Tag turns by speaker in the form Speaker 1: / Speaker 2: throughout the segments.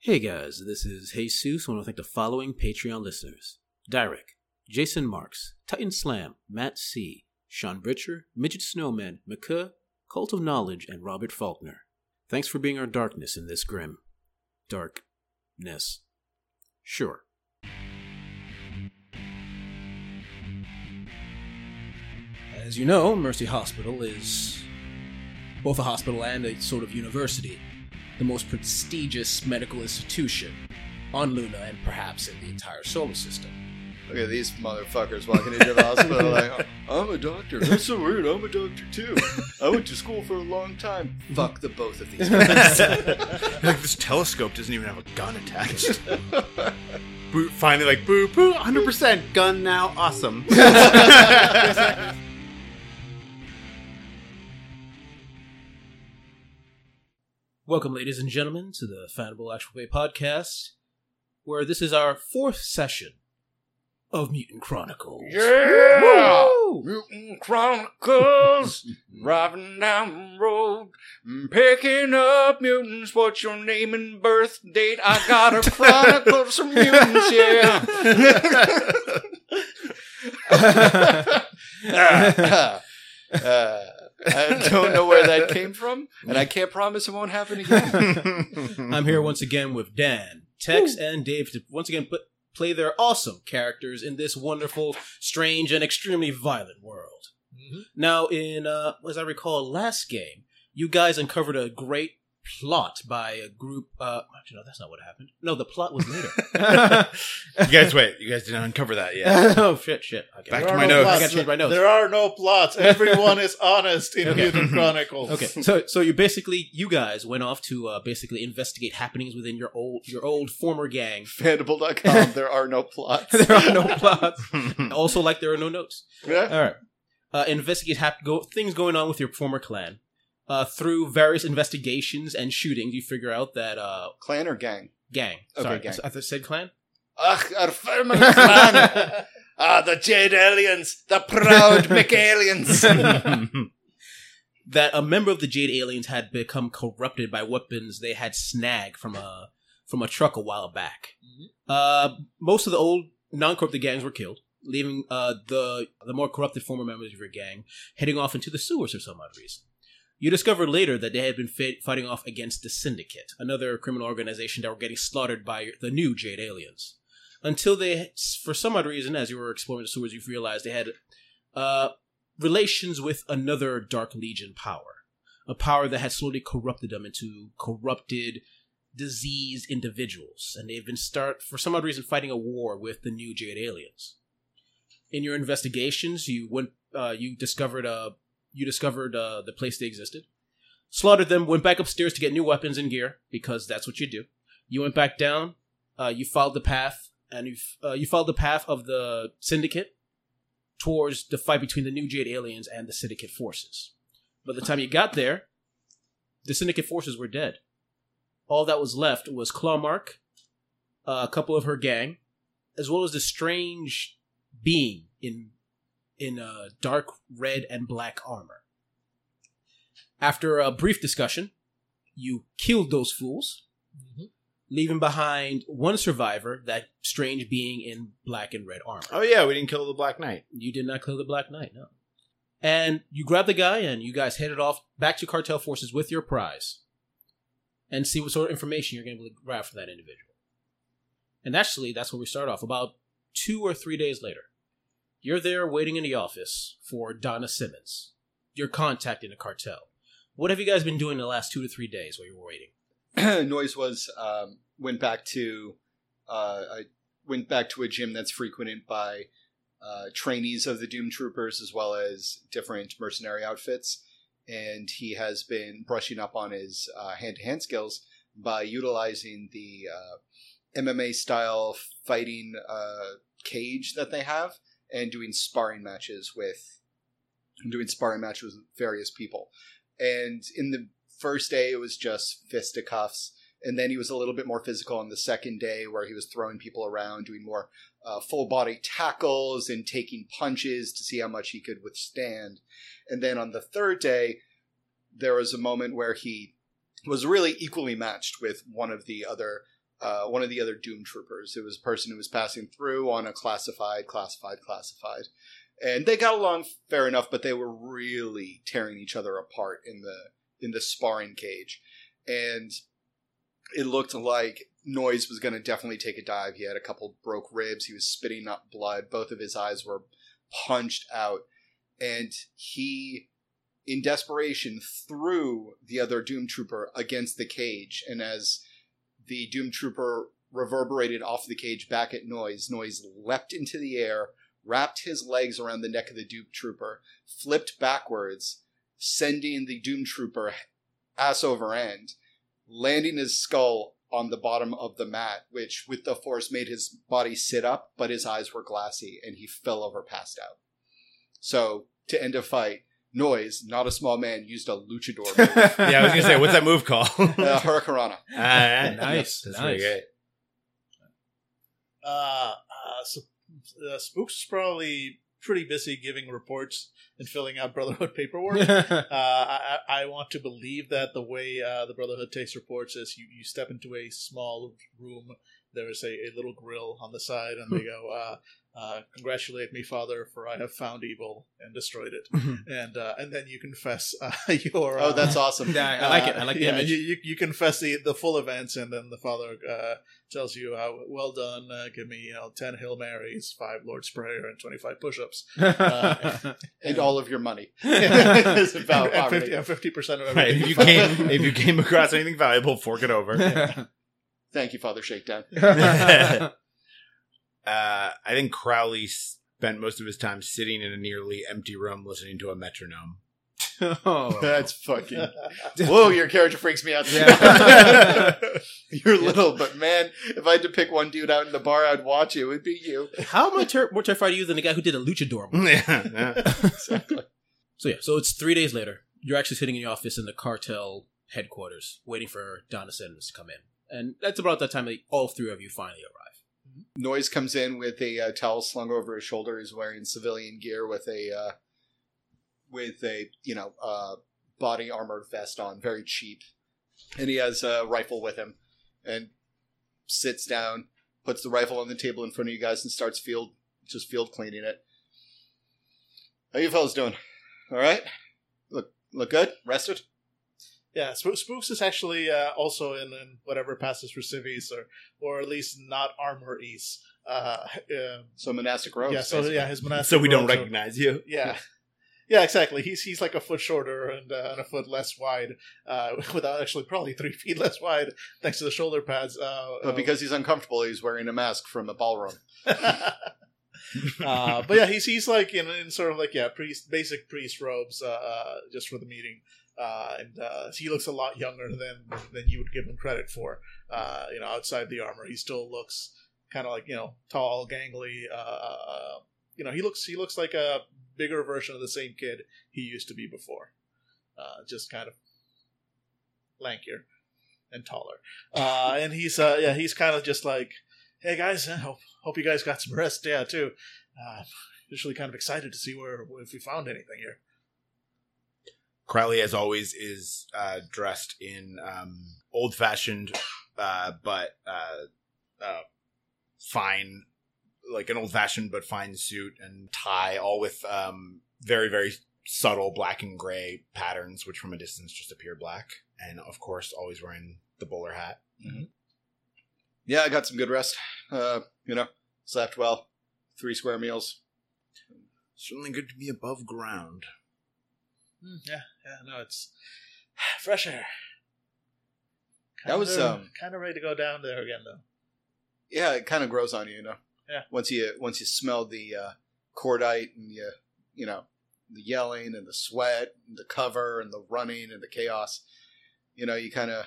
Speaker 1: Hey guys, this is Jesus. I want to thank the following Patreon listeners Direk, Jason Marks, Titan Slam, Matt C., Sean Britcher, Midget Snowman, McCuh, Cult of Knowledge, and Robert Faulkner. Thanks for being our darkness in this grim. Darkness. Sure. As you know, Mercy Hospital is both a hospital and a sort of university, the most prestigious medical institution on Luna and perhaps in the entire solar system.
Speaker 2: Look at these motherfuckers walking into the hospital like, I'm a doctor. That's so weird. I'm a doctor too. I went to school for a long time. Fuck the both of these guys.
Speaker 3: like this telescope doesn't even have a gun attached. Boo, finally, like boo boo, hundred percent gun now, awesome.
Speaker 1: Welcome, ladies and gentlemen, to the Fanable Actual Play podcast, where this is our fourth session of Mutant Chronicles.
Speaker 2: yeah!
Speaker 1: Woo!
Speaker 2: Mutant Chronicles, driving down the road, picking up mutants. What's your name and birth date? I gotta chronicle some mutants, yeah. Uh, I don't know where that came from, and I can't promise it won't happen again.
Speaker 1: I'm here once again with Dan, Tex, and Dave to once again put, play their awesome characters in this wonderful, strange, and extremely violent world.
Speaker 3: Mm-hmm.
Speaker 1: Now, in uh, as I recall, last game you guys uncovered a great plot by a group. Uh, actually, no, that's not what happened. No, the plot was later.
Speaker 3: you guys, wait, you guys didn't uncover that yet.
Speaker 1: oh shit, shit. Okay.
Speaker 3: Back
Speaker 4: There
Speaker 3: to
Speaker 4: are
Speaker 3: my
Speaker 4: no
Speaker 3: notes.
Speaker 1: I
Speaker 4: plots.
Speaker 1: gotta change my notes.
Speaker 4: There are no plots. Everyone is honest in
Speaker 1: Okay.
Speaker 4: Mutant Chronicles.
Speaker 1: Okay, so so you basically you guys went off to uh, basically investigate happenings within your old your old former gang.
Speaker 2: Fandible.com, there are no plots.
Speaker 1: there are no plots. Also, like there are no notes.
Speaker 2: Yeah.
Speaker 1: All right, uh, investigate hap- go- things going on with your former clan. Uh, through various investigations and shootings, you figure out that uh,
Speaker 2: Clan or gang?
Speaker 1: gang.
Speaker 2: Okay,
Speaker 1: Sorry,
Speaker 2: gang.
Speaker 1: I, I said clan.
Speaker 2: Ach, our firm clan. Ah, the Jade Aliens, the proud McAliens.
Speaker 1: that a member of the Jade Aliens had become corrupted by weapons they had snagged from a from a truck a while back. Uh, most of the old non-corrupted gangs were killed, leaving uh, the the more corrupted former members of your gang heading off into the sewers for some odd reason. You discover later that they had been fi- fighting off against the Syndicate, another criminal organization that were getting slaughtered by the new Jade Aliens. Until they, for some odd reason, as you were exploring the sewers, you realized they had uh, relations with another Dark Legion power, a power that has slowly corrupted them into corrupted, diseased individuals, and they've been start for some odd reason fighting a war with the new Jade Aliens. In your investigations, you went, uh, you discovered, uh, you discovered uh, the place they existed, slaughtered them, went back upstairs to get new weapons and gear because that's what you do. You went back down, uh, you followed the path, and you f- uh, you followed the path of the syndicate towards the fight between the new Jade aliens and the Syndicate forces. By the time you got there, the Syndicate forces were dead. All that was left was Clawmark, uh, a couple of her gang, as well as the strange being in in uh, dark red and black armor. After a brief discussion, you killed those fools, leaving behind one survivor, that strange being in black and red armor.
Speaker 3: oh yeah, we didn't kill the Black Knight.
Speaker 1: You did not kill the Black Knight, no. And you grab the guy, and you guys headed off back to cartel forces with your prize, and see what sort of information you're going to be able to grab from that individual. And actually, that's where we start off. About two or three days later, you're there waiting in the office for Donna Simmons, your contact in the cartel. What have you guys been doing the last two to three days while you were waiting?
Speaker 2: Noise was um, went back to uh, I went back to a gym that's frequented by uh, trainees of the Doom Troopers as well as different mercenary outfits, and he has been brushing up on his uh, hand-to-hand skills by utilizing the uh, MMA style fighting uh, cage that they have and doing sparring matches with doing sparring matches with various people. And in the first day, it was just fisticuffs. And then he was a little bit more physical on the second day, where he was throwing people around, doing more uh, full body tackles and taking punches to see how much he could withstand. And then on the third day, there was a moment where he was really equally matched with one of the other uh, one of the other Doom Troopers. It was a person who was passing through on a classified, classified, classified, and they got along fair enough, but they were really tearing each other apart in the in the sparring cage, and it looked like Noise was going to definitely take a dive. He had a couple broke ribs. He was spitting up blood. Both of his eyes were punched out, and he in desperation threw the other doom trooper against the cage and as the doom trooper reverberated off the cage back at noise noise leapt into the air wrapped his legs around the neck of the doom trooper flipped backwards sending the doom trooper ass over end landing his skull on the bottom of the mat which with the force made his body sit up but his eyes were glassy and he fell over passed out so to end a fight noise not a small man used a luchador move
Speaker 3: Yeah, I was gonna say, what's that move called?
Speaker 2: uh, Hurricanrana.
Speaker 3: Ah,
Speaker 1: Nice,
Speaker 3: That's really
Speaker 1: nice.
Speaker 3: good.
Speaker 4: Uh, uh, so, uh, Spooks is probably pretty busy giving reports and filling out Brotherhood paperwork. Uh, I, I I want to believe that the way uh, the Brotherhood takes reports is you, you step into a small room. There is a, a little grill on the side, and they go, uh, uh, "Congratulate me, Father, for I have found evil and destroyed it." And uh, and then you confess uh, your.
Speaker 2: Oh,
Speaker 4: uh,
Speaker 2: that's awesome.
Speaker 1: Yeah, I like it. I like
Speaker 4: Uh,
Speaker 1: the
Speaker 4: yeah,
Speaker 1: image.
Speaker 4: You, you, you confess the, the full events, and then the father uh, tells you, uh, "Well done. Uh, give me you know ten hail marys, five Lord's prayer, and Uh, twenty five push ups,
Speaker 2: And all of your money.
Speaker 1: It's
Speaker 2: about poverty.
Speaker 4: and fifty percent of
Speaker 3: Right,
Speaker 4: everything."
Speaker 3: if you came if you came across anything valuable, fork it over.
Speaker 2: Thank you, Father Shakedown.
Speaker 3: uh, I think Crowley spent most of his time sitting in a nearly empty room listening to a metronome.
Speaker 1: oh.
Speaker 2: That's fucking. Whoa, your character freaks me out.
Speaker 1: Yeah.
Speaker 2: You're little, but man, if I had to pick one dude out in the bar I'd watch, it would be you.
Speaker 1: How am I ter- more terrified of you than the guy who did a luchador? move?
Speaker 3: Yeah.
Speaker 2: Exactly.
Speaker 1: So yeah, so it's three days later. You're actually sitting in your office in the cartel headquarters, waiting for Donna Simmons to come in, and that's about that time that all three of you finally arrive.
Speaker 2: Noise comes in with a uh, towel slung over his shoulder. He's wearing civilian gear with a uh, with a you know uh, body armor vest on, very cheap, and he has a rifle with him. And sits down, puts the rifle on the table in front of you guys, and starts field just field cleaning it. How you fellas doing? All right. Look look good. Rested.
Speaker 4: Yeah, Sp- Spooks is actually uh, also in, in whatever passes for civies, or or at least not armor east. Uh, uh,
Speaker 2: So monastic robes.
Speaker 4: yeah, so
Speaker 2: basically.
Speaker 4: yeah, his monastic.
Speaker 3: so we don't
Speaker 4: robes are-
Speaker 3: recognize you.
Speaker 4: Yeah. Yeah, exactly. He's he's like a foot shorter and, uh, and a foot less wide, uh, without actually probably three feet less wide, thanks to the shoulder pads. Uh,
Speaker 2: But because he's uncomfortable, he's wearing a mask from a ballroom.
Speaker 4: uh, but yeah, he's he's like in, in sort of like yeah, priest basic priest robes, uh, uh, just for the meeting, uh, and uh, he looks a lot younger than than you would give him credit for. Uh, you know, outside the armor, he still looks kind of like you know tall, gangly. Uh, uh, you know, he looks he looks like a bigger version of the same kid he used to be before, uh, just kind of lankier and taller. Uh, and he's uh, yeah, he's kind of just like, hey guys, I hope hope you guys got some rest. Yeah, too. Uh, usually kind of excited to see where if we found anything here.
Speaker 3: Crowley, as always, is uh, dressed in um, old fashioned, uh, but uh, uh, fine, like an old fashioned but fine suit and tie, all with um, very, very subtle black and gray patterns, which from a distance just appear black. And of course, always wearing the bowler hat.
Speaker 2: Yeah, I got some good rest. Uh, you know, slept well. Three square meals.
Speaker 3: Certainly good to be above ground.
Speaker 4: Hmm, yeah, yeah, no, it's fresh air.
Speaker 2: That was, um,
Speaker 4: kind of ready to go down there again though.
Speaker 2: Yeah, it kind of grows on you, you know.
Speaker 4: Yeah.
Speaker 2: Once you once you smell the uh, cordite and you you know the yelling and the sweat and the cover and the running and the chaos, you know, you kind of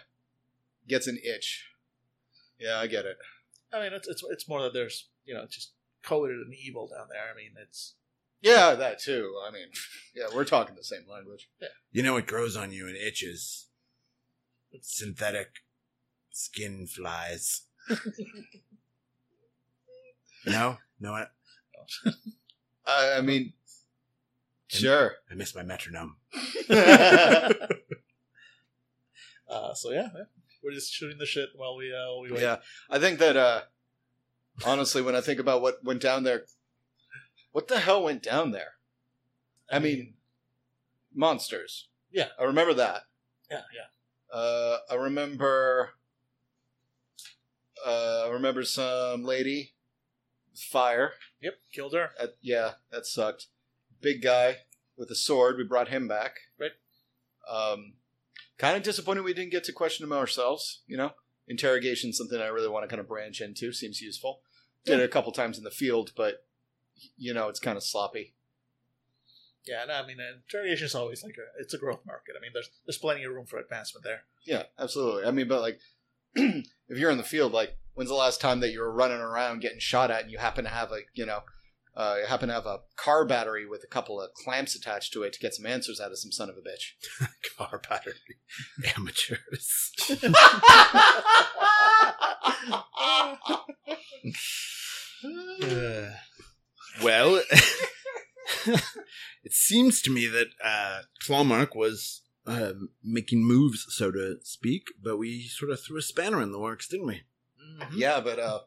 Speaker 2: gets an itch. Yeah, I get it.
Speaker 4: I mean, it's it's it's more that there's you know just coded in evil down there. I mean, it's
Speaker 2: Yeah, that too. I mean, yeah, we're talking the same language.
Speaker 3: You know, it grows on you and itches. Synthetic skin flies. no, no, I,
Speaker 2: I, I mean, sure.
Speaker 3: I missed my metronome.
Speaker 4: uh, so yeah, yeah. We're just shooting the shit while we uh, while we wait.
Speaker 2: Yeah, I think that uh, honestly, when I think about what went down there, what the hell went down there? I mean, monsters.
Speaker 4: Yeah.
Speaker 2: I remember that.
Speaker 4: yeah, yeah.
Speaker 2: Uh, I remember. Uh, I remember some lady, fire.
Speaker 4: Yep, killed her.
Speaker 2: Uh, yeah, that sucked. Big guy with a sword. We brought him back.
Speaker 4: Right.
Speaker 2: Um, kind of disappointed we didn't get to question him ourselves. You know, interrogation something I really want to kind of branch into. Seems useful. Did it a couple times in the field, but you know, it's kind of sloppy.
Speaker 4: Yeah, no, I mean, uh, interrogation is always like a, it's a growth market. I mean, there's there's plenty of room for advancement there.
Speaker 2: Yeah, absolutely. I mean, but like, if you're in the field, like, when's the last time that you were running around getting shot at, and you happen to have a, you know, uh, you happen to have a car battery with a couple of clamps attached to it to get some answers out of some son of a bitch?
Speaker 3: Car battery. Amateurs. Uh, well, it seems to me that uh, Clawmark was um, making moves, so to speak, but we sort of threw a spanner in the works, didn't we?
Speaker 2: Yeah, but uh,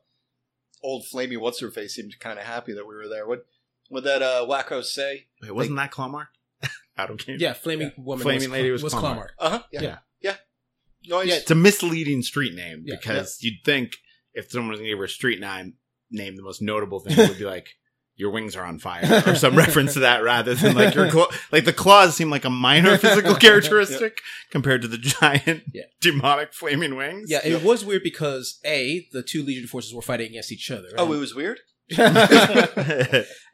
Speaker 2: old flamey what's her face seemed kind of happy that we were there. What would that uh, wacko say?
Speaker 3: Wait, wasn't that Clawmark? Out of game.
Speaker 1: Yeah, flaming woman.
Speaker 3: Flaming Lady was Clomar.
Speaker 1: Clomar.
Speaker 2: Uh huh.
Speaker 1: Yeah.
Speaker 2: yeah. Noise.
Speaker 1: Yeah.
Speaker 3: It's a misleading street name
Speaker 1: Yeah.
Speaker 3: because you'd think if someone was going to give her a street name, name the most notable thing would be like your wings are on fire or some reference to that rather than like your claw- like the claws seem like a minor physical characteristic compared to the giant
Speaker 1: Yeah.
Speaker 3: demonic flaming wings.
Speaker 1: Yeah, it was weird because a the two Legion forces were fighting against each other.
Speaker 2: Oh, it was weird.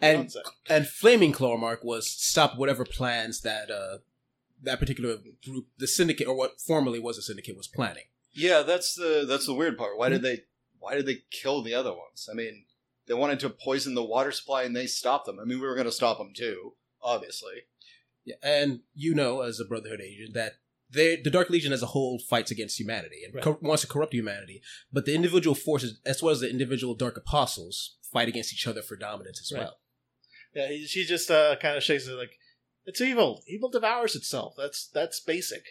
Speaker 1: and and flaming Clormark was stop whatever plans that uh that particular group, the syndicate, or what formerly was a syndicate, was planning.
Speaker 2: Yeah, that's the that's the weird part. Why
Speaker 1: Mm-hmm.
Speaker 2: did they why did they kill the other ones? I mean, they wanted to poison the water supply and they stopped them. I mean, we were going to stop them too, obviously.
Speaker 1: Yeah, and you know, as a Brotherhood agent, that they, the Dark Legion as a whole fights against humanity and
Speaker 4: Right.
Speaker 1: cor- wants to corrupt humanity, but the individual forces, as well as the individual Dark Apostles, fight against each other for dominance as
Speaker 4: Right.
Speaker 1: well.
Speaker 4: Yeah, he, she just uh, kind of shakes it like it's evil. Evil devours itself. That's that's basic.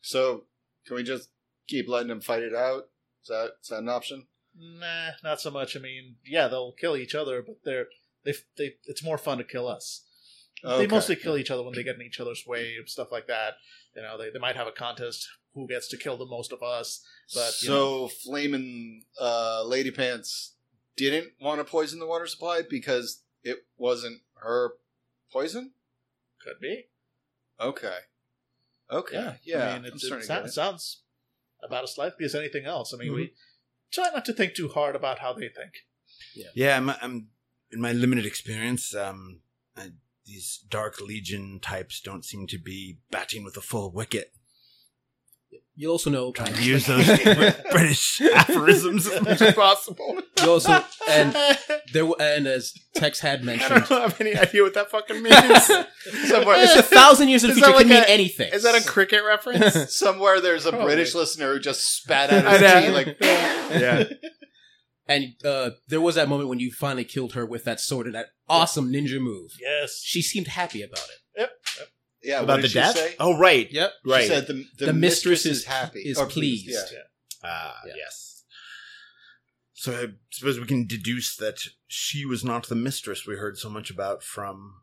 Speaker 2: So, can we just keep letting them fight it out? Is that is that an option?
Speaker 4: Nah, not so much. I mean, yeah, they'll kill each other, but they're they they it's more fun to kill us. They
Speaker 2: Okay.
Speaker 4: mostly kill each other when they get in each other's way and stuff like that. You know, they, they might have a contest who gets to kill the most of us. But, you
Speaker 2: so, flaming uh, lady pants didn't want to poison the water supply because it wasn't her poison.
Speaker 4: Could be.
Speaker 2: Okay. Okay. Yeah.
Speaker 4: I mean,
Speaker 2: I'm
Speaker 4: it,
Speaker 2: starting
Speaker 4: it,
Speaker 2: to
Speaker 4: sound,
Speaker 2: get it.
Speaker 4: sounds about as likely as anything else. I mean, we try not to think too hard about how they think.
Speaker 3: Yeah, I'm, I'm in my limited experience. Um, I, these Dark Legion types don't seem to be batting with a full wicket.
Speaker 1: You'll also know.
Speaker 3: Trying to use those British aphorisms as much as possible.
Speaker 1: You also and
Speaker 3: I
Speaker 1: there were- and as Tex had mentioned,
Speaker 3: don't have any idea what that fucking means. So what-
Speaker 1: it's a thousand years in the
Speaker 3: Is that
Speaker 1: future could
Speaker 3: like
Speaker 1: mean
Speaker 3: a-
Speaker 1: anything.
Speaker 3: Is that a cricket reference?
Speaker 2: Somewhere there's a
Speaker 4: Probably.
Speaker 2: British listener who just spat out
Speaker 3: I
Speaker 2: his
Speaker 3: know.
Speaker 2: tea like
Speaker 3: yeah.
Speaker 1: And uh, there was that moment when you finally killed her with that sword and that awesome ninja move.
Speaker 4: Yes.
Speaker 1: She seemed happy about it.
Speaker 2: yeah, what
Speaker 3: About
Speaker 2: did
Speaker 3: the
Speaker 2: she
Speaker 3: death?
Speaker 2: say?
Speaker 3: Oh, right.
Speaker 1: Yep.
Speaker 2: She
Speaker 3: Right.
Speaker 2: said the, the,
Speaker 1: The mistress
Speaker 2: mistress,
Speaker 1: is-
Speaker 2: is happy.
Speaker 1: is
Speaker 2: Or
Speaker 1: pleased.
Speaker 2: yeah.
Speaker 3: Ah,
Speaker 1: Yeah.
Speaker 3: yes. So I suppose we can deduce that she was not the mistress we heard so much about from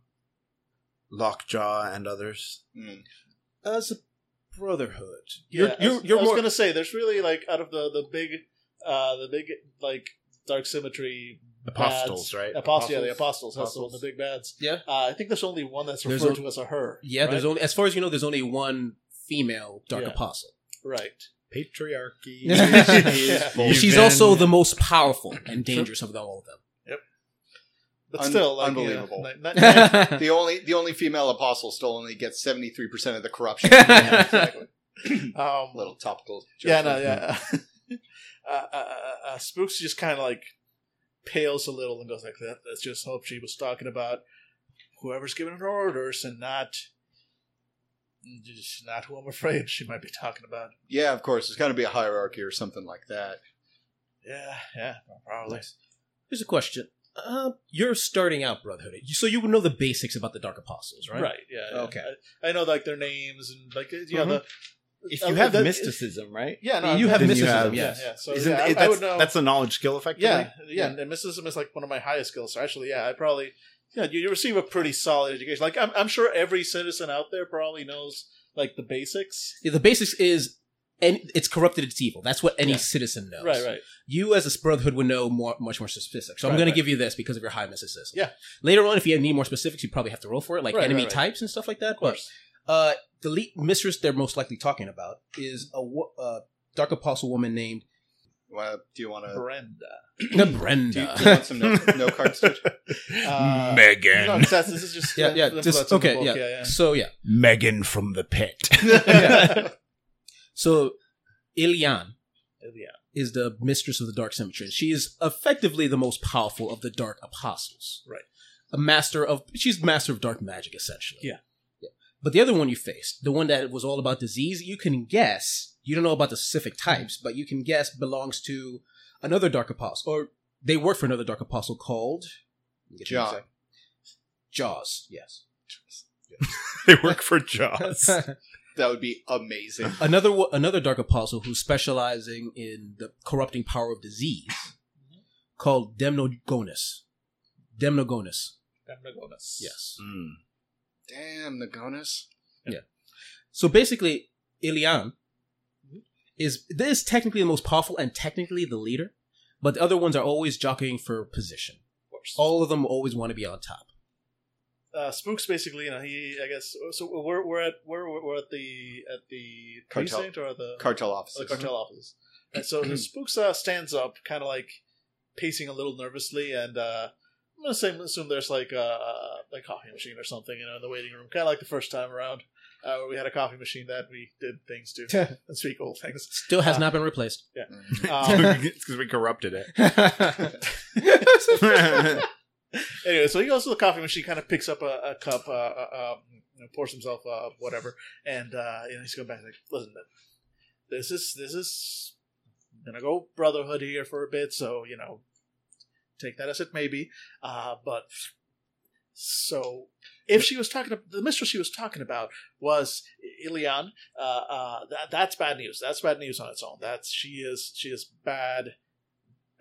Speaker 3: Lockjaw and others.
Speaker 2: Mm.
Speaker 1: As a brotherhood,
Speaker 4: Yeah,
Speaker 1: you're
Speaker 4: I
Speaker 1: you're,
Speaker 4: was-
Speaker 1: you're
Speaker 4: I was
Speaker 1: more
Speaker 4: gonna say there's really like out of the the big, uh, the big like dark symmetry
Speaker 3: Apostles,
Speaker 4: bads-
Speaker 3: right?
Speaker 4: Apostles, yeah, the apostles. That's the one,
Speaker 3: Apostles.
Speaker 4: the big bads.
Speaker 1: Yeah.
Speaker 4: uh, I think there's only one that's
Speaker 1: There's
Speaker 4: referred
Speaker 1: a-
Speaker 4: to as a her.
Speaker 1: yeah. There's only as far as you know, there's only one female dark
Speaker 4: Yeah.
Speaker 1: apostle.
Speaker 4: only right.
Speaker 3: Patriarchy.
Speaker 1: Yeah. She's
Speaker 3: Even-
Speaker 1: also the most powerful and dangerous of them all of them.
Speaker 4: But
Speaker 2: Un-
Speaker 4: still, like,
Speaker 2: unbelievable.
Speaker 4: You know, not- not-
Speaker 2: The only the only female apostle still only gets seventy three percent of the corruption.
Speaker 4: yeah, exactly. Um,
Speaker 2: Little topical. joke.
Speaker 4: yeah, no, yeah. uh, uh, uh, uh, Spooks just kind of like pales a little and goes like, that, "Let's just hope she was talking about whoever's giving her orders and not." just Not who I'm afraid she might be talking about.
Speaker 2: Yeah, of course. There's got to be a hierarchy or something like that.
Speaker 4: Yeah, yeah, probably.
Speaker 1: Here's a question. Uh, you're starting out Brotherhood, You- so you would know the basics about the Dark Apostles, right?
Speaker 4: Right. Yeah. yeah.
Speaker 1: Okay.
Speaker 4: I, I know like their names and like you know uh, the
Speaker 3: Mm-hmm. If
Speaker 4: Uh,
Speaker 3: you have
Speaker 4: that-
Speaker 3: mysticism, right?
Speaker 4: Yeah, no,
Speaker 1: You
Speaker 4: I've-
Speaker 1: have
Speaker 3: Then you
Speaker 1: mysticism,
Speaker 3: have-
Speaker 1: yes.
Speaker 4: yeah. So
Speaker 3: Isn't
Speaker 4: yeah, I-
Speaker 3: it,
Speaker 4: I,
Speaker 3: that's,
Speaker 4: would know.
Speaker 3: that's a knowledge skill effectively?
Speaker 4: yeah, yeah, and mysticism is like one of my highest skills. So actually, yeah, I probably yeah, you, you receive a pretty solid education. Like I'm, I'm sure every citizen out there probably knows like the basics.
Speaker 1: The basics is, and it's corrupted. It's evil. That's what any
Speaker 4: Yeah.
Speaker 1: citizen knows.
Speaker 4: Right, right.
Speaker 1: You as a Brotherhood would know more, much more specifics. So I'm
Speaker 4: Right,
Speaker 1: going
Speaker 4: right.
Speaker 1: to give you this because of your high mysticism.
Speaker 4: Yeah.
Speaker 1: Later on, if you need more specifics, you probably have to roll for it, like
Speaker 4: Right,
Speaker 1: enemy
Speaker 4: right, right.
Speaker 1: types and stuff like that.
Speaker 4: Of course.
Speaker 1: But uh, the lead mistress they're most likely talking about is a wo- uh, dark apostle woman named
Speaker 2: Well, do you want to?
Speaker 4: Brenda.
Speaker 2: Do you,
Speaker 1: Brenda.
Speaker 2: do you want some no, no cards? dude?
Speaker 4: Uh,
Speaker 3: Megan.
Speaker 4: No, it's- that's- this is just
Speaker 1: Yeah, yeah,
Speaker 4: that's-
Speaker 1: just-
Speaker 4: that's in the
Speaker 1: okay,
Speaker 4: book,
Speaker 1: yeah. so yeah.
Speaker 3: Megan from the pit.
Speaker 4: yeah.
Speaker 1: So Ilian
Speaker 4: yeah.
Speaker 1: is the mistress of the dark symmetry. She is effectively the most powerful of the dark apostles.
Speaker 4: Right.
Speaker 1: A master of she's master of dark magic essentially.
Speaker 4: Yeah.
Speaker 1: Yeah. But the other one you faced, the one that was all about disease, you can guess. You don't know about the specific types, but you can guess belongs to another dark apostle or they work for another dark apostle called
Speaker 2: Jaw.
Speaker 1: Jaws, yes.
Speaker 3: they work for Jaws.
Speaker 2: That would be amazing.
Speaker 1: another wo- another dark apostle who's specializing in the corrupting power of disease called Demnogonus. Demnogonus.
Speaker 4: Demnogonus.
Speaker 1: Yes.
Speaker 3: Mm.
Speaker 2: Damn, Nagonis.
Speaker 1: So basically, Ilian is this is technically the most powerful and technically the leader, but the other ones are always jockeying for position.
Speaker 4: Of course.
Speaker 1: All of them always want to be on top.
Speaker 4: uh, Spooks basically, you know, he I guess so. We're we're at we're we're at the at the
Speaker 2: Cartel.
Speaker 4: precinct or the
Speaker 2: Cartel
Speaker 4: the
Speaker 2: offices.
Speaker 4: cartel office. And so Spooks uh, stands up, kind of like pacing a little nervously, and uh, I'm gonna say assume there's like a, a coffee machine or something, you know, in the waiting room, kind of like the first time around. Uh, where we had a coffee machine that we did things to, unspeakable things.
Speaker 1: Still has
Speaker 4: Ah.
Speaker 1: not been replaced.
Speaker 2: Mm.
Speaker 4: Um,
Speaker 3: because we corrupted it.
Speaker 4: anyway, so he goes to the coffee machine, kind of picks up a, a cup, uh, uh, uh, you know, pours himself uh, whatever, and uh, you know he's going back like, listen, man, this is this is I'm gonna go Brotherhood here for a bit, so you know, take that as it may be. Uh, but so if she was talking, to, the mistress she was talking about was Ilian. Uh, uh, that, that's bad news. That's bad news on its own. That's she is she is bad.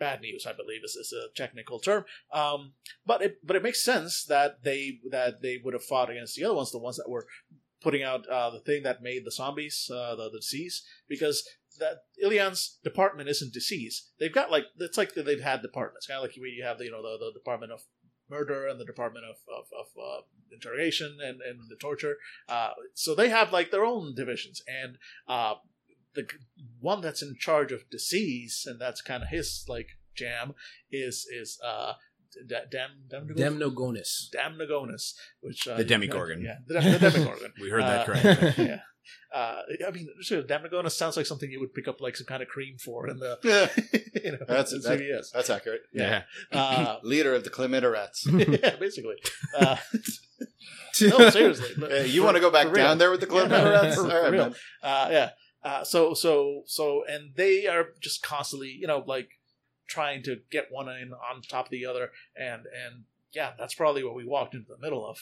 Speaker 4: Bad news, I believe, is, is a technical term. Um, but it but it makes sense that they that they would have fought against the other ones, the ones that were putting out uh, the thing that made the zombies, uh, the, the disease, because that Ilian's department isn't disease. They've got like it's like they've had departments, kind of like where you have the you know the, the department of murder and the department of of, of uh, interrogation and and the torture. Uh, so they have like their own divisions and. Uh, the g- one that's in charge of disease, and that's kind of his like jam, is is uh, d- dam dam
Speaker 1: Demnogonus.
Speaker 4: Damnagonis, which uh,
Speaker 3: The
Speaker 4: you-
Speaker 3: Demigorgon.
Speaker 4: Yeah, the, Dem- the Demigorgon.
Speaker 3: We heard that
Speaker 4: Uh,
Speaker 3: correctly.
Speaker 4: yeah. Uh, I mean, sure, Damnagonis sounds like something you would pick up like some kind of cream for in the
Speaker 2: Yeah,
Speaker 4: you know
Speaker 2: That's-
Speaker 4: in
Speaker 2: that-
Speaker 4: CVS.
Speaker 2: Mm-hmm. that's accurate.
Speaker 3: Yeah.
Speaker 4: Uh,
Speaker 2: Leader of the Climaterats.
Speaker 4: yeah, basically. Uh, no, seriously.
Speaker 2: Hey, you want to go back
Speaker 4: For real.
Speaker 2: down there with the
Speaker 4: Yeah,
Speaker 2: Climaterats?
Speaker 4: for-
Speaker 2: All
Speaker 4: for
Speaker 2: right,
Speaker 4: real.
Speaker 2: man.
Speaker 4: uh, yeah. Uh, so so so, and they are just constantly, you know, like trying to get one in on top of the other, and and yeah, that's probably what we walked into the middle of.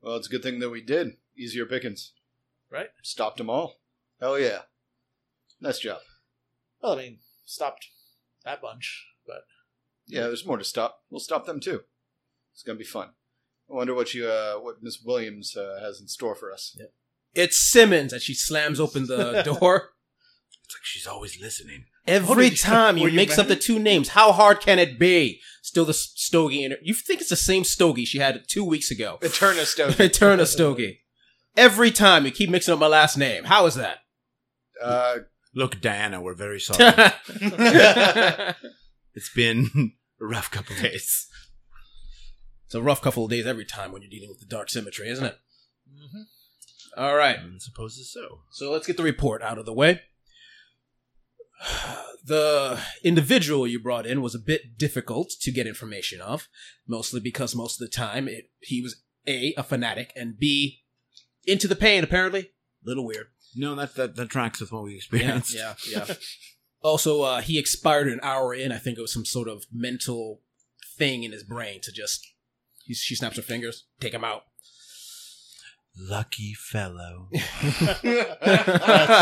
Speaker 2: Well, it's a good thing that we did. Easier pickings.
Speaker 4: Right.
Speaker 2: Stopped them all. Hell yeah. Nice job.
Speaker 4: Well, I mean, stopped that bunch, but
Speaker 2: Yeah, there's more to stop. We'll stop them too. It's gonna be fun. I wonder what you, uh, what Miss Williams uh, has in store for us.
Speaker 1: It's Simmons, and she slams open the door.
Speaker 3: It's like she's always listening.
Speaker 1: Every
Speaker 4: Oh, did you-
Speaker 1: time you,
Speaker 4: were you
Speaker 1: mix up the
Speaker 4: married?
Speaker 1: two names, how hard can it be? Still the s- stogie in her. You think it's the same stogie she had two weeks ago.
Speaker 2: Eterna Stone.
Speaker 1: Return a stogie. Every time you keep mixing up my last name. How is that?
Speaker 2: uh,
Speaker 3: Look, Diana, we're very sorry. it's been a rough couple days.
Speaker 1: it's a rough couple of days every time when you're dealing with the dark symmetry, isn't it?
Speaker 4: mm-hmm.
Speaker 1: All right.
Speaker 3: I suppose it's so.
Speaker 1: So let's get the report out of the way. The individual you brought in was a bit difficult to get information of, mostly because most of the time it, he was A, a fanatic, and B, into the pain, apparently. Little weird.
Speaker 3: No, that, that that tracks with what we
Speaker 1: Yeah,
Speaker 3: experienced.
Speaker 1: yeah, yeah. also, uh, he expired an hour in. I think it was some sort of mental thing in his brain to just. He, she snaps her fingers, take him out.
Speaker 3: lucky fellow.
Speaker 4: That's-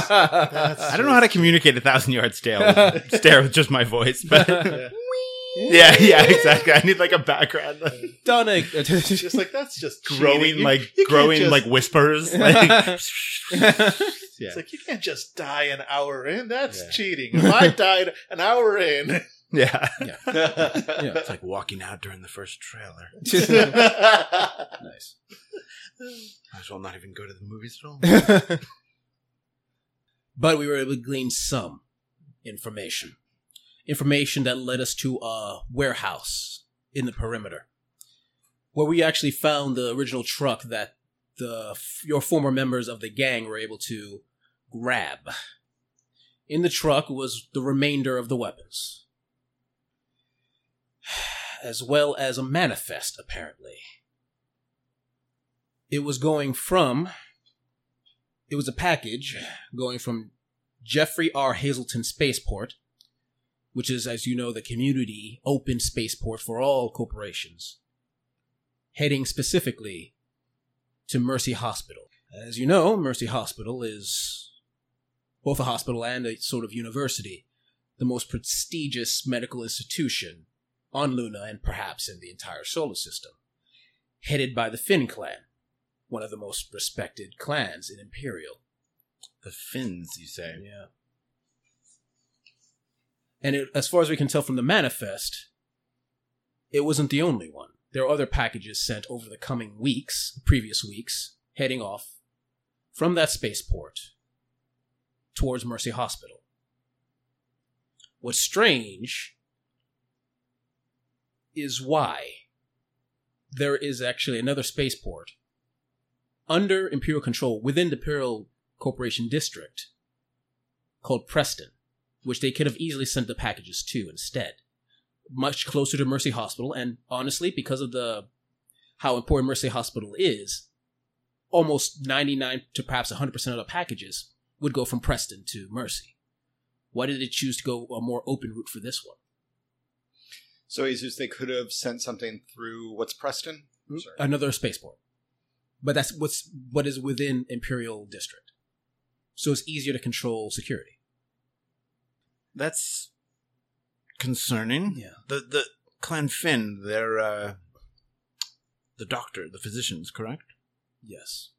Speaker 4: that's
Speaker 3: I don't know how to communicate a thousand yard stare with, stare with just my voice, but
Speaker 4: Yeah.
Speaker 3: yeah, yeah, exactly. I need like a background, like,
Speaker 1: Donna.
Speaker 4: just like that's just cheating.
Speaker 3: growing,
Speaker 4: You-
Speaker 3: like
Speaker 4: you can't
Speaker 3: growing,
Speaker 4: just-
Speaker 3: like whispers. Like,
Speaker 4: It's like you can't just die an hour in. That's
Speaker 3: Yeah.
Speaker 4: cheating. If I died an hour in,
Speaker 3: yeah,
Speaker 1: Yeah.
Speaker 3: it's like walking out during the first trailer.
Speaker 1: nice.
Speaker 3: Might as well not even go to the movies at all.
Speaker 1: but we were able to glean some information. Information that led us to a warehouse in the perimeter, where we actually found the original truck that the your former members of the gang were able to grab. In the truck was the remainder of the weapons, as well as a manifest. Apparently, it was going from. It was a package going from Jeffrey R. Hazelton Spaceport, which is, as you know, the community open spaceport for all corporations, heading specifically to Mercy Hospital. As you know, Mercy Hospital is both a hospital and a sort of university, the most prestigious medical institution on Luna and perhaps in the entire solar system, headed by the Finn clan, one of the most respected clans in Imperial.
Speaker 3: the fins, you say?
Speaker 1: Yeah. And it, as far as we can tell from the manifest, it wasn't the only one. There are other packages sent over the coming weeks, previous weeks, heading off from that spaceport towards Mercy Hospital. What's strange is why there is actually another spaceport under Imperial control within the Imperial Corporation District called Preston, which they could have easily sent the packages to instead. Much closer to Mercy Hospital, and honestly, because of the how important Mercy Hospital is, almost 99 to perhaps 100% of the packages would go from Preston to Mercy. Why did it choose to go a more open route for this one?
Speaker 2: So Jesus, they could have sent something through what's Preston? Sorry.
Speaker 1: Another spaceport. But that's what's what is within Imperial District. So it's easier to control security.
Speaker 3: That's concerning.
Speaker 1: Yeah.
Speaker 3: The the clan Finn, they're uh, the doctor, the physicians, correct?
Speaker 1: Yes.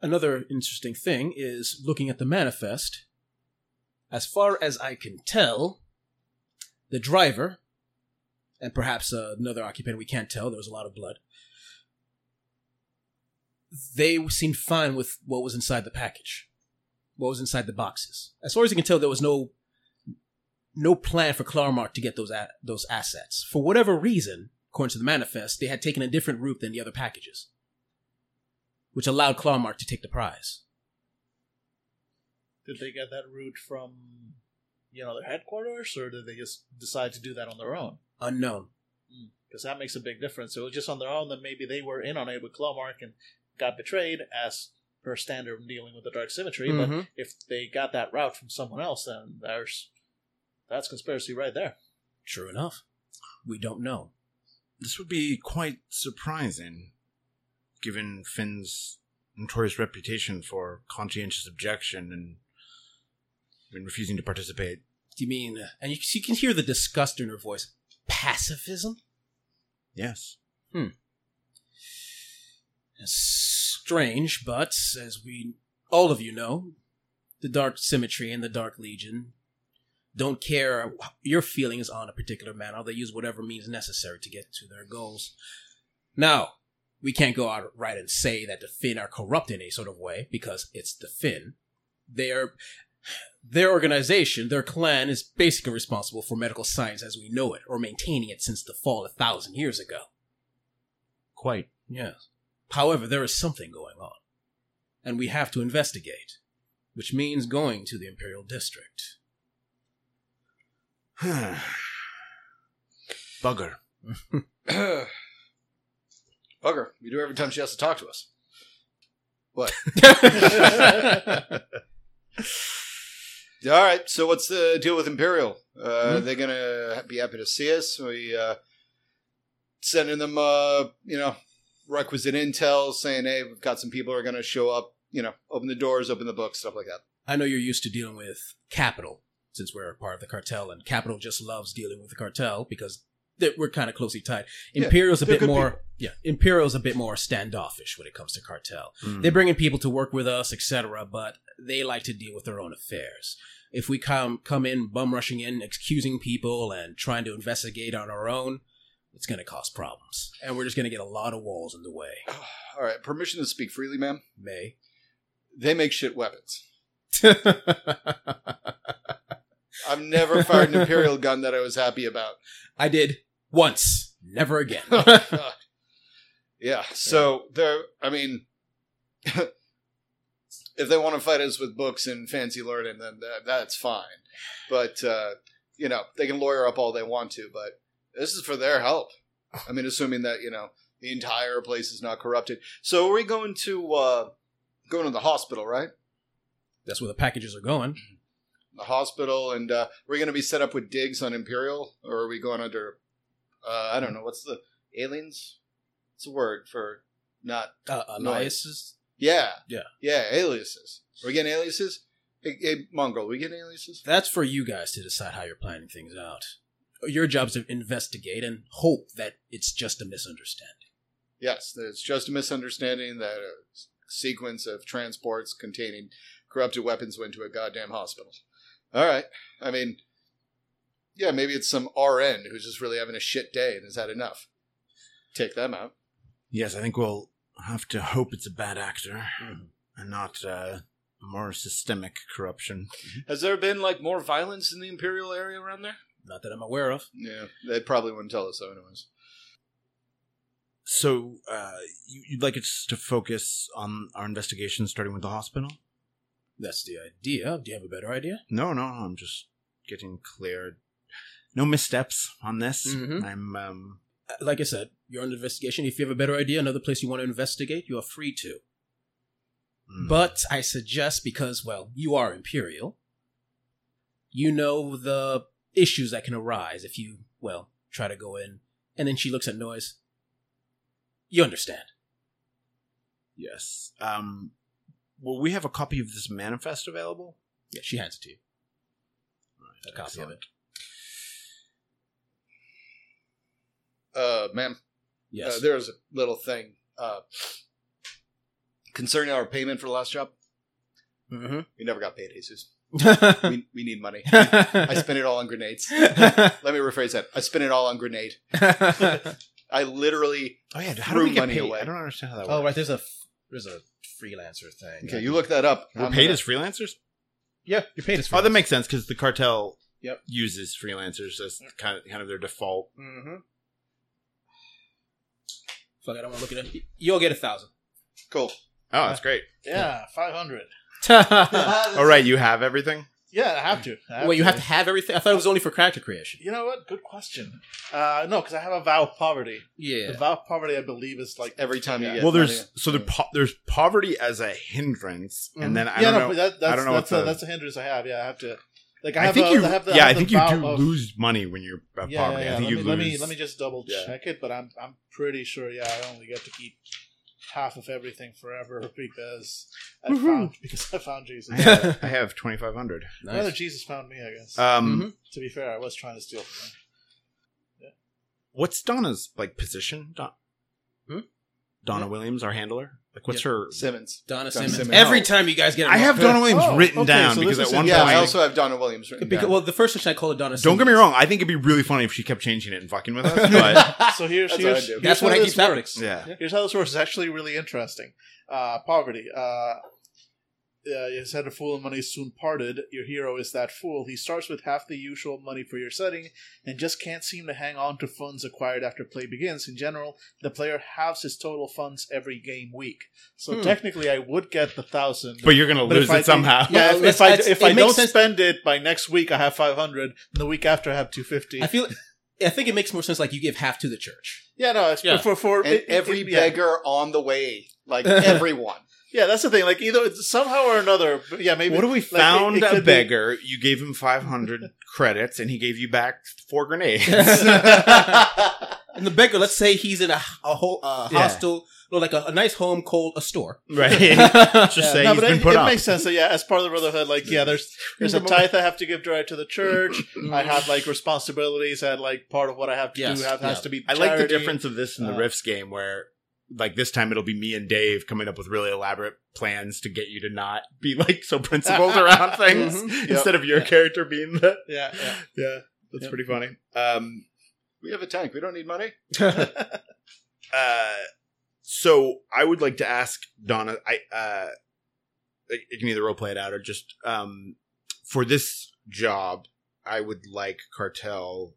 Speaker 1: Another interesting thing is looking at the manifest. As far as I can tell, the driver, and perhaps uh, another occupant we can't tell, there was a lot of blood, they seemed fine with what was inside the package, what was inside the boxes. As far as you can tell, there was no no plan for Clarmark to get those a- those assets. For whatever reason, according to the manifest, they had taken a different route than the other packages which allowed Clarmark to take the prize.
Speaker 4: did they get that route from you know their headquarters, or did they just decide to do that on their own?
Speaker 1: Unknown.
Speaker 4: Because that makes a big difference. So it was just on their own, then maybe they were in on it with Clawmark and got betrayed, as per standard in dealing with the dark symmetry. But
Speaker 1: Mhm.
Speaker 4: if they got that route from someone else, then there's that's conspiracy right there.
Speaker 1: True enough. We don't know.
Speaker 3: This would be quite surprising, given Finn's notorious reputation for conscientious objection and I mean, refusing to participate.
Speaker 1: Do you mean, and you, you can hear the disgust in her voice pacifism?
Speaker 3: Yes.
Speaker 1: It's strange, but as we all of you know, the Dark Symmetry and the Dark Legion don't care your feelings on a particular matter. They use whatever means necessary to get to their goals. Now, we can't go out right and say that the Finn are corrupt in a sort of way because it's the Finn. Their their organization, their clan, is basically responsible for medical science as we know it, or maintaining it since the fall a thousand years ago.
Speaker 3: Quite.
Speaker 1: Yes. However, there is something going on, and we have to investigate, which means going to the Imperial District.
Speaker 3: Bugger.
Speaker 2: Bugger, we do every time she has to talk to us. All right, so what's the deal with Imperial? Uh,
Speaker 1: Hmm?
Speaker 2: They're gonna be happy to see us. We uh, sending them, uh, you know, requisite intel saying, hey, we've got some people who are going to show up, you know, open the doors, open the books, stuff like that.
Speaker 1: I know you're used to dealing with capital since we're a part of the cartel, and capital just loves dealing with the cartel because that we're kind of closely tied.
Speaker 2: Yeah,
Speaker 1: Imperial's a
Speaker 2: they're
Speaker 1: bit
Speaker 2: good
Speaker 1: more, yeah. Imperial's a bit more standoffish when it comes to cartel. They're bringing people to work with us, etc., but they like to deal with their own affairs. If we come come in bum rushing in, accusing people, and trying to investigate on our own, it's going to cause problems, and we're just going to get a lot of walls in the way.
Speaker 2: All right, permission to speak freely, ma'am.
Speaker 1: May
Speaker 2: They make shit weapons. I've never fired an Imperial gun that I was happy about.
Speaker 1: I did once, never again.
Speaker 2: God. yeah. So they're. I mean, if they want to fight us with books and fancy learning, then tha- that's fine. But uh, you know, they can lawyer up all they want to. But this is for their help. I mean, assuming that you know the entire place is not corrupted. So are we going to uh, going to the hospital, right?
Speaker 1: That's where the packages are going.
Speaker 2: The hospital, and uh, we're going to be set up with digs on Imperial, or are we going under? Uh, I don't know. What's the aliens? It's a word for not
Speaker 1: Uh, Elias is
Speaker 2: Yeah.
Speaker 1: Yeah.
Speaker 2: Yeah, aliases. Are we getting aliases? Hey, hey Mongrel, we getting aliases?
Speaker 1: that's for you guys to decide how you're planning things out. Your job's to investigate and hope that it's just a misunderstanding.
Speaker 2: Yes, it's just a misunderstanding that a s- sequence of transports containing corrupted weapons went to a goddamn hospital. All right. I mean, yeah, maybe it's some RN who's just really having a shit day and has had enough. Take them out.
Speaker 3: Yes, I think we'll have to hope it's a bad actor and not uh, more systemic corruption.
Speaker 2: Has there been, like, more violence in the Imperial area around there?
Speaker 1: Not that I'm aware of.
Speaker 2: Yeah, they probably wouldn't tell us anyways.
Speaker 3: So uh, you- you'd like us to focus on our investigation, starting with the hospital?
Speaker 1: That's the idea. Do you have a better idea?
Speaker 3: No, no, I'm just getting cleared. No missteps on this.
Speaker 1: Mhm.
Speaker 3: I'm um,
Speaker 1: Uh, Like I said, you're on investigation. If you have a better idea, another place you want to investigate, you are free to.
Speaker 3: mm.
Speaker 1: But I suggest because, well, you are Imperial, you know the issues that can arise if you, well, try to go in. And then she looks at noise. You understand.
Speaker 3: yes. Um, will we have a copy of this manifest available?
Speaker 1: Yeah, she hands it to you.
Speaker 3: Right,
Speaker 1: A copy of
Speaker 3: excellent.
Speaker 1: it.
Speaker 2: Uh, ma'am,
Speaker 1: Yes.
Speaker 2: Uh, there was a little thing uh, concerning our payment for the last job.
Speaker 4: Mm-hmm.
Speaker 2: We never got paid, Jesus.
Speaker 1: mm-hmm.
Speaker 2: We, we need money. I
Speaker 1: I
Speaker 2: spent it all on grenades. Let me rephrase that. I spent it all on grenade. I literally.
Speaker 3: Oh yeah, how do we
Speaker 2: Threw
Speaker 3: get
Speaker 2: money
Speaker 3: paid?
Speaker 2: away.
Speaker 3: I don't understand how that
Speaker 1: oh
Speaker 3: works.
Speaker 1: right, there's a f- there's a freelancer thing.
Speaker 2: Okay, you look that up.
Speaker 3: We're
Speaker 2: I'm
Speaker 3: paid
Speaker 2: gonna-
Speaker 3: as freelancers.
Speaker 1: yeah, you're paid as
Speaker 3: Oh, that makes sense because the cartel
Speaker 1: Yep.
Speaker 3: uses freelancers as kind of, kind of their default.
Speaker 1: Mm-hmm. Fuck, I don't want to look at it. You'll get a thousand.
Speaker 2: cool.
Speaker 3: Oh, that's great.
Speaker 4: Yeah, five hundred.
Speaker 3: All right, you have everything.
Speaker 4: Yeah, I have to. I
Speaker 1: Wait, you have to have everything. I thought it was only for character creation.
Speaker 4: You know what? Good question. Uh, no, because I have a vow of poverty.
Speaker 1: Yeah.
Speaker 4: The vow of poverty, I believe, is like
Speaker 2: Every time you
Speaker 4: Yeah.
Speaker 2: get.
Speaker 3: well,
Speaker 2: money.
Speaker 3: there's so the po- there's poverty as a hindrance, and then I don't know.
Speaker 4: Mm. but that, that's,
Speaker 3: I don't know
Speaker 4: That's,
Speaker 3: what
Speaker 4: a,
Speaker 3: the-
Speaker 4: that's a hindrance I have. Yeah, I have to. Like, I,
Speaker 3: I
Speaker 4: have
Speaker 3: think
Speaker 4: a-
Speaker 3: you,
Speaker 4: I have the,
Speaker 3: yeah,
Speaker 4: I,
Speaker 3: I
Speaker 4: have
Speaker 3: think
Speaker 4: the
Speaker 3: you
Speaker 4: vow
Speaker 3: do
Speaker 4: of-
Speaker 3: lose money when you're at
Speaker 4: Yeah,
Speaker 3: poverty.
Speaker 4: yeah, yeah.
Speaker 3: I think
Speaker 4: let,
Speaker 3: you
Speaker 4: me,
Speaker 3: lose.
Speaker 4: let me let me just double
Speaker 3: Yeah.
Speaker 4: check it, but I'm I'm pretty sure. Yeah, I only get to keep half of everything forever because I
Speaker 1: Woohoo.
Speaker 4: found because I found Jesus.
Speaker 3: I have, I have twenty five hundred.
Speaker 4: Rather Jesus found me, I guess.
Speaker 3: Um,
Speaker 1: Mhm.
Speaker 4: to be fair, I was trying to steal from him.
Speaker 3: what's Donna's like position? Don-
Speaker 1: Hmm?
Speaker 3: Donna Williams, our handler. Like, what's her?
Speaker 2: Simmons.
Speaker 1: Donna
Speaker 2: Simmons.
Speaker 1: Simmons.
Speaker 2: Simmons.
Speaker 1: Every
Speaker 2: No.
Speaker 1: time you guys get, it
Speaker 3: I
Speaker 1: wrong.
Speaker 3: have Donna Williams
Speaker 4: Oh,
Speaker 3: written
Speaker 4: okay,
Speaker 3: down
Speaker 4: so
Speaker 3: because
Speaker 4: this
Speaker 3: at
Speaker 4: is-
Speaker 3: one
Speaker 2: Yeah,
Speaker 3: point,
Speaker 2: I also have Donna Williams written
Speaker 1: Because,
Speaker 2: down.
Speaker 1: well, the first person I called her Donna.
Speaker 3: don't get me
Speaker 1: Simmons.
Speaker 3: wrong, I think it'd be really funny if she kept changing it and fucking with us. But
Speaker 4: So here's
Speaker 2: That's what
Speaker 4: here's,
Speaker 2: I do.
Speaker 4: here's
Speaker 1: That's what
Speaker 4: how
Speaker 1: I keep
Speaker 4: this
Speaker 1: fabrics.
Speaker 3: yeah,
Speaker 4: Here's how this works. It's actually really interesting. Uh, poverty. Uh, uh, you said a fool and money is soon parted. Your hero is that fool. He starts with half the usual money for your setting and just can't seem to hang on to funds acquired after play begins. In general, the player halves his total funds every game week. So
Speaker 1: Hmm.
Speaker 4: technically, I would get the thousand.
Speaker 3: but you're gonna
Speaker 4: But
Speaker 3: lose
Speaker 4: if I
Speaker 3: it
Speaker 4: think-
Speaker 3: somehow.
Speaker 4: yeah,
Speaker 1: Well,
Speaker 4: if, if
Speaker 1: it's-
Speaker 4: I
Speaker 1: it's-
Speaker 4: if
Speaker 1: it
Speaker 4: I
Speaker 1: makes
Speaker 4: don't
Speaker 1: sense-
Speaker 4: spend it by next week, I have five hundred, and the week after I have two fifty.
Speaker 1: I feel. I think it makes more sense. Like you give half to the church.
Speaker 4: Yeah, no, it's
Speaker 1: Yeah.
Speaker 4: for for
Speaker 2: and
Speaker 4: it- it-
Speaker 2: every
Speaker 4: it- yeah.
Speaker 2: beggar on the way, like everyone.
Speaker 4: Yeah, that's the thing. Like either it's somehow or another. but Yeah, maybe.
Speaker 3: What if we
Speaker 4: like,
Speaker 3: found
Speaker 4: it- it could
Speaker 3: a
Speaker 4: be-
Speaker 3: beggar? You gave him 500 credits and he gave you back four grenades.
Speaker 1: That's in the beggar, let's say he's in a, a whole uh,
Speaker 3: Yeah.
Speaker 1: hostel, no, like a, a nice home called a store.
Speaker 3: right? Let's just
Speaker 4: Yeah,
Speaker 3: say
Speaker 4: no,
Speaker 3: he's
Speaker 4: but
Speaker 3: been
Speaker 4: it,
Speaker 3: put
Speaker 4: it
Speaker 3: up.
Speaker 4: makes sense. So, yeah, as part of the brotherhood, like yeah, there's there's a tithe I have to give direct to the church. I have like responsibilities and like part of what I have to
Speaker 1: Yes,
Speaker 4: do have, has
Speaker 1: yeah.
Speaker 4: to be.
Speaker 3: I like the
Speaker 4: charity.
Speaker 3: difference of this in the
Speaker 4: Uh,
Speaker 3: Rifts game where like this time it'll be me and Dave coming up with really elaborate plans to get you to not be like so principled around things instead of your
Speaker 4: Mm-hmm. Yeah.
Speaker 3: character being the
Speaker 4: Yeah, yeah.
Speaker 3: Yeah. That's
Speaker 1: Yep.
Speaker 3: pretty funny. Um
Speaker 2: We have a tank. We don't need money.
Speaker 3: uh so I would like to ask Donna I uh like, you can either role play it out or just um for this job I would like cartel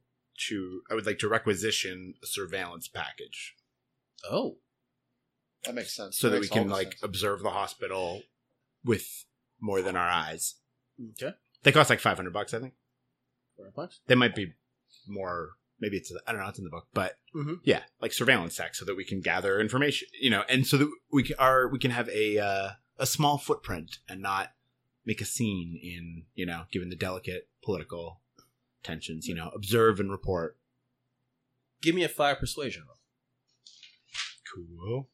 Speaker 3: to I would like to requisition a surveillance package.
Speaker 1: Oh,
Speaker 2: That makes sense.
Speaker 3: so that we
Speaker 2: makes
Speaker 3: can
Speaker 2: all the
Speaker 3: like
Speaker 2: sense.
Speaker 3: observe the hospital with more than our eyes.
Speaker 1: okay,
Speaker 3: They cost like five hundred bucks, I think.
Speaker 1: Four bucks.
Speaker 3: They might be more. Maybe it's I don't know. It's in the book, but
Speaker 2: Mm-hmm.
Speaker 1: Mhm.
Speaker 3: yeah, like surveillance tech, so that we can gather information, you know, and so that we can, are we can have a uh, a small footprint and not make a scene in you know, given the delicate political tensions, you know, observe and report.
Speaker 1: Give me a five persuasion roll.
Speaker 3: Cool.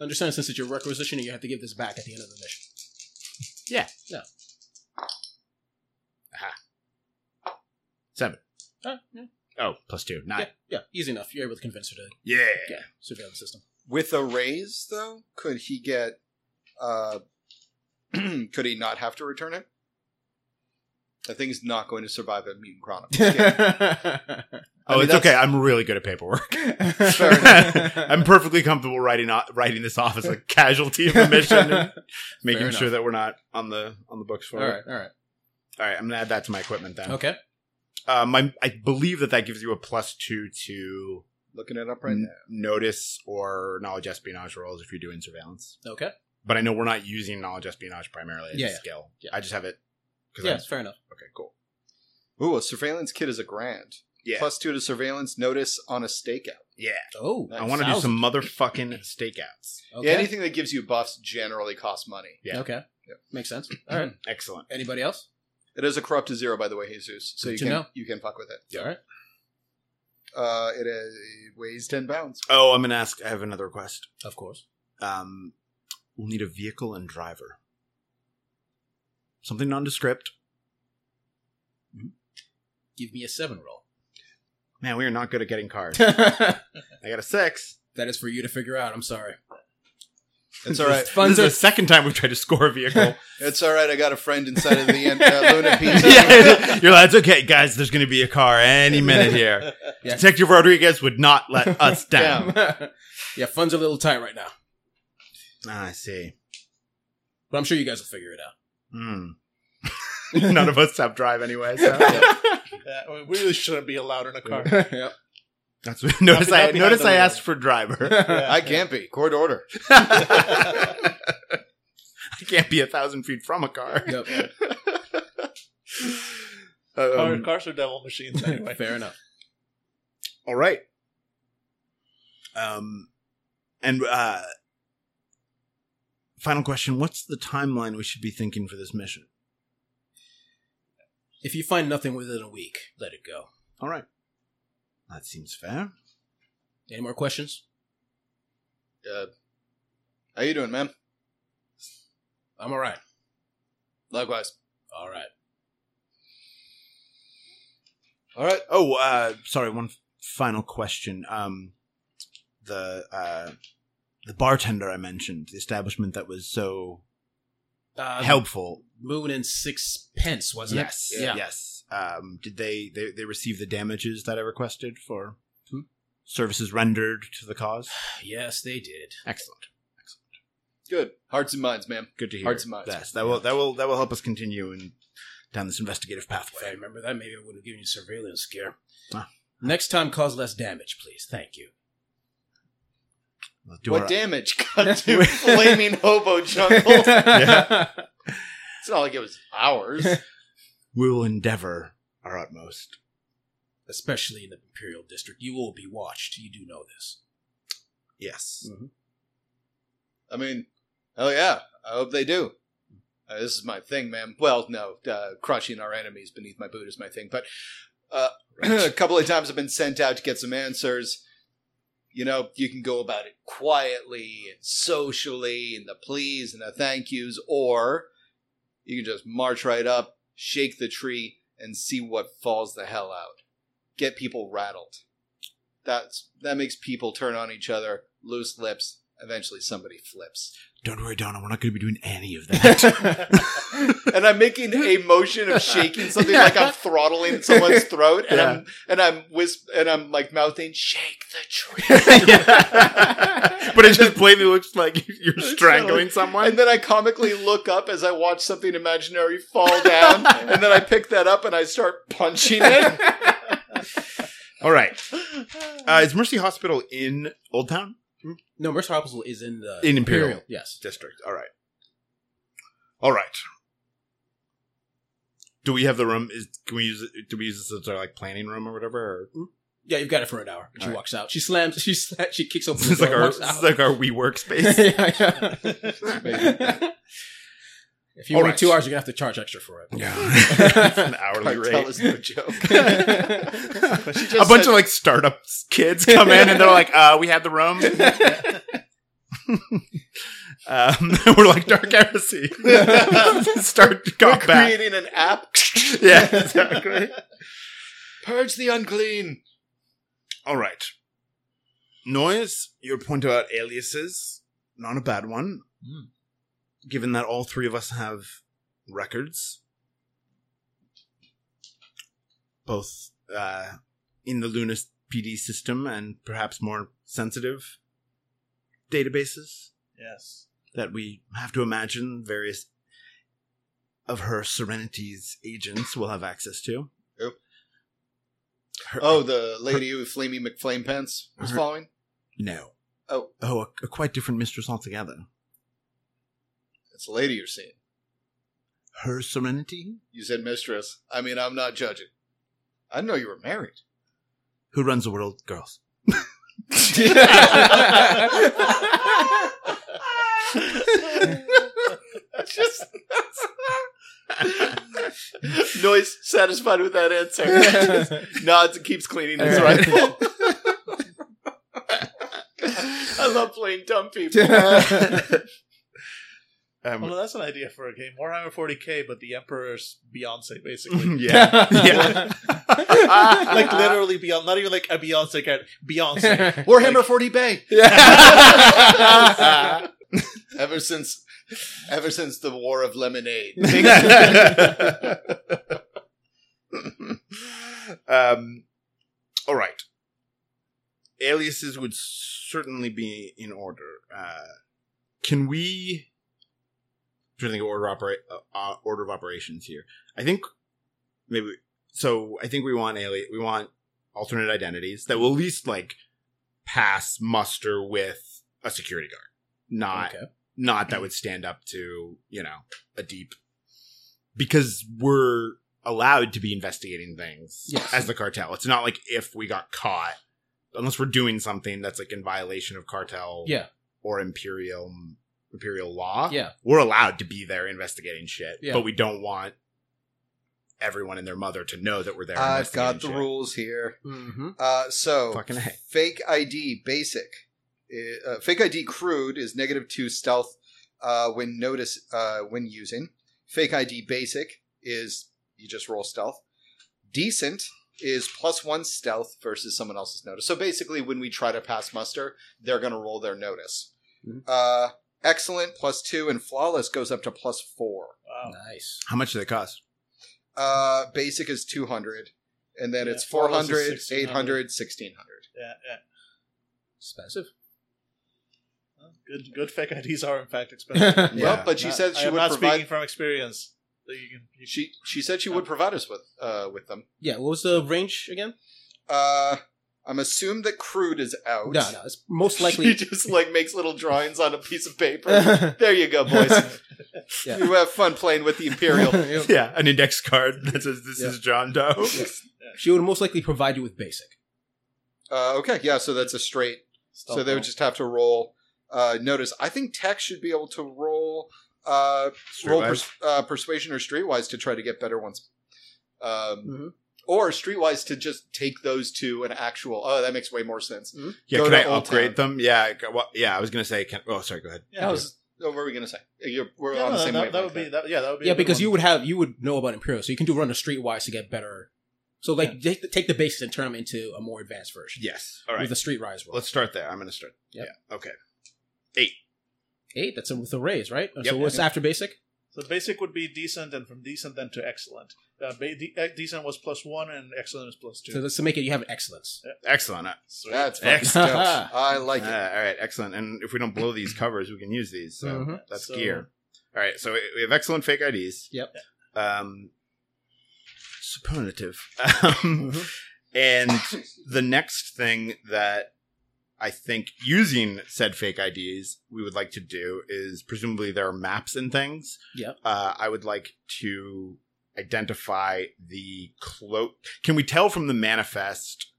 Speaker 1: Understand, since it's your requisition, you have to give this back at the end of the mission.
Speaker 3: Seven.
Speaker 1: Oh, yeah.
Speaker 3: Oh, plus two, nine.
Speaker 1: yeah, yeah, easy enough. You're able to convince her to
Speaker 3: Yeah.
Speaker 1: yeah, surveil the system.
Speaker 2: with a raise though, could he get? uh Could he not have to return it? That thing's not going to survive a mutant chronicles. game.
Speaker 3: Oh,
Speaker 2: I mean,
Speaker 3: it's
Speaker 2: that's-
Speaker 3: okay. I'm really good at paperwork.
Speaker 2: Fair
Speaker 3: I'm perfectly comfortable writing o- writing this off as a casualty of a mission, and making
Speaker 1: Fair
Speaker 3: sure
Speaker 1: enough.
Speaker 3: that we're not on the on the books for
Speaker 1: all
Speaker 3: it.
Speaker 1: right, all right,
Speaker 3: All right, I'm gonna add that to my equipment then.
Speaker 1: okay.
Speaker 3: Uh, my, I believe that that gives you a plus two to
Speaker 2: Looking it up right
Speaker 3: n-
Speaker 1: Mm.
Speaker 2: now.
Speaker 3: notice or knowledge espionage rolls if you're doing surveillance.
Speaker 1: Okay.
Speaker 3: But I know we're not using knowledge espionage primarily as
Speaker 1: Yeah,
Speaker 3: a
Speaker 1: yeah.
Speaker 3: skill.
Speaker 1: Yeah.
Speaker 3: I just have it. 'cause
Speaker 1: Yeah,
Speaker 3: I'm-
Speaker 1: fair enough.
Speaker 3: okay, cool.
Speaker 2: Ooh, a surveillance kit is a grand.
Speaker 3: Yeah.
Speaker 2: Plus two to surveillance notice on a stakeout.
Speaker 3: Yeah,
Speaker 1: Oh,
Speaker 2: Nice.
Speaker 3: I want to do some motherfucking stakeouts.
Speaker 1: Okay.
Speaker 2: Yeah, anything that gives you buffs generally costs money.
Speaker 3: Yeah.
Speaker 1: Okay.
Speaker 2: Yeah.
Speaker 1: Makes sense. All right.
Speaker 3: Excellent.
Speaker 1: Anybody else?
Speaker 2: It is a corrupt to zero, by the way, Jesus. So
Speaker 1: Good
Speaker 2: you
Speaker 1: to
Speaker 2: can
Speaker 1: know.
Speaker 2: you can fuck with it.
Speaker 1: All right.
Speaker 2: Uh, it, is, it weighs ten pounds.
Speaker 3: Oh, I'm gonna ask. I have another request.
Speaker 1: Of course.
Speaker 3: um, we'll need a vehicle and driver. Something nondescript.
Speaker 1: Give me a seven roll.
Speaker 3: Man, we are not good at getting cars.
Speaker 1: that
Speaker 3: I got a six.
Speaker 1: is for you to figure out. I'm sorry.
Speaker 2: It's all right.
Speaker 1: Funds
Speaker 3: this is
Speaker 1: are-
Speaker 3: the second time we've tried to score a vehicle.
Speaker 2: It's all right. I got a friend inside of the uh, Luna Pizza.
Speaker 3: yeah, you're like, it's okay, guys. There's going to be a car any minute here.
Speaker 1: Yeah.
Speaker 3: Detective Rodriguez would not let us down.
Speaker 1: yeah, funds are a little tight right now,
Speaker 3: Ah, I see.
Speaker 1: but I'm sure you guys will figure it out.
Speaker 3: Hmm. None of us have drive anyway. So.
Speaker 4: Yeah, I mean, we really shouldn't be allowed in a car.
Speaker 1: Yep.
Speaker 3: That's what, notice.
Speaker 4: Not
Speaker 3: I
Speaker 4: behind
Speaker 3: notice.
Speaker 4: the
Speaker 3: I
Speaker 4: wheel.
Speaker 3: asked for driver.
Speaker 4: Yeah,
Speaker 2: I
Speaker 4: yeah.
Speaker 2: can't be court order.
Speaker 3: I can't be a thousand feet from a car.
Speaker 1: Yep.
Speaker 2: Uh,
Speaker 4: Car-
Speaker 3: Um,
Speaker 4: cars are devil machines anyway.
Speaker 1: Fair enough.
Speaker 3: All right. Um, and uh, final question: What's the timeline we should be thinking for this mission?
Speaker 1: If you find nothing within a week, let it go.
Speaker 3: All right, that seems fair.
Speaker 1: Any more questions?
Speaker 2: Uh, how you doing, man?
Speaker 1: I'm all right.
Speaker 2: Likewise.
Speaker 1: All right.
Speaker 2: All right.
Speaker 3: Oh, uh, sorry. One final question. Um, the uh, the bartender I mentioned, the establishment that was so
Speaker 1: Uh,
Speaker 3: helpful.
Speaker 1: Moon and sixpence, wasn't
Speaker 3: yes,
Speaker 1: it? Yeah.
Speaker 3: yes. Um, did they, they they receive the damages that I requested for
Speaker 1: Hmm.
Speaker 3: services rendered to the cause?
Speaker 1: Yes, they did.
Speaker 3: Excellent.
Speaker 2: Good. Hearts and minds, man.
Speaker 3: good to hear.
Speaker 2: Hearts and minds.
Speaker 3: Yes, that will that will that will help us continue and down this investigative
Speaker 1: If I
Speaker 3: pathway.
Speaker 1: remember that, maybe I would have given you surveillance gear.
Speaker 3: Ah.
Speaker 1: Next time, cause less damage, please. Thank you.
Speaker 3: We'll do
Speaker 2: what
Speaker 3: our-
Speaker 2: damage? Got to flaming hobo jungle. It's not like it was ours.
Speaker 3: we will endeavor our utmost.
Speaker 1: Especially in the Imperial District, you will be watched. You do know this.
Speaker 3: Yes.
Speaker 2: I mean, hell yeah. I hope they do. Uh, this is my thing, man. Well, no, uh, crushing our enemies beneath my boot is my thing, but a couple of times I've been sent out to get some answers. You know, you can go about it quietly and socially and the pleas and the thank yous, or you can just march right up, shake the tree, and see what falls the hell out. Get people rattled. That's that makes people turn on each other, loose lips, eventually somebody flips.
Speaker 3: Don't worry, Donna. We're not going to be doing any of that.
Speaker 2: and I'm making a motion of shaking something like I'm throttling someone's throat, and I'm and I'm wisp and I'm like mouthing, "Shake the tree."
Speaker 3: But it just plainly looks like you're strangling someone.
Speaker 2: And then I comically look up as I watch something imaginary fall down, and then I pick that up and I start punching it.
Speaker 3: All right. Uh, is Mercy Hospital in Old Town
Speaker 1: No, Mercer Hospital is in the
Speaker 3: In Imperial.
Speaker 1: Yes.
Speaker 3: District? All right. All right. Do we have the room? Is can we use it? Do we use this as our like planning room or whatever? Or
Speaker 1: Yeah, you've got it for an hour. She
Speaker 3: All right.
Speaker 1: walks out. She slams. She sla- she kicks open
Speaker 3: this
Speaker 1: the
Speaker 3: is
Speaker 1: door.
Speaker 3: like
Speaker 1: and
Speaker 3: our
Speaker 1: walks
Speaker 3: this is
Speaker 1: out.
Speaker 3: like our we workspace.
Speaker 1: Yeah, yeah. if you
Speaker 3: All
Speaker 1: want
Speaker 3: right.
Speaker 1: two hours, you're gonna have to charge extra for it.
Speaker 3: Yeah, it's an hourly
Speaker 2: Cartel is
Speaker 3: rate.
Speaker 2: no joke.
Speaker 1: Yeah.
Speaker 3: A bunch of like startup kids come in and they're like, uh, "We have the room." um, we're like Dark Heresy. Start got back.
Speaker 2: creating an app.
Speaker 3: Yeah, exactly.
Speaker 2: Purge the unclean.
Speaker 3: All right. Noise, your point about aliases, not a bad one. Given that all three of us have records, both uh, in the Lunas PD system and perhaps more sensitive databases
Speaker 4: Yes.
Speaker 3: that we have to imagine various of her Serenity's agents will have access to.
Speaker 2: Yep.
Speaker 3: Her-
Speaker 2: Oh, the lady with flamey McFlame pants was
Speaker 3: Her-
Speaker 2: following.
Speaker 3: No.
Speaker 2: Oh.
Speaker 3: Oh, a, a quite different mistress altogether.
Speaker 2: It's a lady you're seeing.
Speaker 3: Her Serenity,
Speaker 2: You said mistress. I mean, I'm not judging. I didn't know you were married.
Speaker 3: who runs the world, girls.
Speaker 2: Just noise satisfied with that answer. nods and keeps cleaning his
Speaker 1: All right.
Speaker 2: rifle. I love playing dumb people.
Speaker 3: Um,
Speaker 2: Um,
Speaker 4: Well, that's an idea for a game. Warhammer 40k, but the Emperor's Beyonce, basically.
Speaker 3: yeah. Yeah.
Speaker 2: Ah.
Speaker 4: like literally Beyonce, not even like a Beyonce character. Beyonce.
Speaker 2: Warhammer 40 Bay.
Speaker 1: Yeah.
Speaker 2: Ever since, ever since the War of Lemonade.
Speaker 3: um, all right. Aliases would certainly be in order. Uh, can we? I'm trying to think of order opera, uh, uh, order of operations here. I think maybe. So I think we want alien. We want alternate identities that will at least like pass muster with a security guard, not
Speaker 1: Okay.
Speaker 3: not that would stand up to you know a deep because we're allowed to be investigating things
Speaker 1: Yes.
Speaker 3: as the cartel it's not like if we got caught unless we're doing something that's like in violation of cartel
Speaker 1: Yeah.
Speaker 3: or imperial imperial law
Speaker 1: Yeah.
Speaker 3: we're allowed to be there investigating shit
Speaker 1: Yeah.
Speaker 3: but we don't want everyone and their mother to know that we're there
Speaker 2: I've
Speaker 3: investigating
Speaker 2: got the
Speaker 3: shit.
Speaker 2: rules here.
Speaker 1: Mm-hmm.
Speaker 2: Uh, so
Speaker 3: Fucking A.
Speaker 2: fake ID basic, I- uh, fake ID crude is negative two stealth uh, when notice uh, when using. Fake ID basic is you just roll stealth. Decent is plus one stealth versus someone else's notice. So basically, when we try to pass muster, they're going to roll their notice.
Speaker 3: Mm-hmm.
Speaker 1: Mhm.
Speaker 2: Uh, excellent plus two and flawless goes up to plus four.
Speaker 4: Wow.
Speaker 1: Nice.
Speaker 3: how much do they cost
Speaker 2: Uh, basic is 200, and then
Speaker 4: Yeah,
Speaker 2: it's
Speaker 4: flawless is
Speaker 2: 400, 800,
Speaker 4: 1600.
Speaker 2: 1600.
Speaker 4: Yeah, yeah.
Speaker 1: Expensive.
Speaker 4: Well, Good, good fake IDs are in fact expensive.
Speaker 1: yeah.
Speaker 3: Yeah.
Speaker 2: Well, but she
Speaker 4: Not-
Speaker 2: said
Speaker 4: I
Speaker 2: she
Speaker 4: am
Speaker 2: would
Speaker 4: not
Speaker 2: provide.
Speaker 4: speaking from experience. So you can, you
Speaker 2: She she said she would provide us with uh with them.
Speaker 1: What was the range again?
Speaker 2: Uh, I'm assumed that crude is out.
Speaker 1: No, no. It's most
Speaker 2: Oh, she
Speaker 1: likely.
Speaker 2: just like makes little drawings on a piece of paper.
Speaker 1: yeah.
Speaker 2: there you go, boys.
Speaker 1: Yeah.
Speaker 2: You have fun playing with the imperial.
Speaker 3: yeah an index card that says this
Speaker 1: Yeah.
Speaker 3: is john doe
Speaker 1: She would most likely provide you with basic.
Speaker 2: Uh, okay, yeah. So that's a straight. so they would just have to roll. Uh, notice. I think Tech should be able to roll. Uh, roll
Speaker 3: Streetwise.
Speaker 2: pers- uh, persuasion or streetwise to try to get better ones. Um,
Speaker 1: Mhm.
Speaker 2: Or streetwise to just take those two and actual. Oh, that makes way more sense.
Speaker 3: Yeah,
Speaker 2: Go
Speaker 3: can
Speaker 2: to
Speaker 3: I
Speaker 2: Old
Speaker 3: upgrade
Speaker 2: Town.
Speaker 3: them? Yeah, I- well, yeah. I was gonna say, can, oh, sorry, go ahead.
Speaker 2: Yeah, I was- oh, what were we gonna say? You're, we're
Speaker 4: Yeah,
Speaker 2: on the
Speaker 4: no,
Speaker 2: same
Speaker 4: that,
Speaker 2: wavelength
Speaker 4: that would
Speaker 2: there.
Speaker 4: be that, yeah, that would be
Speaker 1: yeah,
Speaker 4: a good
Speaker 1: because
Speaker 4: one.
Speaker 1: you would have you would know about Imperial, so you can do run a streetwise to get better. So like take, the- take the basics and turn them into a more advanced version.
Speaker 3: Yes. All right.
Speaker 1: with the streetwise roll.
Speaker 3: Let's start there. I'm gonna start.
Speaker 1: Yep.
Speaker 3: Yeah. Okay.
Speaker 1: Eight. That's with the raise, right?
Speaker 3: Yep.
Speaker 1: so what's after basic?
Speaker 4: So basic would be decent, and from decent then to excellent. Uh, ba- de- eh, decent was plus one, and excellent is plus two.
Speaker 1: So let's make it. You have an excellence.
Speaker 3: Excellent. Uh,
Speaker 4: Sweet.
Speaker 2: That's fucking
Speaker 3: Excellent.
Speaker 2: dope. I like
Speaker 3: all
Speaker 2: it.
Speaker 3: right. Excellent. And if we don't blow these covers, we can use these. So
Speaker 2: Mm-hmm.
Speaker 1: Mhm.
Speaker 3: that's
Speaker 4: So-
Speaker 3: gear. All right. So we- we have excellent fake IDs.
Speaker 1: Yep.
Speaker 3: Um, superlative. Um,
Speaker 1: Mm-hmm.
Speaker 3: and the next thing that I think using said fake IDs we would like to do is presumably there are maps and things.
Speaker 1: Yep.
Speaker 3: Uh, I would like to identify the clo. Can we tell from the manifest?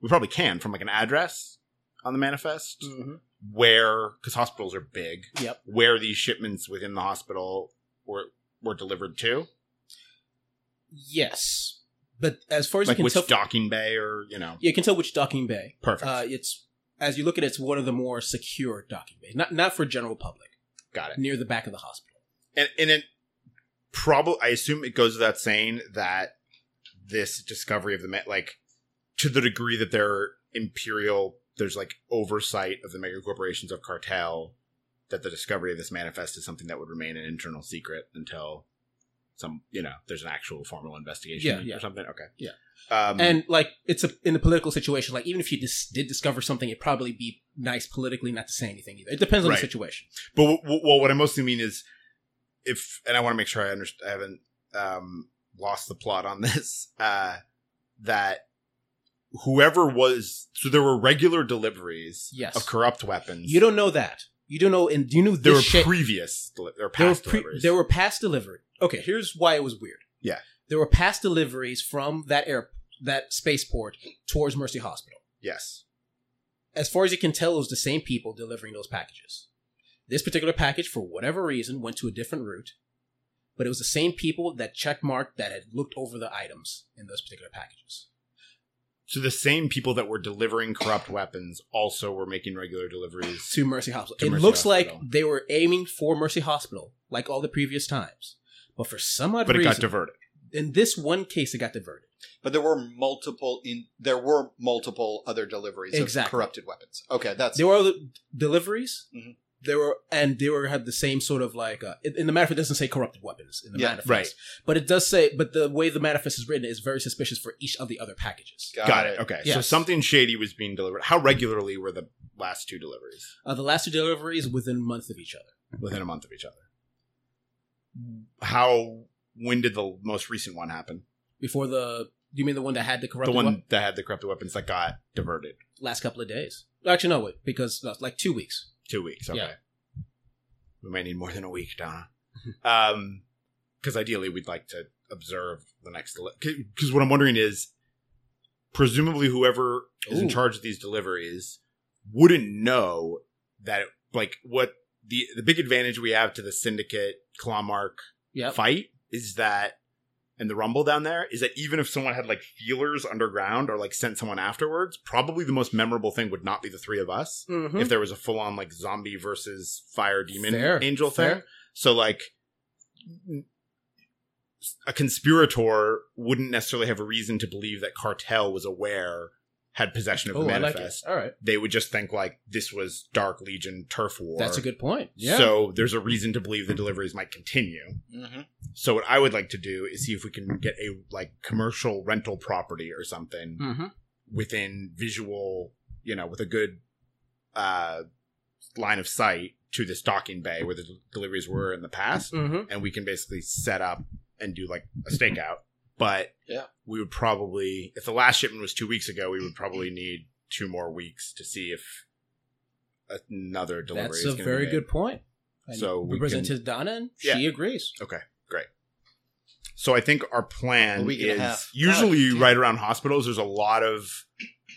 Speaker 3: We probably can from like an address on the manifest
Speaker 1: Mm-hmm.
Speaker 3: where because hospitals are big.
Speaker 1: Yep.
Speaker 3: Where these shipments within the hospital were were delivered to,
Speaker 1: Yes, but as far as you
Speaker 3: like
Speaker 1: can
Speaker 3: which
Speaker 1: tell,
Speaker 3: docking bay or you know,
Speaker 1: yeah, you can tell which docking bay.
Speaker 3: perfect.
Speaker 1: Uh, it's as you look at it, it's one of the more secure docking bays, not not for general public,
Speaker 3: Got it.
Speaker 1: near the back of the hospital.
Speaker 3: and and it probably I assume it goes without saying that this discovery of the Met, like to the degree that there are imperial, there's like oversight of the mega corporations of cartel. That the discovery of this manifest is something that would remain an internal secret until some, you know, there's an actual formal investigation
Speaker 1: Yeah, yeah.
Speaker 3: or something. Okay,
Speaker 1: Yeah.
Speaker 3: um,
Speaker 1: And like it's a, in a political situation, like even if you dis- did discover something, it'd probably be nice politically not to say anything either. It depends on
Speaker 3: Right.
Speaker 1: the situation.
Speaker 3: But w- w- well, what I mostly mean is, if and I want to make sure I understand, I haven't um, lost the plot on this. Uh, that whoever was so there were regular deliveries
Speaker 1: Yes.
Speaker 3: of corrupt weapons.
Speaker 1: You don't know that. You don't know, and you knew
Speaker 3: there
Speaker 1: this
Speaker 3: were
Speaker 1: shit.
Speaker 3: previous deli- or
Speaker 1: there were
Speaker 3: past
Speaker 1: pre-
Speaker 3: deliveries.
Speaker 1: there were past delivery. Okay, here's why it was weird.
Speaker 3: Yeah.
Speaker 1: there were past deliveries from that air that spaceport towards Mercy Hospital.
Speaker 3: yes,
Speaker 1: as far as you can tell, it was the same people delivering those packages. This particular package, for whatever reason, went to a different route, but it was the same people that checkmarked that had looked over the items in those particular packages.
Speaker 3: so the same people that were delivering corrupt weapons also were making regular deliveries.
Speaker 1: To Mercy Hospital.
Speaker 3: To
Speaker 1: it
Speaker 3: Mercy
Speaker 1: looks
Speaker 3: Hospital.
Speaker 1: like they were aiming for Mercy Hospital, like all the previous times. But for some odd
Speaker 3: but it
Speaker 1: reason,
Speaker 3: got diverted.
Speaker 1: in this one case, it got diverted.
Speaker 2: But there were multiple in there were multiple other deliveries
Speaker 1: Exactly.
Speaker 2: of corrupted weapons. Okay, that's
Speaker 1: There were other deliveries.
Speaker 3: Mm-hmm.
Speaker 2: Mhm.
Speaker 1: There were, and they were had the same sort of like. Uh, in in the manifest, it doesn't say corrupted weapons in the
Speaker 2: Yeah,
Speaker 1: manifest,
Speaker 3: right.
Speaker 1: But it does say. But the way the manifest is written is very suspicious for each of the other packages.
Speaker 3: Got, it. Okay, so
Speaker 1: Yes.
Speaker 3: something shady was being delivered. How regularly were the last two deliveries
Speaker 1: Uh, the last two deliveries within a month of each other.
Speaker 3: within a month of each other? How? When did the most recent one happen?
Speaker 1: Before the, you mean the one that had the
Speaker 3: the
Speaker 1: corrupted
Speaker 3: one
Speaker 1: one?
Speaker 3: that had the corrupted weapons that got diverted
Speaker 1: Last couple of days. Actually, no, wait, because uh, like two weeks.
Speaker 3: two weeks. Okay,
Speaker 1: Yeah.
Speaker 3: we may need more than a week, Donna. um, because ideally we'd like to observe the next. Because what I'm wondering is, presumably whoever is in
Speaker 1: Ooh.
Speaker 3: charge of these deliveries wouldn't know that it, like what the the big advantage we have to the syndicate clawmark
Speaker 1: Yep.
Speaker 3: fight is that and the rumble down there is that even if someone had like feelers underground or like sent someone afterwards probably the most memorable thing would not be the three of us
Speaker 1: Mhm.
Speaker 3: if there was a full on like zombie versus fire demon
Speaker 1: Fair,
Speaker 3: angel thing
Speaker 1: fair.
Speaker 3: so like n- a conspirator wouldn't necessarily have a reason to believe that cartel was aware had possession of
Speaker 1: Oh,
Speaker 3: the
Speaker 1: I like
Speaker 3: manifest
Speaker 1: it. All right,
Speaker 3: they would just think like this was dark legion turf war
Speaker 1: that's a good point. Yeah.
Speaker 3: so there's a reason to believe the deliveries might continue
Speaker 1: Mm-hmm.
Speaker 2: hmm
Speaker 3: so what I would like to do is see if we can get a like commercial rental property or something
Speaker 1: hmm
Speaker 3: within visual, you know, with a good uh line of sight to this docking bay where the del- deliveries were in the past
Speaker 1: hmm
Speaker 2: Mm-hmm.
Speaker 3: and we can basically set up and do like a stakeout. But
Speaker 2: Yeah.
Speaker 3: we would probably if the last shipment was 2 weeks ago, we would probably need two more weeks to see if another delivery
Speaker 1: That's
Speaker 3: is
Speaker 1: a
Speaker 3: gonna be
Speaker 1: very
Speaker 3: made.
Speaker 1: good point. And
Speaker 3: So
Speaker 1: we
Speaker 3: we
Speaker 1: present
Speaker 3: can-
Speaker 1: to Donna, and
Speaker 3: Yeah.
Speaker 1: she agrees.
Speaker 3: So I think our
Speaker 2: A
Speaker 3: plan
Speaker 2: week and a
Speaker 3: is
Speaker 2: half.
Speaker 3: usually
Speaker 2: God damn.
Speaker 3: right around hospitals. There's a lot of,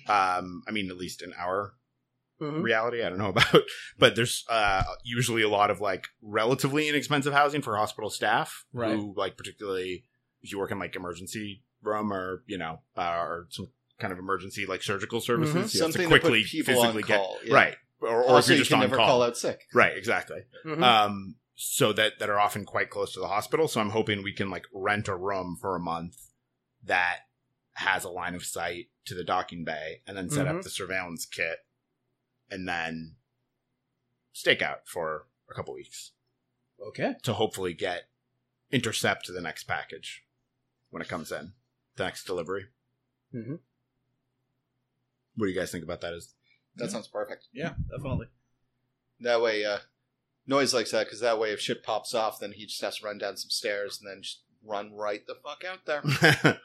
Speaker 3: um, I mean, at least in our
Speaker 1: Mhm.
Speaker 3: reality, I don't know about, but there's uh, usually a lot of like relatively inexpensive housing for hospital staff
Speaker 1: Right.
Speaker 3: who, like, particularly if you work in like emergency room or you know uh, or some kind of emergency like surgical services. You have
Speaker 2: Hmm? Something
Speaker 3: to
Speaker 2: that
Speaker 3: quickly
Speaker 2: put people
Speaker 3: physically
Speaker 2: on
Speaker 3: get
Speaker 2: call. yeah.
Speaker 3: right, or, or if
Speaker 2: also,
Speaker 3: you're
Speaker 2: you
Speaker 3: just
Speaker 2: can
Speaker 3: on
Speaker 2: never
Speaker 3: call.
Speaker 2: call out sick.
Speaker 3: Right, exactly.
Speaker 1: Mhm.
Speaker 3: Um, so that that are often quite close to the hospital. So I'm hoping we can like rent a room for a month that has a line of sight to the docking bay, and then set up
Speaker 1: Mhm.
Speaker 3: the surveillance kit, and then stakeout for a couple weeks
Speaker 1: okay.
Speaker 3: to hopefully get intercept the next package when it comes in, the next delivery.
Speaker 1: Mhm.
Speaker 3: What do you guys think about that? Is
Speaker 2: That sounds perfect.
Speaker 1: Yeah, definitely.
Speaker 2: That way, uh, noise likes that because that way, if shit pops off, then he just has to run down some stairs and then just run right the fuck out there.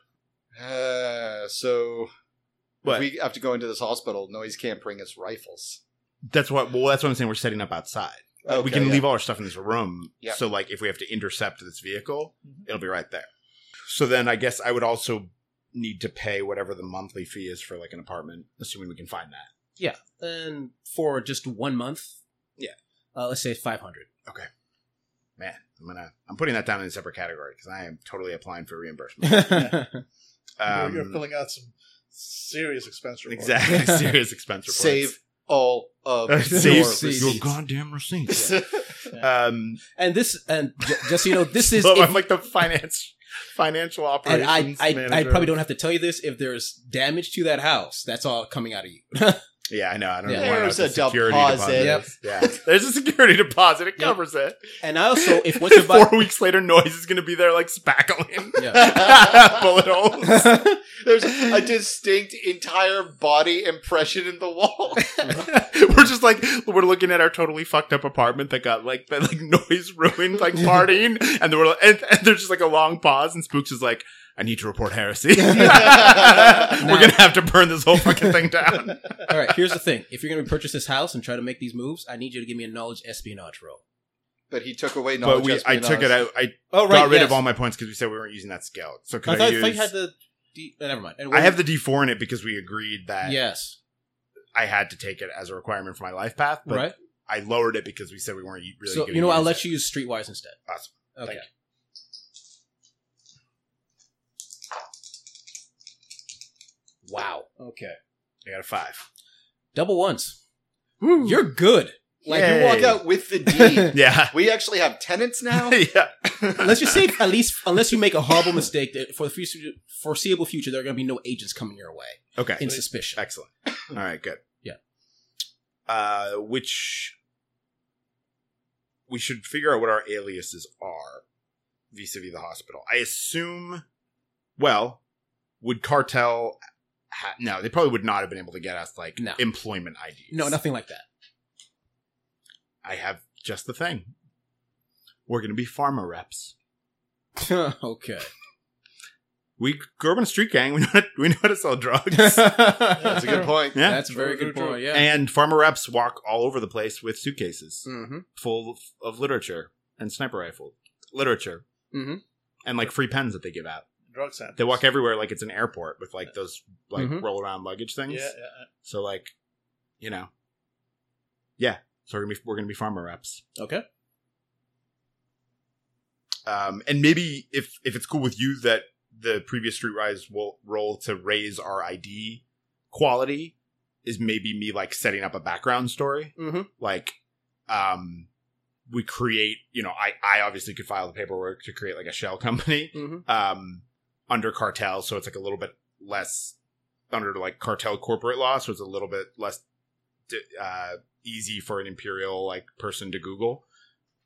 Speaker 2: Uh, so
Speaker 3: What?
Speaker 2: if we have to go into this hospital. Noise can't bring his rifles.
Speaker 3: that's what well that's what I'm saying. We're setting up outside. we can
Speaker 2: yeah.
Speaker 3: leave all our stuff in this room.
Speaker 2: Yeah. Mm-hmm.
Speaker 3: So like if we have to intercept this vehicle, it'll be right there. So then I guess I would also need to pay whatever the monthly fee is for like an apartment, assuming we can find that.
Speaker 1: And for just one month,
Speaker 3: Yeah.
Speaker 1: uh, let's say five hundred.
Speaker 3: Man, I'm gonna I'm putting that down in a separate category because I am totally applying for reimbursement.
Speaker 1: yeah.
Speaker 4: You're- you're
Speaker 3: Um,
Speaker 4: filling out some serious expense report.
Speaker 3: exactly serious expense reports.
Speaker 2: Save all of your
Speaker 3: Save
Speaker 2: receipts.
Speaker 3: your goddamn receipts. Um,
Speaker 1: And this, and j- just so you know, this is.
Speaker 3: so
Speaker 1: if-
Speaker 3: I'm like the finance financial
Speaker 1: and
Speaker 3: operations
Speaker 1: I, I, I
Speaker 3: manager.
Speaker 1: probably don't have to tell you this. If there's damage to that house, that's all coming out of you.
Speaker 3: Yeah, I know. I don't
Speaker 1: Yeah.
Speaker 3: know. why
Speaker 2: There's
Speaker 3: that's
Speaker 2: a
Speaker 3: security
Speaker 2: deposit.
Speaker 1: Yep.
Speaker 3: Yeah, there's a security deposit. It
Speaker 1: Yep.
Speaker 3: covers it.
Speaker 1: And I also, if once you
Speaker 3: four
Speaker 1: buy,
Speaker 3: weeks later, noise is going to be there like spackling
Speaker 1: yeah.
Speaker 3: bullet holes.
Speaker 2: There's a distinct entire body impression in the wall.
Speaker 3: we're just like we're looking at our totally fucked up apartment that got like that like noise ruined like partying, and we're and, and there's just like a long pause, and Spooks is like, "I need to report heresy. we're gonna have to burn this whole fucking thing down."
Speaker 1: all right. Here's the thing: if you're going to purchase this house and try to make these moves, I need you to give me a knowledge espionage roll.
Speaker 2: but he took away knowledge.
Speaker 3: but we, I took it
Speaker 2: espionage.
Speaker 3: out. I
Speaker 1: Oh,
Speaker 3: got rid of all my points because we said we weren't using that skill. So
Speaker 1: I
Speaker 3: can I,
Speaker 1: thought,
Speaker 3: use?
Speaker 1: thought you had the. D- uh, never mind. And
Speaker 3: I have the D four in it because we agreed that
Speaker 1: Yes.
Speaker 3: I had to take it as a requirement for my life path. But
Speaker 1: right.
Speaker 3: I lowered it because we said we weren't e-, really.
Speaker 1: so
Speaker 3: gonna
Speaker 1: you know, I'll
Speaker 3: use
Speaker 1: let
Speaker 3: it.
Speaker 1: you use Streetwise instead.
Speaker 3: Awesome.
Speaker 1: Okay.
Speaker 3: Thank
Speaker 1: Wow. Okay.
Speaker 3: I got a five.
Speaker 1: Double ones. You're good.
Speaker 2: Like
Speaker 3: Yay.
Speaker 2: you walk out with the deed.
Speaker 3: Yeah.
Speaker 2: we actually have tenants now.
Speaker 3: yeah.
Speaker 1: Let's just say, at least, unless you make a horrible mistake, that for the future, foreseeable future, there are going to be no agents coming your way
Speaker 3: Okay.
Speaker 1: in suspicion.
Speaker 3: Excellent. All right. Good.
Speaker 1: Yeah.
Speaker 3: Uh, which we should figure out what our aliases are vis-a-vis the hospital. I assume. Well, would cartel? Ha- no, they probably would not have been able to get us like
Speaker 1: No.
Speaker 3: employment IDs.
Speaker 1: No, nothing like that.
Speaker 3: I have just the thing. We're going to be pharma reps.
Speaker 1: okay.
Speaker 3: We grew up in a street gang. We know how to, we know how to sell drugs.
Speaker 2: That's
Speaker 1: That's
Speaker 2: a good point.
Speaker 3: Yeah.
Speaker 1: That's a very
Speaker 4: True,
Speaker 1: good
Speaker 4: true,
Speaker 1: point.
Speaker 4: true.
Speaker 1: Yeah.
Speaker 3: and pharma reps walk all over the place with suitcases
Speaker 4: Mm.
Speaker 1: Mm-hmm.
Speaker 3: full of literature and sniper rifle literature
Speaker 4: Mm-hmm.
Speaker 1: Mhm.
Speaker 3: and like free pens that they give out.
Speaker 4: Drug samples.
Speaker 3: They walk everywhere like it's an airport with like those like
Speaker 1: Mhm.
Speaker 3: roll around luggage
Speaker 4: Yeah,
Speaker 3: things.
Speaker 4: Mm-hmm. yeah.
Speaker 3: So like, you know, yeah. So we're gonna be we're gonna be pharma reps.
Speaker 1: Okay.
Speaker 3: um, and maybe if if it's cool with you that the previous Streetwise will roll to raise our ID quality is maybe me like setting up a background story,
Speaker 1: Mhm.
Speaker 3: like um, we create. You know, I I obviously could file the paperwork to create like a shell company
Speaker 1: Mhm.
Speaker 3: um, under cartel, so it's like a little bit less under like cartel corporate law, so it's a little bit less d- uh, easy for an imperial like person to Google.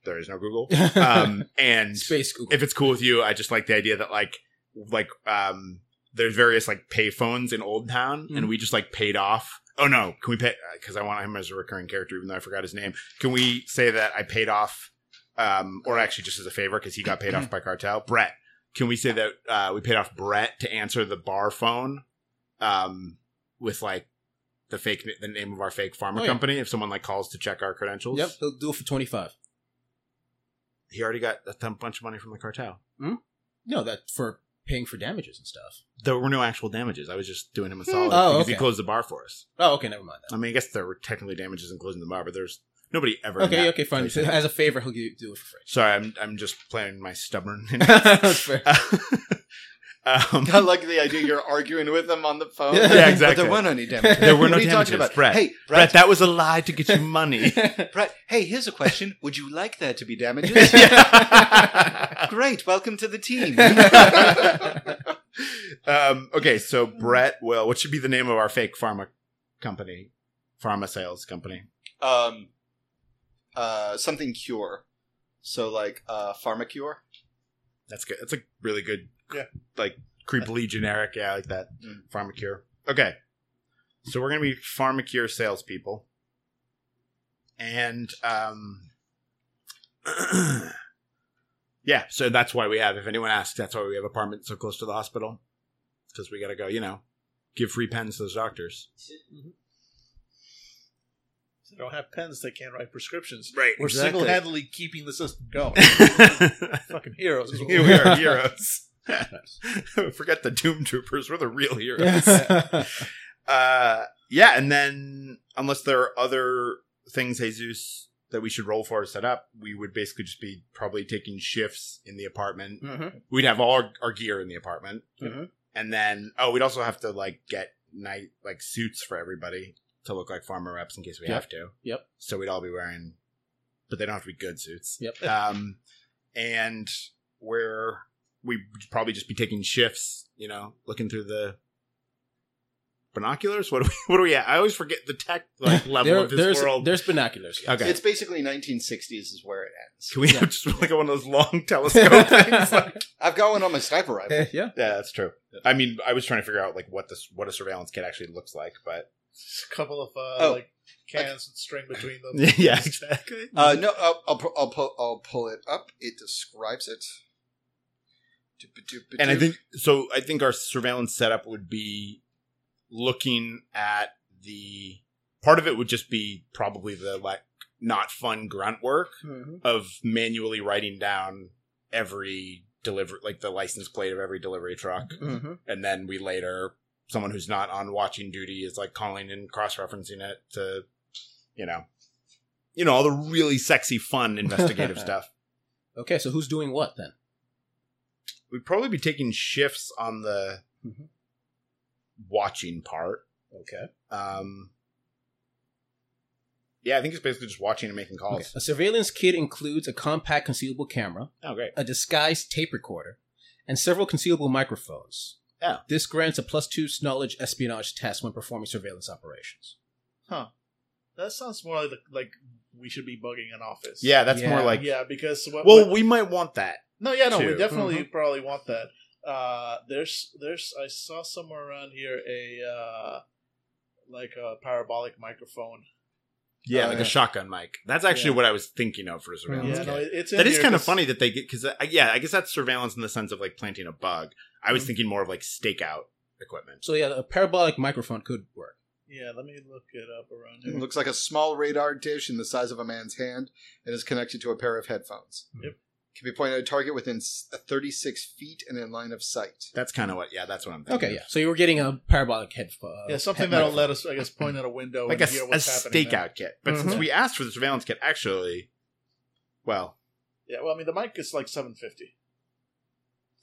Speaker 3: There is no Google um, and
Speaker 1: Space Google.
Speaker 3: if it's cool with you, I just like the idea that like like um there's various like pay phones in Old Town, and
Speaker 1: Mhm.
Speaker 3: we just like paid off. Oh no, can we pay? Because I want him as a recurring character, even though I forgot his name. Can we say that I paid off, um, or actually just as a favor because he got paid off by cartel? Brett, can we say that uh, we paid off Brett to answer the bar phone, um, with like the fake the name of our fake pharma
Speaker 1: Oh, yeah.
Speaker 3: company if someone like calls to check our credentials?
Speaker 1: yep, they'll do it for twenty five.
Speaker 3: he already got a th- bunch of money from the cartel.
Speaker 1: No, that for paying for damages and stuff.
Speaker 3: there were no actual damages. I was just doing him a solid
Speaker 1: Oh,
Speaker 3: because he
Speaker 1: okay.
Speaker 3: closed the bar for us.
Speaker 1: Oh, okay, never mind that.
Speaker 3: I mean, I guess there were technically damages in closing the bar, but there's nobody ever. in
Speaker 1: Okay,
Speaker 3: that
Speaker 1: okay, fine. So
Speaker 3: position.
Speaker 1: as a favor, he'll give, do it for free.
Speaker 3: Sorry, I'm I'm just playing my stubborn.
Speaker 1: That's fair.
Speaker 3: Uh, Um,
Speaker 2: I like the idea you're arguing with them on the phone.
Speaker 1: Yeah,
Speaker 2: But
Speaker 3: exactly.
Speaker 2: there weren't any damages.
Speaker 3: There were no
Speaker 2: What are you
Speaker 3: damages,
Speaker 2: talking about?
Speaker 3: Brett.
Speaker 2: Hey,
Speaker 3: Brett,
Speaker 2: Brett,
Speaker 3: that was a lie to get you money.
Speaker 2: Brett, hey, here's a question. Would you like there to be damages?
Speaker 3: Yeah.
Speaker 2: Great. Welcome to the team.
Speaker 3: um, okay, so Brett will. What should be the name of our fake pharma company? Pharma sales company.
Speaker 2: um, uh, something cure. So like uh, pharmacure.
Speaker 3: That's good. That's a really good,
Speaker 4: Yeah.
Speaker 3: like creepily generic. Yeah, I like that.
Speaker 2: Mm.
Speaker 3: Pharmacure. Okay, so we're gonna be Pharmacure salespeople, and um, yeah. So that's why we have. If anyone asks, that's why we have apartments so close to the hospital because we gotta go. You know, give free pens to those doctors.
Speaker 4: They don't have pens. They can't write prescriptions.
Speaker 3: Right.
Speaker 4: We're
Speaker 1: Exactly.
Speaker 4: single-handedly keeping the system going. Fucking heroes. is what
Speaker 3: Here
Speaker 4: we
Speaker 3: we
Speaker 4: are.
Speaker 3: are, heroes. Forget the Doom Troopers. We're the real heroes. uh, yeah, and then unless there are other things, Jesus, that we should roll for or set up, we would basically just be probably taking shifts in the apartment.
Speaker 1: Mhm.
Speaker 3: We'd have all our, our gear in the apartment,
Speaker 1: Mhm.
Speaker 3: and then oh, we'd also have to like get night like suits for everybody to look like farmer reps in case we
Speaker 1: Yep.
Speaker 3: have to.
Speaker 1: Yep.
Speaker 3: So we'd all be wearing, but they don't have to be good suits.
Speaker 1: Yep.
Speaker 3: Um, and where we would probably just be taking shifts, you know, looking through the binoculars. What do we? What do we? At? I always forget the tech like level
Speaker 1: There-
Speaker 3: of this
Speaker 1: there's,
Speaker 3: world.
Speaker 1: there's binoculars. yeah.
Speaker 3: okay.
Speaker 2: It's basically 1960s is where it ends.
Speaker 3: Can we have just like one of those long telescope things? Like-
Speaker 2: I've got one on my sniper rifle.
Speaker 1: yeah.
Speaker 3: yeah, that's true. I mean, I was trying to figure out like what this what a surveillance kit actually looks like, but
Speaker 4: Just a couple of uh,
Speaker 2: Oh.
Speaker 4: like cans and string between them.
Speaker 3: yeah, exactly.
Speaker 2: Uh, no, I'll, I'll, pu- I'll, pull, I'll pull it up. It describes it.
Speaker 3: and I think so. I think our surveillance setup would be looking at the part of it would just be probably the like not fun grunt work
Speaker 4: Mm-hmm.
Speaker 3: of manually writing down every delivery, like the license plate of every delivery truck,
Speaker 1: Mm-hmm.
Speaker 3: and then we later someone who's not on watching duty is like calling and cross referencing it to, you know, you know all the really sexy, fun investigative stuff.
Speaker 1: Okay, so who's doing what then?
Speaker 3: we'd probably be taking shifts on the
Speaker 1: Mhm.
Speaker 3: watching part.
Speaker 1: Okay.
Speaker 3: Um, yeah, I think it's basically just watching and making calls.
Speaker 1: A surveillance kit includes a compact concealable camera,
Speaker 3: Oh, great.
Speaker 1: a disguised tape recorder, and several concealable microphones.
Speaker 3: Oh.
Speaker 1: This grants a plus two knowledge espionage test when performing surveillance operations.
Speaker 4: That sounds more like like we should be bugging an office.
Speaker 3: Yeah, that's
Speaker 1: Yeah.
Speaker 3: more like.
Speaker 4: yeah, because what,
Speaker 3: Well,
Speaker 4: what-
Speaker 3: we might want that.
Speaker 4: no, yeah, no,
Speaker 3: Two. Mm-hmm.
Speaker 4: we definitely probably want that. Uh, there's there's I saw somewhere around here a uh, like a parabolic microphone.
Speaker 3: Yeah,
Speaker 2: Oh,
Speaker 3: like
Speaker 2: yeah.
Speaker 3: a shotgun mic. That's actually what I was thinking of for a surveillance.
Speaker 4: Yeah, no,
Speaker 3: kit.
Speaker 4: it- it's in
Speaker 3: that is
Speaker 4: here
Speaker 3: kind of
Speaker 4: 'cause-
Speaker 3: funny that they get because yeah, I guess that's surveillance in the sense of like planting a bug. I
Speaker 1: Mm-hmm.
Speaker 3: was thinking more of like stakeout equipment.
Speaker 1: So yeah, a parabolic microphone could work.
Speaker 4: Yeah, let me look it up around
Speaker 2: It
Speaker 4: here.
Speaker 2: looks like a small radar dish in the size of a man's hand and is connected to a pair of headphones.
Speaker 4: Yep.
Speaker 2: Can be pointed at a target within s- 36 feet and in line of sight.
Speaker 3: That's kind of what. Yeah, that's what I'm thinking.
Speaker 1: Okay, yeah. So you were getting a parabolic head. Uh,
Speaker 4: Yeah, something
Speaker 1: head
Speaker 4: that'll
Speaker 1: microphone.
Speaker 4: let us, I guess, point at a window
Speaker 3: like a,
Speaker 4: and
Speaker 3: a
Speaker 4: hear what's happening.
Speaker 3: stakeout
Speaker 4: there.
Speaker 3: kit. But since
Speaker 1: Mhm.
Speaker 3: we asked for the surveillance kit, actually, well,
Speaker 4: Yeah, well, I mean, the mic is like 750.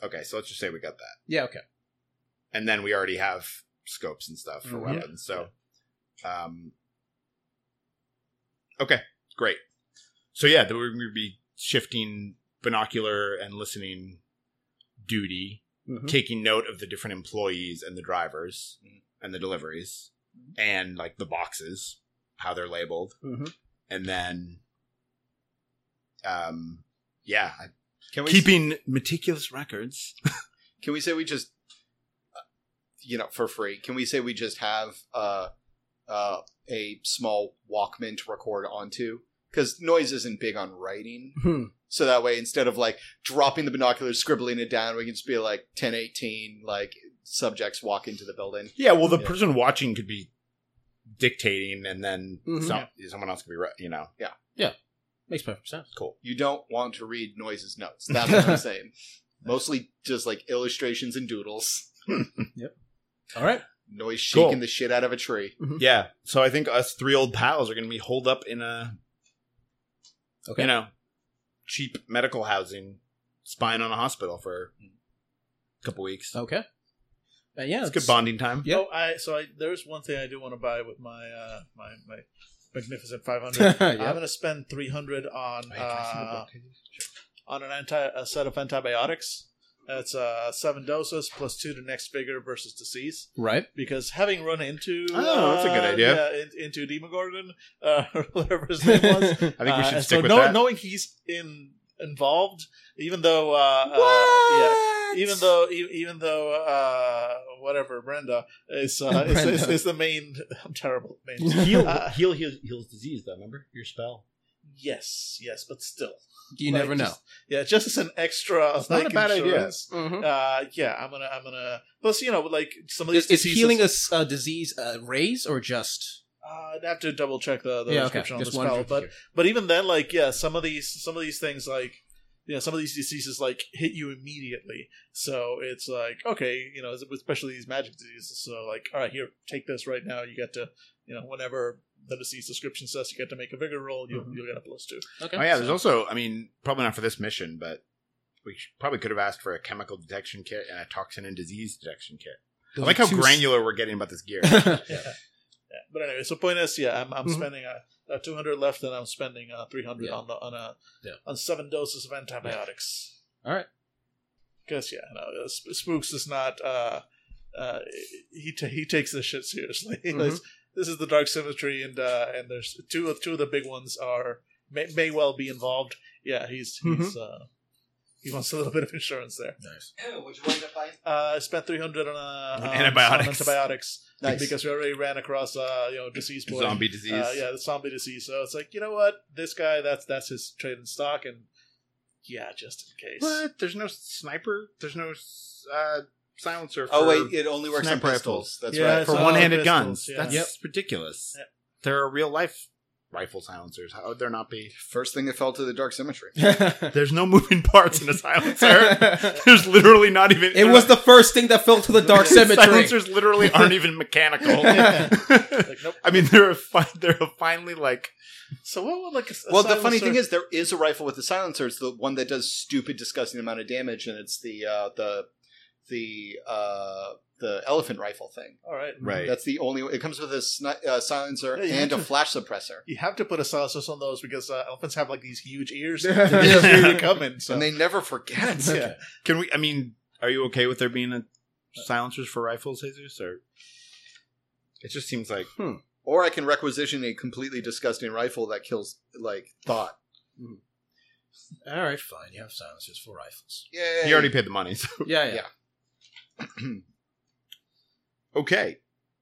Speaker 3: okay, so let's just say we got that,
Speaker 1: Yeah. Okay.
Speaker 3: and then we already have scopes and stuff for
Speaker 2: Mm,
Speaker 1: Mhm.
Speaker 3: weapons. So, um, okay, great. So yeah, then we're going to be shifting binocular and listening duty,
Speaker 2: Mm-hmm.
Speaker 3: taking note of the different employees and the drivers and the deliveries
Speaker 2: Mm-hmm.
Speaker 3: and like the boxes, how they're labeled. and then um yeah I-
Speaker 2: Can we
Speaker 3: keeping meticulous records
Speaker 2: Can we say we just, uh, you know, for free? Can we say we just have uh, uh, a small Walkman to record onto? Because noise isn't big on writing,
Speaker 1: Hmm.
Speaker 2: so that way instead of like dropping the binoculars, scribbling it down, we can just be like ten eighteen, like subjects walk into the building.
Speaker 3: yeah well the
Speaker 2: Yeah.
Speaker 3: person watching could be dictating and then
Speaker 1: Mhm.
Speaker 3: some, someone else could be re- you know
Speaker 1: Makes perfect sense.
Speaker 3: cool
Speaker 2: You don't want to read noises notes. That's what I'm saying. Mostly just like illustrations and doodles.
Speaker 1: All right.
Speaker 2: Noise shaking
Speaker 3: Cool.
Speaker 2: the shit out of a tree.
Speaker 3: yeah so i think us three old pals are going to be holed up in a
Speaker 1: Okay.
Speaker 3: you know cheap medical housing spying on a hospital for couple weeks.
Speaker 1: Okay. Uh, yeah,
Speaker 3: it's good bonding time.
Speaker 1: Yeah.
Speaker 4: Oh, I so I there's one thing I do want to buy with my uh my my magnificent 500. I'm
Speaker 1: yeah.
Speaker 4: going to spend 300 on uh, on an anti a set of antibiotics. That's uh seven doses plus two to next figure versus disease.
Speaker 1: Right.
Speaker 4: Because having run into
Speaker 3: Oh, that's a good
Speaker 4: uh,
Speaker 3: idea.
Speaker 4: yeah, in- into Demogorgon, uh, or whatever his name was,
Speaker 3: I think we
Speaker 4: Uh,
Speaker 3: should
Speaker 4: and
Speaker 3: stick
Speaker 4: so
Speaker 3: with
Speaker 4: know-
Speaker 3: that.
Speaker 4: Knowing he's in involved, even though, uh, uh, yeah,
Speaker 1: What?
Speaker 4: even though, e- even though, uh, whatever, Brenda is uh, is- Is,
Speaker 1: Brenda.
Speaker 4: is the main. I'm terrible. at names.
Speaker 1: Heal-
Speaker 3: Uh,
Speaker 4: heal-
Speaker 3: heals disease though. Remember your spell.
Speaker 4: yes, yes, but still,
Speaker 1: you
Speaker 4: Like,
Speaker 1: never know.
Speaker 4: just- yeah, just as an extra,
Speaker 3: not
Speaker 4: like,
Speaker 3: a bad idea.
Speaker 4: insurance.
Speaker 1: Mhm.
Speaker 4: Uh, yeah, I'm gonna, I'm gonna. Plus, you know, like some of these
Speaker 1: Is, is
Speaker 4: diseases-
Speaker 1: healing a s- a disease uh, raise or just?
Speaker 4: Uh, I'd have to double check the, the
Speaker 1: yeah, okay.
Speaker 4: description on
Speaker 1: Just
Speaker 4: the spell,
Speaker 1: one.
Speaker 4: but but even then like yeah some of these some of these things like you know some of these diseases like hit you immediately so it's like okay you know especially these magic diseases so like all right here take this right now you get to you know whenever the disease description says you get to make a vigor roll you'll,
Speaker 1: Mhm.
Speaker 4: you'll get a plus two
Speaker 1: okay.
Speaker 3: Oh yeah, there's also. I mean, probably not for this mission, but we sh probably could have asked for a chemical detection kit and a toxin and disease detection kit. I
Speaker 1: Those
Speaker 3: like
Speaker 1: are
Speaker 3: how
Speaker 1: two s-
Speaker 3: granular we're getting about this gear.
Speaker 4: yeah. but anyway so point is yeah i'm, I'm
Speaker 1: Mhm.
Speaker 4: spending uh, uh, 200 left and i'm spending uh, 300
Speaker 1: Yeah.
Speaker 4: on the on a
Speaker 1: Yeah.
Speaker 4: on seven doses of antibiotics
Speaker 1: All right.
Speaker 4: Because yeah, no, uh, Sp- Spooks is not. Uh, uh, he ta he takes this shit seriously. This-
Speaker 1: Mm-hmm.
Speaker 4: this is the Dark Symmetry, and uh, and there's two of two of the big ones are may, may well be involved. Yeah, he's he's
Speaker 1: Mm-hmm.
Speaker 4: uh, he wants a little bit of insurance there.
Speaker 1: Nice.
Speaker 2: Would you wind up buying?
Speaker 4: Uh, I spent three hundred on, uh,
Speaker 3: On
Speaker 4: on
Speaker 3: antibiotics.
Speaker 4: on antibiotics
Speaker 2: Nice.
Speaker 4: because we already ran across uh, you know disease boy
Speaker 3: Zombie disease.
Speaker 4: uh, yeah, the zombie disease. So it's like you know what, this guy that's that's his trade in stock, and yeah, just in case.
Speaker 3: What? There's no sniper. There's no uh, silencer. For,
Speaker 2: Oh wait, it only works on
Speaker 3: sniper
Speaker 2: pistols. That's
Speaker 4: Yeah,
Speaker 2: right.
Speaker 3: for
Speaker 4: it's on
Speaker 3: one-handed
Speaker 4: pistols,
Speaker 3: guns.
Speaker 4: yeah.
Speaker 3: That's
Speaker 1: Yep.
Speaker 3: ridiculous.
Speaker 4: Yep.
Speaker 3: There are real life rifle silencers. How would there not be?
Speaker 2: First thing that fell to the dark symmetry.
Speaker 3: There's no moving parts in a silencer. There's literally not even.
Speaker 1: it was the first thing that fell to the dark cemetery.
Speaker 3: Silencers literally aren't even mechanical.
Speaker 4: Like, nope.
Speaker 3: I mean, they're a fi- they're a finely like
Speaker 4: So what would like a, a
Speaker 2: Well, the funny
Speaker 4: silencer-
Speaker 2: thing is, there is a rifle with a silencer. It's the one that does stupid, disgusting amount of damage, and it's the uh, the the uh, the elephant rifle thing.
Speaker 4: all right,
Speaker 3: right.
Speaker 2: That's the only. It comes with a sni- uh, silencer
Speaker 4: Yeah, you
Speaker 2: and a
Speaker 4: have to-
Speaker 2: flash suppressor,
Speaker 4: you have to put a silencer on those because uh, elephants have like these huge ears.
Speaker 1: Yeah.
Speaker 4: They just hear you coming. So
Speaker 2: and they never forget.
Speaker 4: yeah.
Speaker 1: Okay.
Speaker 3: Can we? I mean, are you okay with there being a silencers for rifles, Jesus? Or it just seems like
Speaker 2: Or I can requisition a completely disgusting rifle that kills like thought.
Speaker 1: All right, fine. You have silencers for rifles.
Speaker 2: Yeah,
Speaker 3: he already paid the money. So.
Speaker 1: Yeah, yeah.
Speaker 2: Yeah.
Speaker 3: Okay,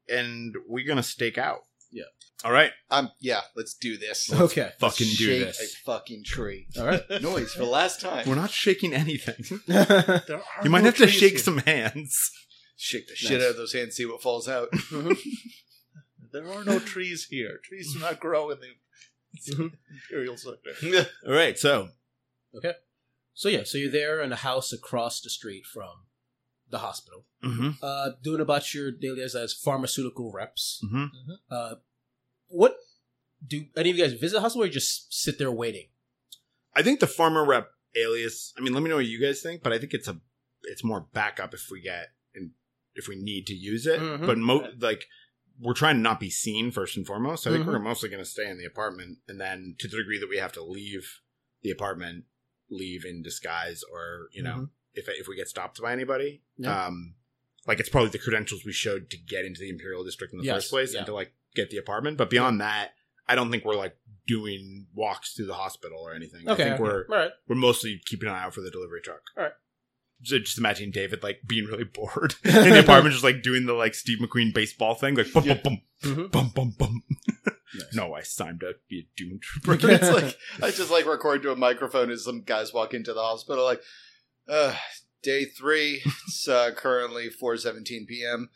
Speaker 3: and we're gonna stake out.
Speaker 1: Yeah.
Speaker 3: All right.
Speaker 2: I'm yeah. Let's do this.
Speaker 1: Okay.
Speaker 2: Let's
Speaker 3: Fucking do
Speaker 2: shake
Speaker 3: this.
Speaker 2: A fucking tree.
Speaker 1: All right.
Speaker 2: Noise for the last time.
Speaker 3: We're not shaking anything.
Speaker 4: There are
Speaker 3: You might
Speaker 4: no
Speaker 3: have to
Speaker 4: trees
Speaker 3: shake
Speaker 4: here.
Speaker 3: some hands.
Speaker 2: Shake the shit
Speaker 1: Nice.
Speaker 2: out of those hands. See what falls out.
Speaker 4: There are no trees here. Trees do not grow in the
Speaker 1: Mhm.
Speaker 4: imperial sector.
Speaker 3: All right. So
Speaker 1: so yeah, so you're there in a house across the street from the hospital,
Speaker 3: mhm,
Speaker 1: uh, doing about your daily as, as pharmaceutical reps.
Speaker 3: mhm.
Speaker 1: Uh, what do any of you guys visit the hospital or you just sit there waiting?
Speaker 3: I think the farmer rep alias. I mean, let me know what you guys think, but I think it's a it's more backup if we get and if we need to use it.
Speaker 1: Mhm.
Speaker 3: But mo- like we're trying to not be seen first and foremost. I think
Speaker 1: Mhm.
Speaker 3: we're mostly going to stay in the apartment, and then to the degree that we have to leave the apartment, leave in disguise, or you know, if if we get stopped by anybody,
Speaker 1: Mm-hmm. Yeah.
Speaker 3: um, like it's probably the credentials we showed to get into the imperial district in the
Speaker 1: Yes,
Speaker 3: first place
Speaker 1: yeah.
Speaker 3: and to like get the apartment. But beyond that, I don't think we're like doing walks through the hospital or anything. I think we're
Speaker 1: all right.
Speaker 3: we're mostly keeping an eye out for the delivery truck.
Speaker 1: All right.
Speaker 3: So just imagine David like being really bored in the apartment, just like doing the like Steve McQueen baseball thing, like bum
Speaker 2: Yeah.
Speaker 3: bum bum
Speaker 1: Mhm.
Speaker 3: bum bum bum.
Speaker 1: Nice.
Speaker 3: No, I signed up to be a doom trooper.
Speaker 2: it's like I just like recording to a microphone as some guys walk into the hospital. Like, uh, day three. It's uh, currently four seventeen p.m.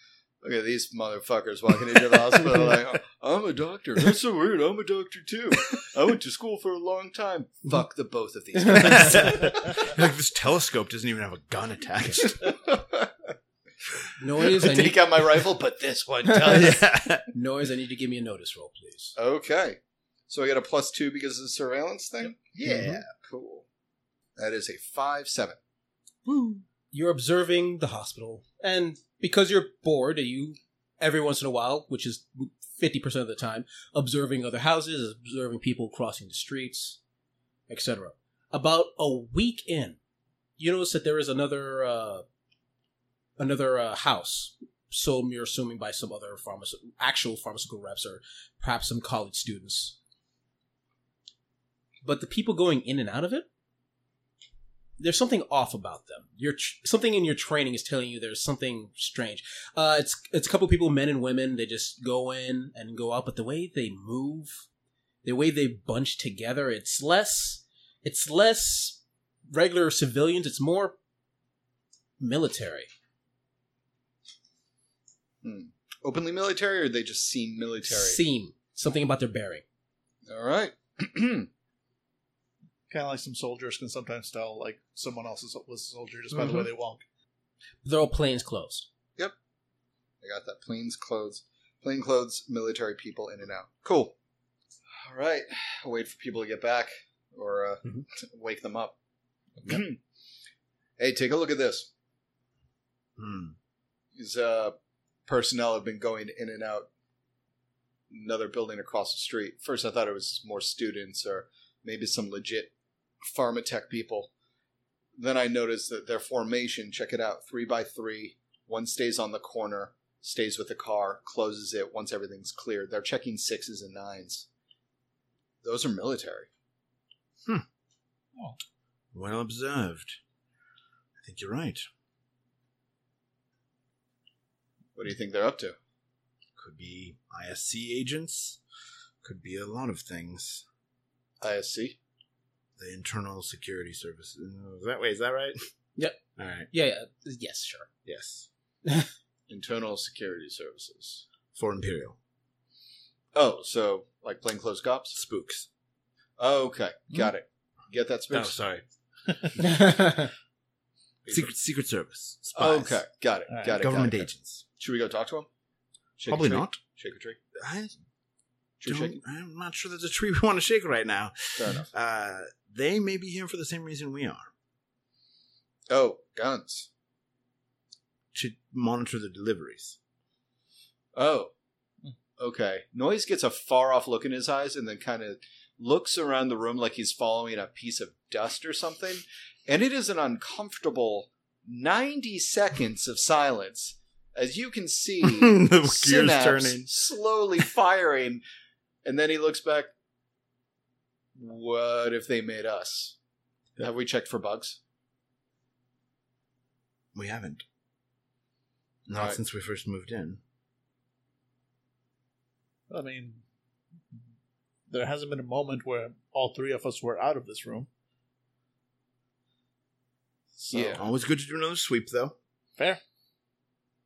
Speaker 2: Look at these motherfuckers walking into the hospital. Like, I'm a doctor. That's so weird. I'm a doctor too. I went to school for a long time. Fuck the both of these. guys.
Speaker 3: like this telescope doesn't even have a gun attached.
Speaker 1: No worries.
Speaker 2: I
Speaker 1: I
Speaker 2: take
Speaker 1: need,
Speaker 2: out my rifle, but this one does.
Speaker 3: yeah.
Speaker 1: noise. I need to give me a notice roll, please.
Speaker 2: Okay. So I got a plus two because of the surveillance thing?
Speaker 1: Yep.
Speaker 2: Yeah. Cool. That is a five seven.
Speaker 1: you're observing the hospital, and because you're bored, you every once in a while, which is fifty percent of the time, observing other houses, observing people crossing the streets, etc. About a week in, you notice that there is another uh, another uh, house. So you're assuming by some other pharmace- actual pharmaceutical reps or perhaps some college students. But the people going in and out of it, there's something off about them. Your tr- something in your training is telling you there's something strange. Uh, it's it's a couple people, men and women. They just go in and go out, but the way they move, the way they bunch together, it's less it's less regular civilians. It's more military.
Speaker 2: Openly military, or they just seem military?
Speaker 1: Seem something about their bearing.
Speaker 2: All right.
Speaker 4: Kind of like some soldiers can sometimes tell like someone else is, was a soldier just by the way
Speaker 1: Mhm.
Speaker 4: they walk.
Speaker 1: They're all planes closed.
Speaker 2: I got that. Planes, clothes, plain clothes, military people in and out. Cool. All right. Wait for people to get back or uh,
Speaker 1: Mhm.
Speaker 2: wake them up. hey, take a look at this.
Speaker 3: Hmm.
Speaker 2: These uh, personnel have been going in and out another building across the street. First, I thought it was more students or maybe some legit pharma tech people. Then I noticed that their formation, check it out, three by three, one stays on the corner, stays with the car, closes it once everything's cleared. They're checking sixes and nines. Those are military.
Speaker 3: Well observed. I think you're right.
Speaker 2: What do you think they're up to?
Speaker 3: Could be ISC agents. Could be a lot of things.
Speaker 2: ISC?
Speaker 3: The internal security service. Is that way? Is that right?
Speaker 1: Yep.
Speaker 3: All right.
Speaker 1: Yeah, yeah. yes, sure.
Speaker 3: Yes.
Speaker 2: Internal Security Services.
Speaker 3: For Imperial
Speaker 2: Oh, so like plainclothes cops?
Speaker 3: spooks.
Speaker 2: Okay, got it. Get that
Speaker 3: Oh,
Speaker 2: space.
Speaker 3: sorry. Secret Secret Service. Spies.
Speaker 2: okay, got it.
Speaker 4: All right,
Speaker 2: Got it.
Speaker 3: Government
Speaker 2: got it.
Speaker 3: agents.
Speaker 2: Should we go talk to him? Shake a
Speaker 3: Probably
Speaker 2: tree?
Speaker 3: not.
Speaker 2: Shake a tree.
Speaker 3: I
Speaker 2: Tree
Speaker 3: don't,
Speaker 2: shaking.
Speaker 3: I'm not sure there's a tree we want to shake right now.
Speaker 2: Fair enough.
Speaker 3: Uh, they may be here for the same reason we are
Speaker 2: Oh, guns.
Speaker 3: to monitor the deliveries.
Speaker 2: Oh, okay. Noise gets a far off look in his eyes and then kind of looks around the room like he's following a piece of dust or something. And it is an uncomfortable 90 seconds of silence. As you can see,
Speaker 3: the gears
Speaker 2: synapse
Speaker 3: turning.
Speaker 2: slowly firing, and then he looks back. What if they made us? Have we checked for bugs?
Speaker 3: We haven't. Not
Speaker 2: Alright.
Speaker 3: since we first moved in.
Speaker 4: I mean, there hasn't been a moment where all three of us were out of this room. So,
Speaker 2: Yeah.
Speaker 3: Always good to do another sweep, though.
Speaker 4: fair.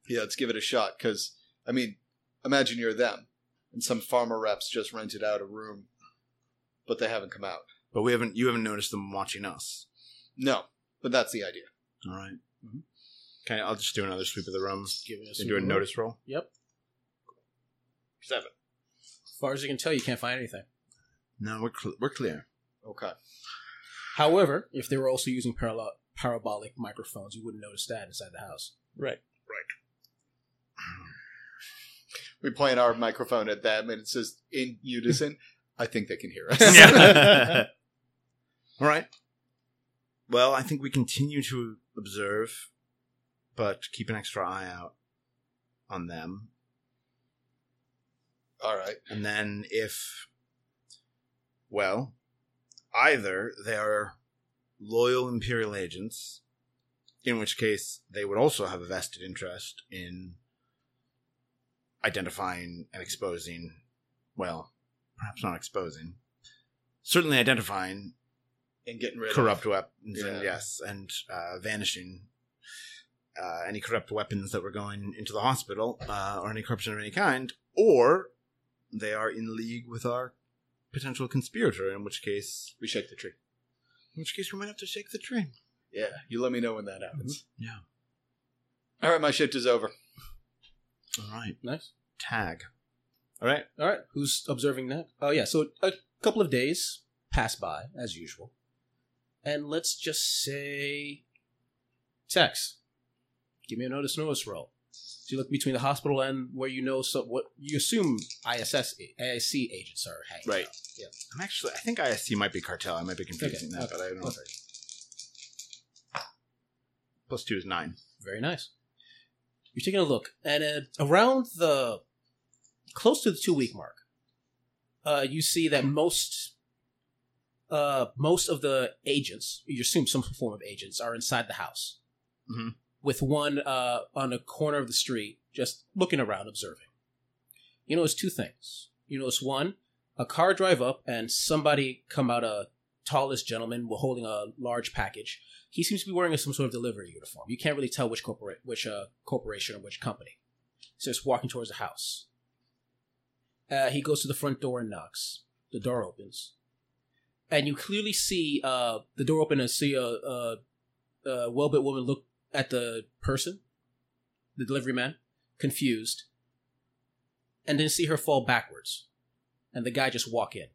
Speaker 2: Yeah, let's give it a shot. Because I mean, imagine you're them, and some farmer reps just rented out a room, but they haven't come out.
Speaker 3: But we haven't. You haven't noticed them watching us.
Speaker 2: No, but that's the idea.
Speaker 3: All right. Mm-hmm. Okay, I'll just do another sweep of the room
Speaker 1: Give us
Speaker 3: and do a notice roll.
Speaker 1: Yep.
Speaker 4: Seven.
Speaker 1: As far as you can tell, you can't find anything.
Speaker 3: No, we're cl- we're clear.
Speaker 2: Okay.
Speaker 1: However, if they were also using paralo- parabolic microphones, you wouldn't notice that inside the house.
Speaker 4: Right.
Speaker 2: We point our microphone at them, and it says in unison, "I think they can hear us."
Speaker 3: Yeah. All right. Well, I think we continue to observe, but keep an extra eye out on them.
Speaker 2: All right.
Speaker 3: And then if, well, either they are loyal Imperial agents, in which case they would also have a vested interest in identifying and exposing, well, perhaps not exposing, certainly identifying
Speaker 2: And getting rid
Speaker 3: corrupt weapons,
Speaker 2: Yeah.
Speaker 3: and yes, and uh, vanishing uh, any corrupt weapons that were going into the hospital, uh, or any corruption of any kind, or they are in league with our potential conspirator. In which case,
Speaker 2: We shake the tree.
Speaker 3: in which case, we might have to shake the tree.
Speaker 2: Yeah. You let me know when that happens.
Speaker 4: Mm-hmm.
Speaker 3: Yeah.
Speaker 2: All right, my shift is over.
Speaker 3: All right,
Speaker 1: Nice.
Speaker 3: tag. All right,
Speaker 1: All right. Who's observing that? Oh, yeah. So a couple of days pass by, as usual. And let's just say. Tex, Give me another notice roll. So you look between the hospital and where you know so what you assume ISS ISC agents are hanging.
Speaker 3: Right.
Speaker 1: out.
Speaker 3: I'm actually. I think ISC might be cartel. I might be confusing
Speaker 1: Okay,
Speaker 3: that, but I don't know. if I- Plus two is nine.
Speaker 1: Very nice. You're taking a look, and uh, around the close to the two week mark, uh, you see that most uh, most of the agents, you assume some form of agents, are inside the house,
Speaker 3: Mhm.
Speaker 1: with one uh, on a corner of the street, just looking around, observing. You notice two things. You notice one, a car drive up, and somebody come out a tallest gentleman holding a large package he seems to be wearing some sort of delivery uniform. You can't really tell which corporate, which uh, corporation or which company. So he's walking towards the house. Uh, he goes to the front door and knocks. The door opens, and you clearly see uh, the door open and see a, a, a well-built woman look at the person, the delivery man, confused, and then see her fall backwards, and the guy just walk in.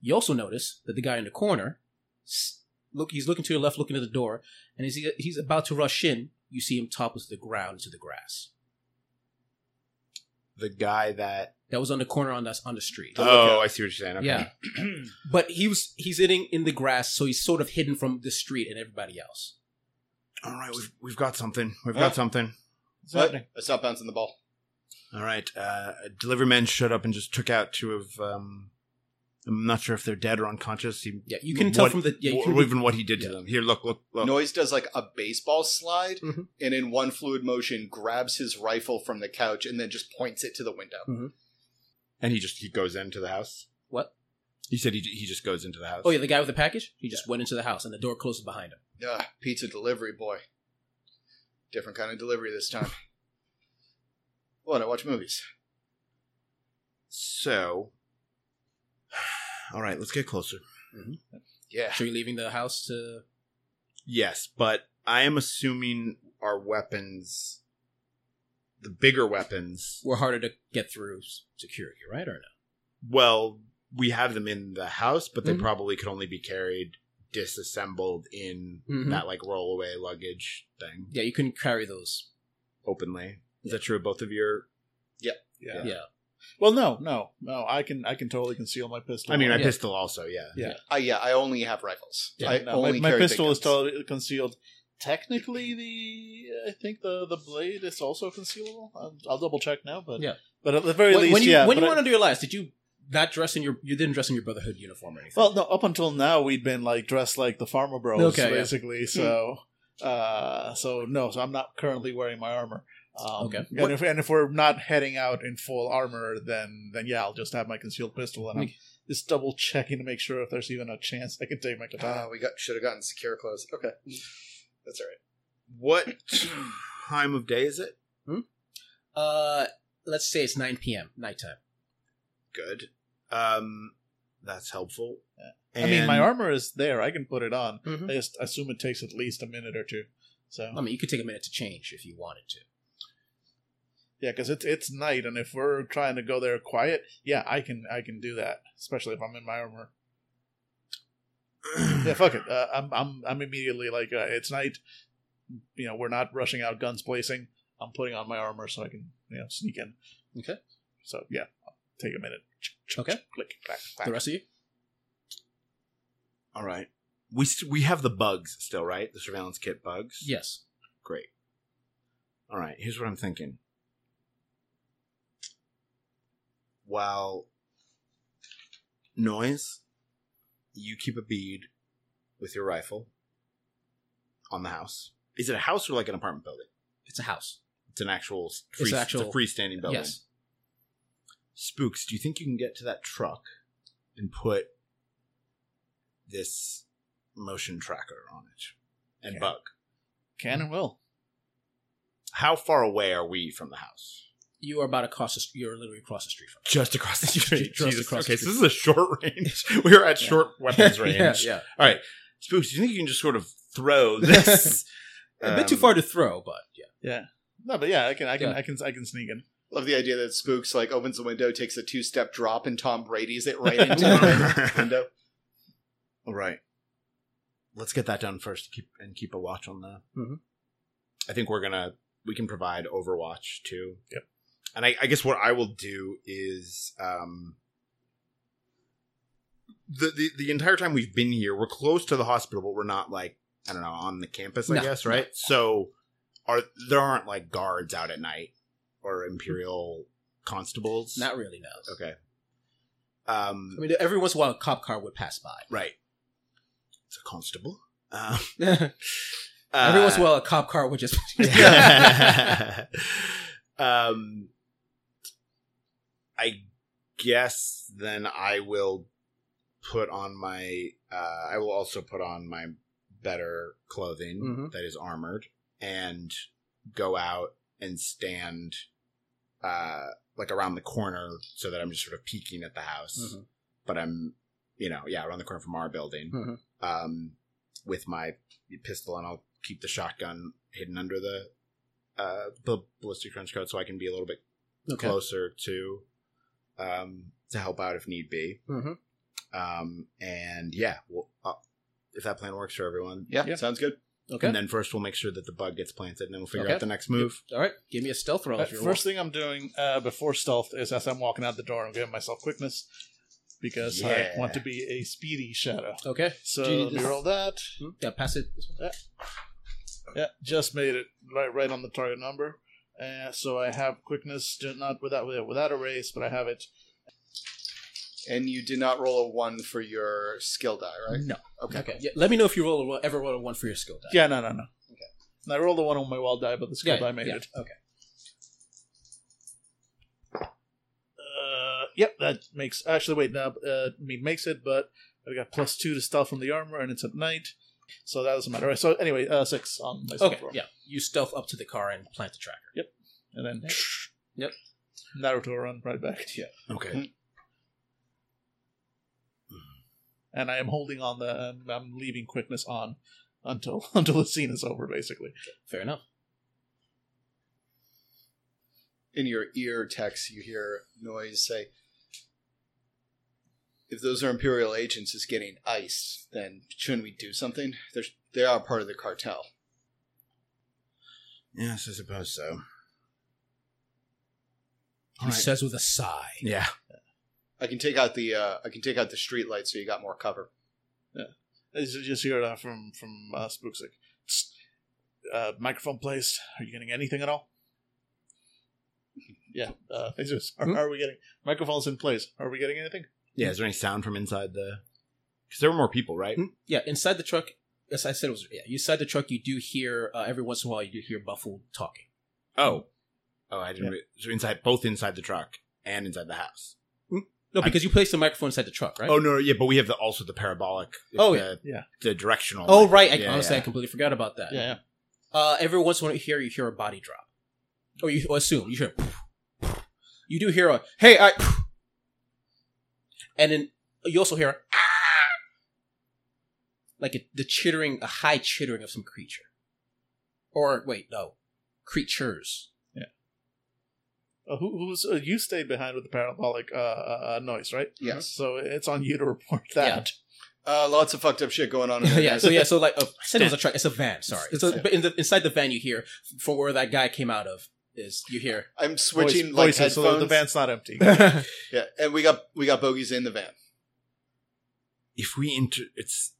Speaker 1: You also notice that the guy in the corner s- look he's looking to your left looking at the door and as he, he's about to rush in you see him topple to the ground into the grass
Speaker 3: The guy that.
Speaker 1: that was on the corner on the, on the street
Speaker 2: The
Speaker 3: oh,
Speaker 2: lookout.
Speaker 3: I see what you're saying. Okay.
Speaker 1: yeah but he was he's sitting in the grass so he's sort of hidden from the street and everybody else
Speaker 3: All right, we've we've got something. We've
Speaker 2: Huh?
Speaker 3: got something.
Speaker 2: What? I stopped bouncing the ball.
Speaker 3: All right. Uh, a delivery man showed up and just took out two of. Um, I'm not sure if they're dead or unconscious. He,
Speaker 1: yeah you can tell
Speaker 3: What-
Speaker 1: from the yeah you
Speaker 3: or
Speaker 1: can,
Speaker 3: even what he did
Speaker 1: yeah.
Speaker 3: to them. Here, look, look, look.
Speaker 2: Noise does like a baseball slide,
Speaker 4: Mm-hmm.
Speaker 1: Mhm.
Speaker 2: and in one fluid motion, grabs his rifle from the couch and then just points it to the window.
Speaker 3: And he just he goes into the house.
Speaker 1: What?
Speaker 3: He said he he just goes into the house.
Speaker 1: oh yeah the guy with the package he just went into the house and the door closes behind him
Speaker 2: Ah, pizza delivery boy. Different kind of delivery this time. what? I watch movies.
Speaker 3: So. All right, let's get closer.
Speaker 2: Yeah.
Speaker 1: so you're leaving the house to
Speaker 3: Yes, but I am assuming our weapons, the bigger weapons.
Speaker 1: we're harder to get through security right or no
Speaker 3: Well, we have them in the house, but they
Speaker 4: Mm-hmm.
Speaker 1: Mhm.
Speaker 3: probably could only be carried disassembled in
Speaker 4: Mm-hmm.
Speaker 1: Mhm.
Speaker 3: that like rollaway luggage thing
Speaker 1: yeah you couldn't carry those
Speaker 3: openly. Is that true of both of your?
Speaker 4: Yeah.
Speaker 1: Yeah.
Speaker 4: Well, no, no, no. I can I can totally conceal my pistol.
Speaker 3: I mean, my
Speaker 1: Yeah.
Speaker 3: pistol also. Yeah.
Speaker 4: Yeah.
Speaker 2: I, yeah, I only have rifles.
Speaker 1: Yeah,
Speaker 2: I
Speaker 4: No, my,
Speaker 2: only
Speaker 4: my
Speaker 2: carry big
Speaker 4: pistol is
Speaker 2: guns.
Speaker 4: totally concealed. Technically, the I think the the blade is also concealable. I'll, I'll double check now, but
Speaker 1: Yeah.
Speaker 4: But at the very
Speaker 1: when,
Speaker 4: least,
Speaker 1: when you
Speaker 4: yeah.
Speaker 1: when
Speaker 4: but
Speaker 1: you
Speaker 4: I-
Speaker 1: went into your last did you not dress in your you didn't dress in your brotherhood uniform or anything
Speaker 4: Well, no, up until now we'd been like dressed like the farmer bros,
Speaker 1: Okay, yeah.
Speaker 4: basically. So, uh, so no, so I'm not currently wearing my armor. Um,
Speaker 1: Okay.
Speaker 4: and if, and if we're not heading out in full armor, then then yeah, I'll just have my concealed pistol, and I'm just double checking to make sure if there's even a chance I can take my
Speaker 2: Ah,
Speaker 4: katana.
Speaker 2: we got should have gotten secure clothes. Okay,
Speaker 4: Mm.
Speaker 2: that's all right.
Speaker 3: What time of day is it?
Speaker 1: uh let's say it's 9 p.m nighttime
Speaker 3: Good. Um, that's helpful.
Speaker 4: I mean, my
Speaker 3: And-
Speaker 4: armor is there; I can put it on.
Speaker 1: Mhm.
Speaker 4: I just assume it takes at least a minute or two. So
Speaker 1: I mean, you could take a minute to change if you wanted to.
Speaker 4: yeah, because it's it's night, and if we're trying to go there quiet, yeah, I can I can do that, especially if I'm in my armor. yeah, fuck it. Uh, I'm I'm I'm immediately like uh, it's night. You know, we're not rushing out guns blazing. I'm putting on my armor so I can you know sneak in.
Speaker 1: Okay.
Speaker 4: So yeah, I'll take a minute.
Speaker 1: Okay.
Speaker 4: Click clack
Speaker 1: The
Speaker 4: clack.
Speaker 1: rest of you?
Speaker 3: All right. We st- we have the bugs still, right? The surveillance kit bugs.
Speaker 1: Yes.
Speaker 3: Great. All right. Here's what I'm thinking. While noise, you keep a bead with your rifle on the house. Is it a house or like an apartment building?
Speaker 1: It's a house.
Speaker 3: It's an actual s-
Speaker 1: an
Speaker 3: free, it's
Speaker 1: actual-
Speaker 3: a freestanding building.
Speaker 1: Yes.
Speaker 3: Spooks, do you think you can get to that truck and put this motion tracker on it and
Speaker 4: Yeah.
Speaker 3: bug?
Speaker 4: Can and will.
Speaker 3: How far away are we from the house?
Speaker 1: You are about across the street. You're literally across the street from
Speaker 3: Just across the street.
Speaker 1: Just
Speaker 3: Jesus.
Speaker 1: across
Speaker 3: okay,
Speaker 1: the
Speaker 3: so this is a short range. We are at
Speaker 1: Yeah.
Speaker 3: short weapons
Speaker 1: it.
Speaker 3: range.
Speaker 1: yeah.
Speaker 3: Spooks, do you think you can just sort of throw this?
Speaker 1: a bit too
Speaker 3: um,
Speaker 1: far to throw, but yeah.
Speaker 4: No, but yeah, I can I can
Speaker 1: Yeah.
Speaker 4: I can I can sneak in.
Speaker 2: Love the idea that Spooks like opens the window, takes a two step drop, and Tom Brady's it right into the window.
Speaker 3: All right. Let's get that done first. Keep and keep a watch on the
Speaker 1: Mhm.
Speaker 3: I think we're gonna we can provide Overwatch too.
Speaker 4: Yep.
Speaker 3: And I, I guess what I will do is um the, the the entire time we've been here, we're close to the hospital, but we're not like I don't know on the campus. I
Speaker 1: No,
Speaker 3: guess right. So are there aren't like guards out at night or imperial constables?
Speaker 1: Not really, no.
Speaker 3: okay. Um,
Speaker 1: I mean, every once in a while, a cop car would pass by.
Speaker 3: right. It's a constable. Um,
Speaker 1: every once in a while, a cop car would just.
Speaker 3: um, I guess then I will put on my. Uh, I will also put on my better clothing
Speaker 1: Mhm.
Speaker 3: that is armored and go out and stand uh, like around the corner so that I'm just sort of peeking at the house.
Speaker 1: Mhm.
Speaker 3: But I'm, you know, yeah, around the corner from our building
Speaker 1: Mhm.
Speaker 3: um, with my pistol, and I'll keep the shotgun hidden under the uh, bal- ballistic trench coat so I can be a little bit
Speaker 1: Okay.
Speaker 3: closer to um, to help out if need be.
Speaker 1: Mhm.
Speaker 3: Um, and yeah, we'll, uh, if that plan works for everyone,
Speaker 2: Yeah,
Speaker 1: Yeah.
Speaker 2: sounds good.
Speaker 1: Okay.
Speaker 3: and then first we'll make sure that the bug gets planted, and then we'll figure
Speaker 1: Okay.
Speaker 3: out the next move.
Speaker 1: All right. Give me a stealth roll.
Speaker 4: Uh,
Speaker 1: if you're
Speaker 4: first thing I'm doing uh, before stealth is as I'm walking out the door, I'm giving myself quickness because
Speaker 3: Yeah.
Speaker 4: I want to be a speedy shadow.
Speaker 1: roll. Okay.
Speaker 4: So
Speaker 2: Do you need
Speaker 4: let me
Speaker 2: this?
Speaker 4: roll that.
Speaker 1: Hmm? Yeah. Pass it.
Speaker 4: Yeah, just made it right, right on the target number. Uh, so I have quickness, ju- not without without a race, but I have it.
Speaker 2: And you did not roll a one for your skill die, right?
Speaker 1: No.
Speaker 2: Okay.
Speaker 1: Okay. Yeah, let me know if you roll a, one- ever roll a one for your skill die.
Speaker 4: Yeah, no, no, no. And I rolled the one on my wild die, but the skill die made
Speaker 1: yeah,
Speaker 4: it.
Speaker 1: Okay.
Speaker 4: Uh, yep, that makes actually wait no, uh, I mean makes it, but I got plus two to stealth from the armor, and it's at night, so that doesn't matter. Right, so anyway, uh, six on my stealth
Speaker 1: Okay.
Speaker 4: roll.
Speaker 1: Yeah. You stealth up to the car and plant the tracker.
Speaker 4: and then
Speaker 1: Yep.
Speaker 4: Naruto run right back. Yeah,
Speaker 3: Okay.
Speaker 4: and I am holding on the um, I'm leaving quickness on until until the scene is over, basically.
Speaker 1: Fair enough.
Speaker 2: In your ear text, you hear noise say, "If those are Imperial agents is getting iced, then shouldn't we do something? They're they are part of the cartel."
Speaker 3: Yes, I suppose so.
Speaker 1: He
Speaker 3: Alright.
Speaker 1: says with a sigh.
Speaker 3: Yeah.
Speaker 2: I can take out the uh, I can take out the street light so you got more cover.
Speaker 4: As you just hear that from from uh, Spooks like, "Tsk. uh, microphone placed. Are you getting anything at all? Yeah, uh, it's just, are,
Speaker 1: Hmm?
Speaker 4: are we getting microphones in place? Are we getting anything?
Speaker 3: Yeah. Is there any sound from inside the? Because there were more people, right?
Speaker 1: Hmm? Yeah. Inside the truck. As I said, it was yeah. Inside the truck, you do hear uh, every once in a while you do hear Buffalo talking.
Speaker 3: Oh. Oh, I didn't.
Speaker 4: Yeah.
Speaker 3: Re- so inside, both inside the truck and inside the house.
Speaker 1: No,
Speaker 3: I'm-
Speaker 1: because you placed the microphone inside the truck, right?
Speaker 3: Oh no, yeah, but we have the also the parabolic.
Speaker 1: Oh,
Speaker 3: the,
Speaker 4: yeah.
Speaker 3: the directional.
Speaker 1: Oh, right. I,
Speaker 3: Yeah,
Speaker 1: honestly,
Speaker 3: yeah.
Speaker 1: I completely forgot about that.
Speaker 4: Yeah, yeah.
Speaker 1: Uh, every once in a while, you hear you hear a body drop, or you or assume you hear. You do hear a hey, I, and then you also hear a, like a, the chittering, a high chittering of some creature, or wait, no, creatures.
Speaker 4: Uh, who, who's uh, you stayed behind with the parabolic uh, uh, uh, noise, right?
Speaker 2: Yes.
Speaker 4: So it's on you to report that.
Speaker 2: Uh, lots of fucked up shit going on. In there,
Speaker 1: yeah,
Speaker 2: guys.
Speaker 1: so yeah, so like a, I said, it was a truck. It's a van. Sorry, it's a,
Speaker 2: Yeah.
Speaker 1: but in the, inside the van, you hear from where that guy came out of is you hear.
Speaker 2: I'm switching
Speaker 4: Voice-
Speaker 2: like
Speaker 4: voices, so
Speaker 2: headphones.
Speaker 4: the van's not empty.
Speaker 1: Oh,
Speaker 2: Yeah, and we got we got bogeys in the van.
Speaker 3: If we inter, it's.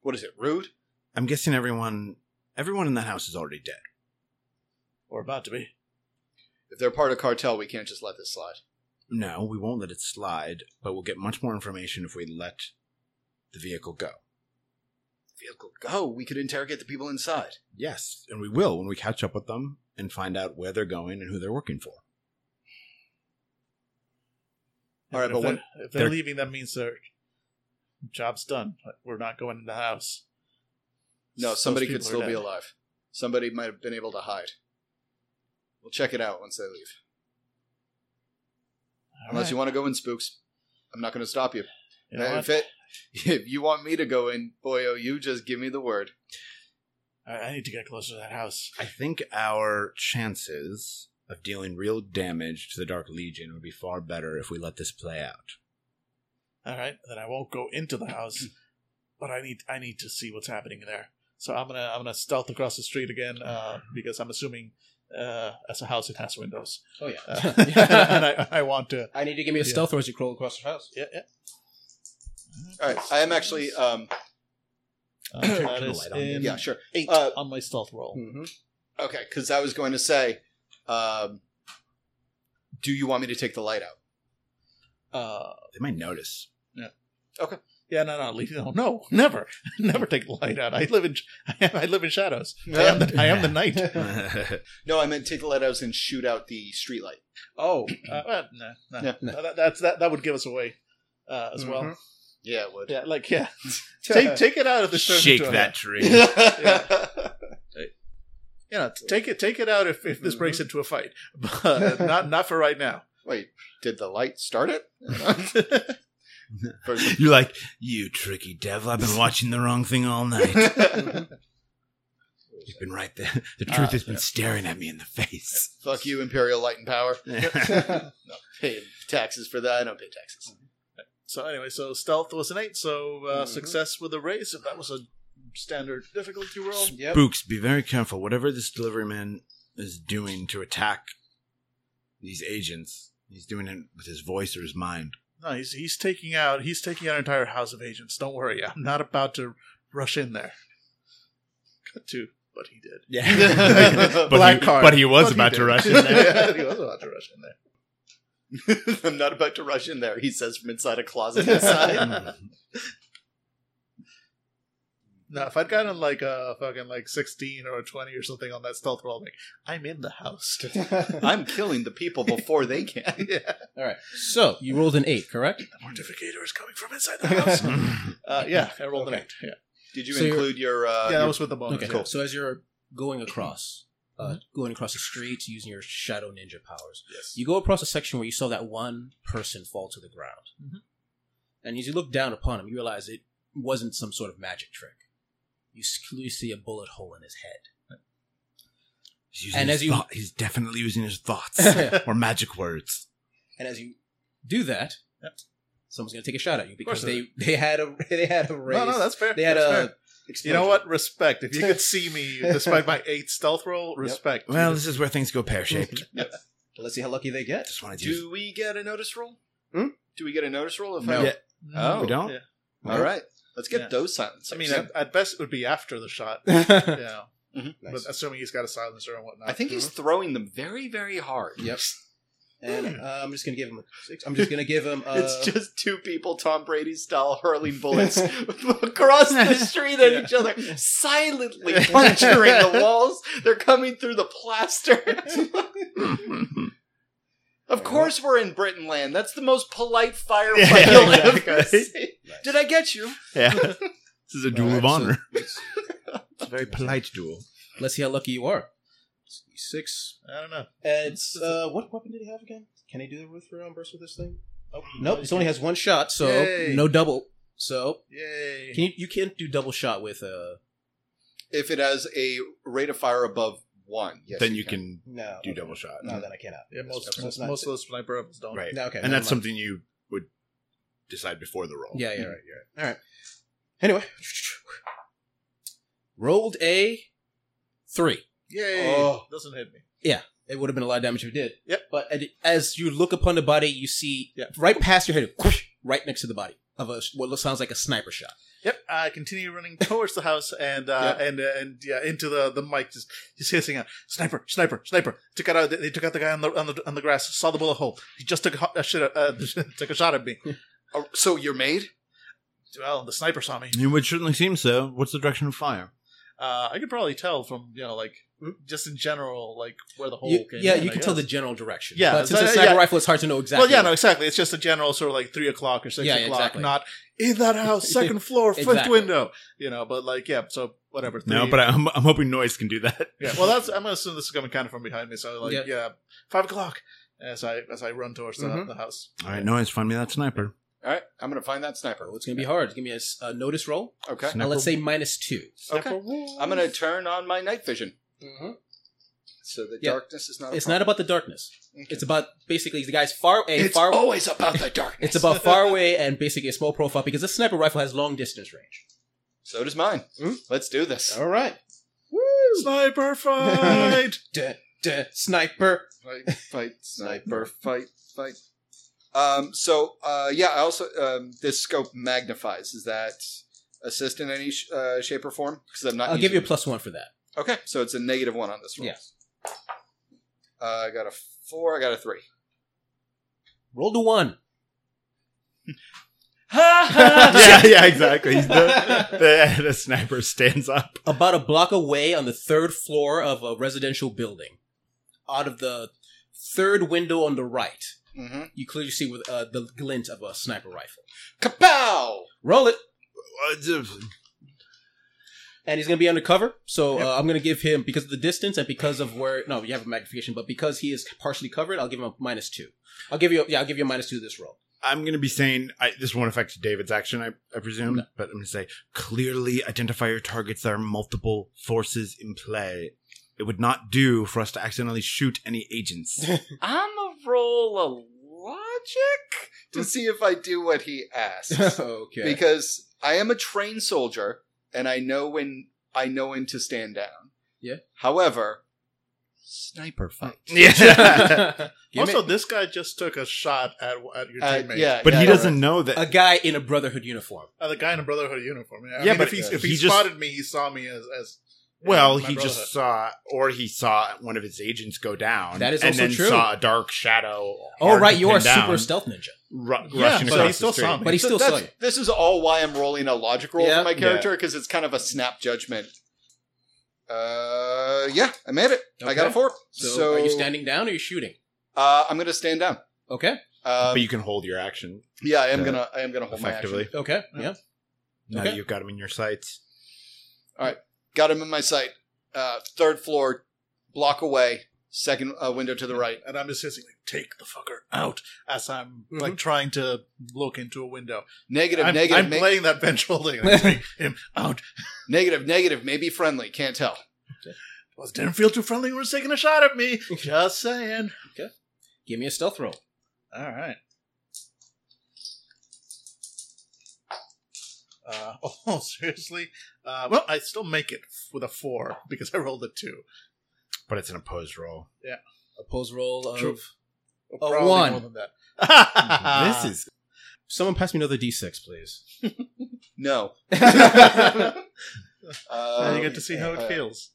Speaker 2: What is it? Rude?
Speaker 3: I'm guessing everyone, everyone in that house is already dead.
Speaker 4: or about to be.
Speaker 2: If they're part of cartel, we can't just let this slide.
Speaker 3: No, we won't let it slide, but we'll get much more information if we let the vehicle go.
Speaker 2: Vehicle, go. We could interrogate the people inside.
Speaker 3: Yes, and we will when we catch up with them and find out where they're going and who they're working for.
Speaker 2: All right,
Speaker 4: if
Speaker 2: but
Speaker 4: they're,
Speaker 2: when-
Speaker 4: if they're
Speaker 3: they're-
Speaker 4: leaving, that means their job's done. Like, We're not going in the house.
Speaker 2: No,
Speaker 4: Those
Speaker 2: somebody could
Speaker 4: people are
Speaker 2: still be
Speaker 4: dead.
Speaker 2: alive. Somebody might have been able to hide. We'll check it out once they leave.
Speaker 4: All
Speaker 2: Unless
Speaker 4: right.
Speaker 2: you want to go in, spooks. I'm not going to stop you.
Speaker 4: You know
Speaker 2: if
Speaker 4: what?
Speaker 2: it, if you want me to go in, boyo, you just give me the word.
Speaker 4: All right, I need to get closer to that house.
Speaker 3: I think our chances of dealing real damage to the Dark Legion would be far better if we let this play out.
Speaker 4: All right, then I won't go into the house, but I need I need to see what's happening there. So I'm gonna I'm gonna stealth across the street again uh, because I'm assuming uh, as a house it has windows,
Speaker 1: Oh
Speaker 4: uh,
Speaker 1: yeah.
Speaker 4: and I, I want to.
Speaker 1: I need to give me a
Speaker 4: Yeah.
Speaker 1: stealth or as you crawl across the house.
Speaker 4: Yeah, yeah.
Speaker 2: All right, I am actually. Um,
Speaker 4: Uh,
Speaker 1: Turn
Speaker 4: that
Speaker 1: the
Speaker 4: is
Speaker 1: light on.
Speaker 4: in
Speaker 2: yeah, sure.
Speaker 4: eight
Speaker 2: Uh,
Speaker 4: on my stealth roll.
Speaker 2: Okay, because I was going to say, um, do you want me to take the light out?
Speaker 4: Uh,
Speaker 3: They might notice.
Speaker 4: yeah, no, no, leave no, no, never, never take the light out. I live in I live in shadows. I am the, I am the night.
Speaker 2: No, I meant take the light out and shoot out the streetlight.
Speaker 4: Oh, uh, uh, no, no.
Speaker 2: Yeah.
Speaker 4: No, that, that's that. That would give us away uh, as well.
Speaker 2: Yeah, it would.
Speaker 4: Yeah, like yeah, take take it out of the
Speaker 3: Shake that tree.
Speaker 2: Yeah.
Speaker 4: You know, take it take it out if, if this breaks into a fight, but not not for right now.
Speaker 2: Wait, did the light start it? First-
Speaker 3: You're like, you tricky devil. I've been watching the wrong thing all night. You've been right there. The truth
Speaker 4: Ah,
Speaker 3: has been staring at me in the face.
Speaker 2: Fuck you, Imperial Light and Power. no, pay taxes for that. I don't pay taxes.
Speaker 4: So anyway, so stealth was an eight, so uh,
Speaker 2: Mhm.
Speaker 4: success with a raise. If that was a standard difficulty roll,
Speaker 2: Yep.
Speaker 3: Books, be very careful. Whatever this delivery man is doing to attack these agents, he's doing it with his voice or his mind.
Speaker 4: no, he's he's taking out he's taking out an entire house of agents. Don't worry, I'm not about to rush in there. Cut to, but he did.
Speaker 3: Yeah.
Speaker 4: Black card.
Speaker 3: But he was
Speaker 4: But
Speaker 3: about
Speaker 4: did.
Speaker 3: to rush in there.
Speaker 4: he was about to rush in there.
Speaker 2: I'm not about to rush in there, he says from inside a closet inside.
Speaker 4: No, if I'd gotten like a fucking like sixteen or a twenty or something on that stealth roll, I'm like I'm in the house.
Speaker 2: I'm killing the people before they can.
Speaker 4: yeah,
Speaker 1: All right. So you rolled an eight, correct?
Speaker 4: the mortificator is coming from inside the house. uh, yeah, I rolled an
Speaker 1: Okay.
Speaker 4: eight. Yeah,
Speaker 2: Did you
Speaker 1: So you're-
Speaker 2: include your? Uh,
Speaker 4: yeah, that
Speaker 2: your-
Speaker 4: was with the bonus.
Speaker 1: Okay.
Speaker 4: yeah.
Speaker 1: So as you're going across, uh, going across the street using your shadow ninja powers,
Speaker 4: Yes.
Speaker 1: you go across a section where you saw that one person fall to the ground,
Speaker 4: Mhm.
Speaker 1: and as you look down upon him, you realize it wasn't some sort of magic trick. You s- clearly see a bullet hole in his head.
Speaker 3: He's using
Speaker 1: And
Speaker 3: his
Speaker 1: as you-
Speaker 3: thought- he's definitely using his thoughts or magic words.
Speaker 1: and as you do that, someone's going to take a shot at you because
Speaker 4: course
Speaker 1: they, they had a they had a raise.
Speaker 4: No, no, that's fair.
Speaker 1: they had uh,
Speaker 4: That's
Speaker 1: a.
Speaker 4: fair. You know what? Respect. If you could see me despite my eight stealth roll, respect.
Speaker 3: Well, this is where things go pear shaped.
Speaker 1: Let's see how lucky they get.
Speaker 3: Just wanted to use
Speaker 2: Do we get a notice roll?
Speaker 1: Hmm?
Speaker 2: Do we get a notice roll? If
Speaker 1: No.
Speaker 2: I,
Speaker 3: Yeah.
Speaker 2: Oh.
Speaker 3: we don't?
Speaker 4: Yeah.
Speaker 2: All right. Let's get
Speaker 4: Yeah.
Speaker 2: those
Speaker 1: Oh.
Speaker 2: silencers.
Speaker 4: I mean, at, at best, it would be after the shot.
Speaker 1: nice.
Speaker 4: Yeah,
Speaker 1: Mm-hmm.
Speaker 4: but assuming he's got a silencer and whatnot.
Speaker 2: I think he's throwing them very, very hard.
Speaker 1: Yep. And
Speaker 4: Hmm.
Speaker 1: uh, I'm just going to give him. I'm just going to give him. Uh,
Speaker 2: It's just two people, Tom Brady style, hurling bullets across the street at each other, silently puncturing the walls. They're coming through the plaster.
Speaker 3: it.
Speaker 2: of course, we're in Britain land. That's the most polite firefight
Speaker 3: Yeah,
Speaker 2: you'll ever
Speaker 3: exactly.
Speaker 2: see. Did I get you?
Speaker 3: yeah. This is a duel
Speaker 1: All
Speaker 3: of
Speaker 1: right, so-
Speaker 3: honor. it's a very polite duel.
Speaker 1: Let's see how lucky you are. Six.
Speaker 4: I don't know.
Speaker 1: And it's uh, what weapon did he have again? Can he do the roof around burst with this thing? Nope. This only has one shot, so
Speaker 4: Yay.
Speaker 1: no double. So
Speaker 4: Yay!
Speaker 1: can you, you can't do double shot with uh
Speaker 2: If it has a rate of fire above one, yes,
Speaker 3: then you can
Speaker 1: no
Speaker 3: do double shot.
Speaker 1: No, then I cannot.
Speaker 4: yeah, most
Speaker 1: That's- that's
Speaker 4: most,
Speaker 1: not-
Speaker 4: most of those sniper rifles don't.
Speaker 3: Right.
Speaker 1: No, okay,
Speaker 3: and
Speaker 1: never
Speaker 3: that's
Speaker 1: mind.
Speaker 3: something you would decide before the roll.
Speaker 4: Oh,
Speaker 1: Yeah,
Speaker 4: hmm.
Speaker 1: yeah, right, yeah. All right. Anyway, rolled a three.
Speaker 4: Yay!
Speaker 2: Oh.
Speaker 4: Doesn't hit me.
Speaker 1: It would have been a lot of damage if it did.
Speaker 4: Yep.
Speaker 1: But at- as you look upon the body, you see
Speaker 4: Yep.
Speaker 1: right past your head, whoosh, right next to the body of a what looks- sounds like a sniper shot.
Speaker 4: Yep. I continue running towards the house and uh, and uh, and yeah into the the mic just just hissing out sniper sniper sniper took out uh, they took out the guy on the on the, on the grass saw the bullet hole he just took a, ho- a shit at, uh, took a shot at me
Speaker 2: Oh, so you're made.
Speaker 4: well the sniper saw me
Speaker 3: It would certainly seem so. What's the direction of fire?
Speaker 4: uh, I could probably tell from you know like just in general like where the hole
Speaker 1: You-
Speaker 4: came
Speaker 1: yeah,
Speaker 4: in,
Speaker 1: you
Speaker 4: I
Speaker 1: can tell
Speaker 4: guess.
Speaker 1: the general direction.
Speaker 4: Yeah,
Speaker 1: but since
Speaker 4: so-
Speaker 1: it's sniper
Speaker 4: yeah.
Speaker 1: rifle, it's hard to know exactly.
Speaker 4: Well, yeah, no, exactly. It's just a general sort of like three o'clock or six
Speaker 1: Yeah, yeah,
Speaker 4: o'clock,
Speaker 1: exactly.
Speaker 4: not in that house, second floor, fifth
Speaker 1: Exactly.
Speaker 4: window. You know, but like, yeah. So whatever. Three,
Speaker 3: No, but I'm, I'm hoping noise can do that.
Speaker 4: yeah. Well, that's I'm gonna assume this is coming kind of from behind me. So like,
Speaker 1: Yeah.
Speaker 4: yeah, five o'clock as I as I run towards the,
Speaker 1: Mhm.
Speaker 4: the house.
Speaker 3: All right, noise, find me that sniper.
Speaker 2: All right, I'm gonna find that sniper.
Speaker 1: Oh, it's gonna be hard. Give me a, s- a notice roll.
Speaker 2: Okay,
Speaker 1: Now let's say minus two.
Speaker 2: Okay. I'm gonna turn on my night vision
Speaker 1: Mm-hmm.
Speaker 2: so the
Speaker 1: Yeah.
Speaker 2: darkness is not. A
Speaker 1: It's not
Speaker 2: problem.
Speaker 1: about the darkness.
Speaker 2: Okay.
Speaker 1: It's about basically the guy's far away.
Speaker 2: It's
Speaker 1: far,
Speaker 2: always about the darkness.
Speaker 1: it's about far away and basically a small profile because a sniper rifle has long distance range.
Speaker 2: So does mine.
Speaker 1: Mm.
Speaker 2: Let's do this.
Speaker 1: All right. Woo!
Speaker 4: Sniper fight.
Speaker 1: Duh, duh, sniper.
Speaker 2: Fight, fight, sniper, fight, fight. Um, so uh, yeah, I also um, this scope magnifies. Is that assist in any sh- uh, shape or form? Because I'm not.
Speaker 1: I'll give you
Speaker 2: using
Speaker 1: a plus one for that.
Speaker 2: it. Okay, so it's a negative one on this roll.
Speaker 1: Yeah.
Speaker 2: Uh, I got a four. I got a three.
Speaker 1: Roll to one.
Speaker 3: yeah, yeah, exactly. He's the, the, the sniper stands up.
Speaker 1: About a block away on the third floor of a residential building, out of the third window on the right,
Speaker 2: Mm-hmm.
Speaker 1: you clearly see with uh, the glint of a sniper rifle.
Speaker 2: Kapow!
Speaker 1: Roll it, and he's going to be undercover. So uh, I'm going to give him because of the distance and because of where. No, you have a magnification, but because he is partially covered, I'll give him a minus two. I'll give you. A, yeah, I'll give you a minus two to this roll.
Speaker 3: I'm going to be saying I, this won't affect David's action, I, I presume, but I'm going to say clearly identify your targets. There are multiple forces in play. It would not do for us to accidentally shoot any agents.
Speaker 5: I'm a roll of logic.
Speaker 2: To see if I do what he asks,
Speaker 1: okay.
Speaker 2: because I am a trained soldier and I know when I know when to stand down.
Speaker 1: Yeah.
Speaker 2: However, sniper fight.
Speaker 3: yeah.
Speaker 1: Give
Speaker 4: also,
Speaker 1: me-
Speaker 4: this guy just took a shot at, at your
Speaker 2: Uh,
Speaker 4: teammate.
Speaker 2: yeah,
Speaker 3: But
Speaker 2: yeah,
Speaker 3: he
Speaker 2: yeah,
Speaker 3: doesn't know that.
Speaker 1: a guy in a Brotherhood uniform.
Speaker 4: Uh, the guy in a Brotherhood uniform. Yeah, I
Speaker 3: Yeah,
Speaker 4: mean,
Speaker 3: but
Speaker 4: if he,
Speaker 2: yeah.
Speaker 4: if he,
Speaker 3: he just-
Speaker 4: spotted me, he saw me as as
Speaker 3: well,
Speaker 4: my
Speaker 3: he
Speaker 4: Brotherhood.
Speaker 3: just saw, or he saw one of his agents go down.
Speaker 1: That is
Speaker 3: and
Speaker 1: also
Speaker 3: then
Speaker 1: true.
Speaker 3: saw a dark shadow.
Speaker 1: Oh
Speaker 3: hard
Speaker 1: right,
Speaker 3: to
Speaker 1: you are
Speaker 3: pin down,
Speaker 1: super stealth ninja,
Speaker 3: ru-
Speaker 4: Yeah,
Speaker 3: rushing
Speaker 4: but
Speaker 3: across
Speaker 4: he still
Speaker 3: the street.
Speaker 4: saw me.
Speaker 1: but he
Speaker 2: So
Speaker 1: still saw
Speaker 2: that's-
Speaker 1: you.
Speaker 2: This is all why I'm rolling a logic roll
Speaker 1: Yeah.
Speaker 2: for my character because it's kind of a snap judgment. Uh, yeah, I made it. I got a
Speaker 1: Okay.
Speaker 2: four.
Speaker 1: So,
Speaker 2: So,
Speaker 1: are you standing down or are you shooting?
Speaker 2: Uh, I'm gonna stand down.
Speaker 1: Okay.
Speaker 2: Um,
Speaker 3: but you can hold your action
Speaker 2: yeah, I am
Speaker 3: Yeah.
Speaker 2: gonna. I am gonna hold my action.
Speaker 3: effectively.
Speaker 1: Okay. Yeah.
Speaker 3: Now
Speaker 1: Okay.
Speaker 3: that you've got him in your sights.
Speaker 2: Got him in my sight. Uh, third floor, block away. Second uh, window to the right.
Speaker 4: and I'm just hissing, like, "Take the fucker out!" As I'm like trying to look into a window.
Speaker 2: Negative,
Speaker 4: I'm,
Speaker 2: negative,
Speaker 4: I'm
Speaker 2: ma-
Speaker 4: playing that vengeful thing. Like, take him out.
Speaker 2: negative, negative, Maybe friendly. Can't tell.
Speaker 4: Well, didn't feel too friendly. when he Was taking a shot at me. Just saying.
Speaker 1: Give me a stealth roll.
Speaker 4: All right. Uh, oh, seriously? Uh, well, I still make it with a four because I rolled a two.
Speaker 3: But it's an opposed roll.
Speaker 1: Opposed roll of.
Speaker 4: True.
Speaker 1: A
Speaker 4: Probably
Speaker 1: one.
Speaker 4: more than that.
Speaker 2: Uh,
Speaker 3: this is
Speaker 1: Someone pass me another d6, please.
Speaker 2: No. Uh,
Speaker 4: Now you get to see how it
Speaker 2: uh,
Speaker 4: feels.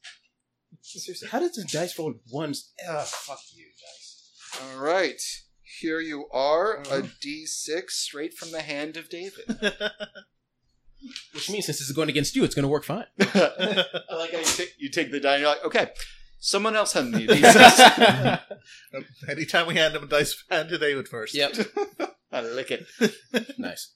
Speaker 1: Seriously, how did the dice roll once? Ugh, Uh, fuck you, dice.
Speaker 2: All right. Here you are, a
Speaker 4: Uh-huh.
Speaker 2: D6 straight from the hand of David.
Speaker 1: Which means since this is going against you, it's going to work fine.
Speaker 2: I like how you take, you take the die and you're like, okay, someone else hand me a D6.
Speaker 1: yep.
Speaker 4: Anytime we hand him a dice, hand to David first.
Speaker 2: I lick it.
Speaker 1: Nice.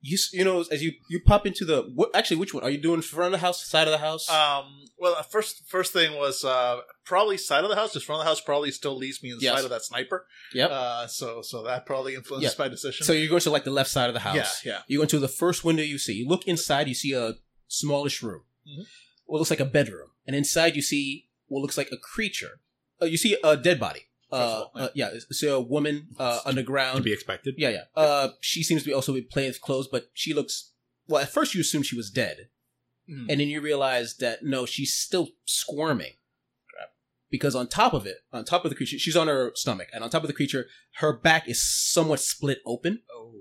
Speaker 1: You s- you know as you you pop into the what, actually which one are you doing front of the house side of the house?
Speaker 4: Um, well, uh, first first thing was uh, probably side of the house. Just front of the house probably still leaves me in the
Speaker 1: Yes.
Speaker 4: side of that sniper.
Speaker 1: Yep.
Speaker 4: Uh, so so that probably influences my decision.
Speaker 1: so you're going to like the left side of the house.
Speaker 4: yeah, yeah.
Speaker 1: You go into the first window you see. You look inside, you see a smallish room.
Speaker 4: Mhm.
Speaker 1: What looks like a bedroom. And inside you see what looks like a creature. Uh, you see a dead body. Uh,
Speaker 4: That's all, yeah.
Speaker 1: uh, yeah, it's- see a woman uh,
Speaker 3: to
Speaker 1: underground.
Speaker 3: be expected.
Speaker 1: yeah, yeah. Uh, she seems to be also be plainclothes, but she looks. Well, at first you assume she was dead,
Speaker 4: Mm.
Speaker 1: and then you realize that no, she's still squirming. Because on top of it, on top of the creature, she's on her stomach, and on top of the creature, her back is somewhat split open
Speaker 2: Oh.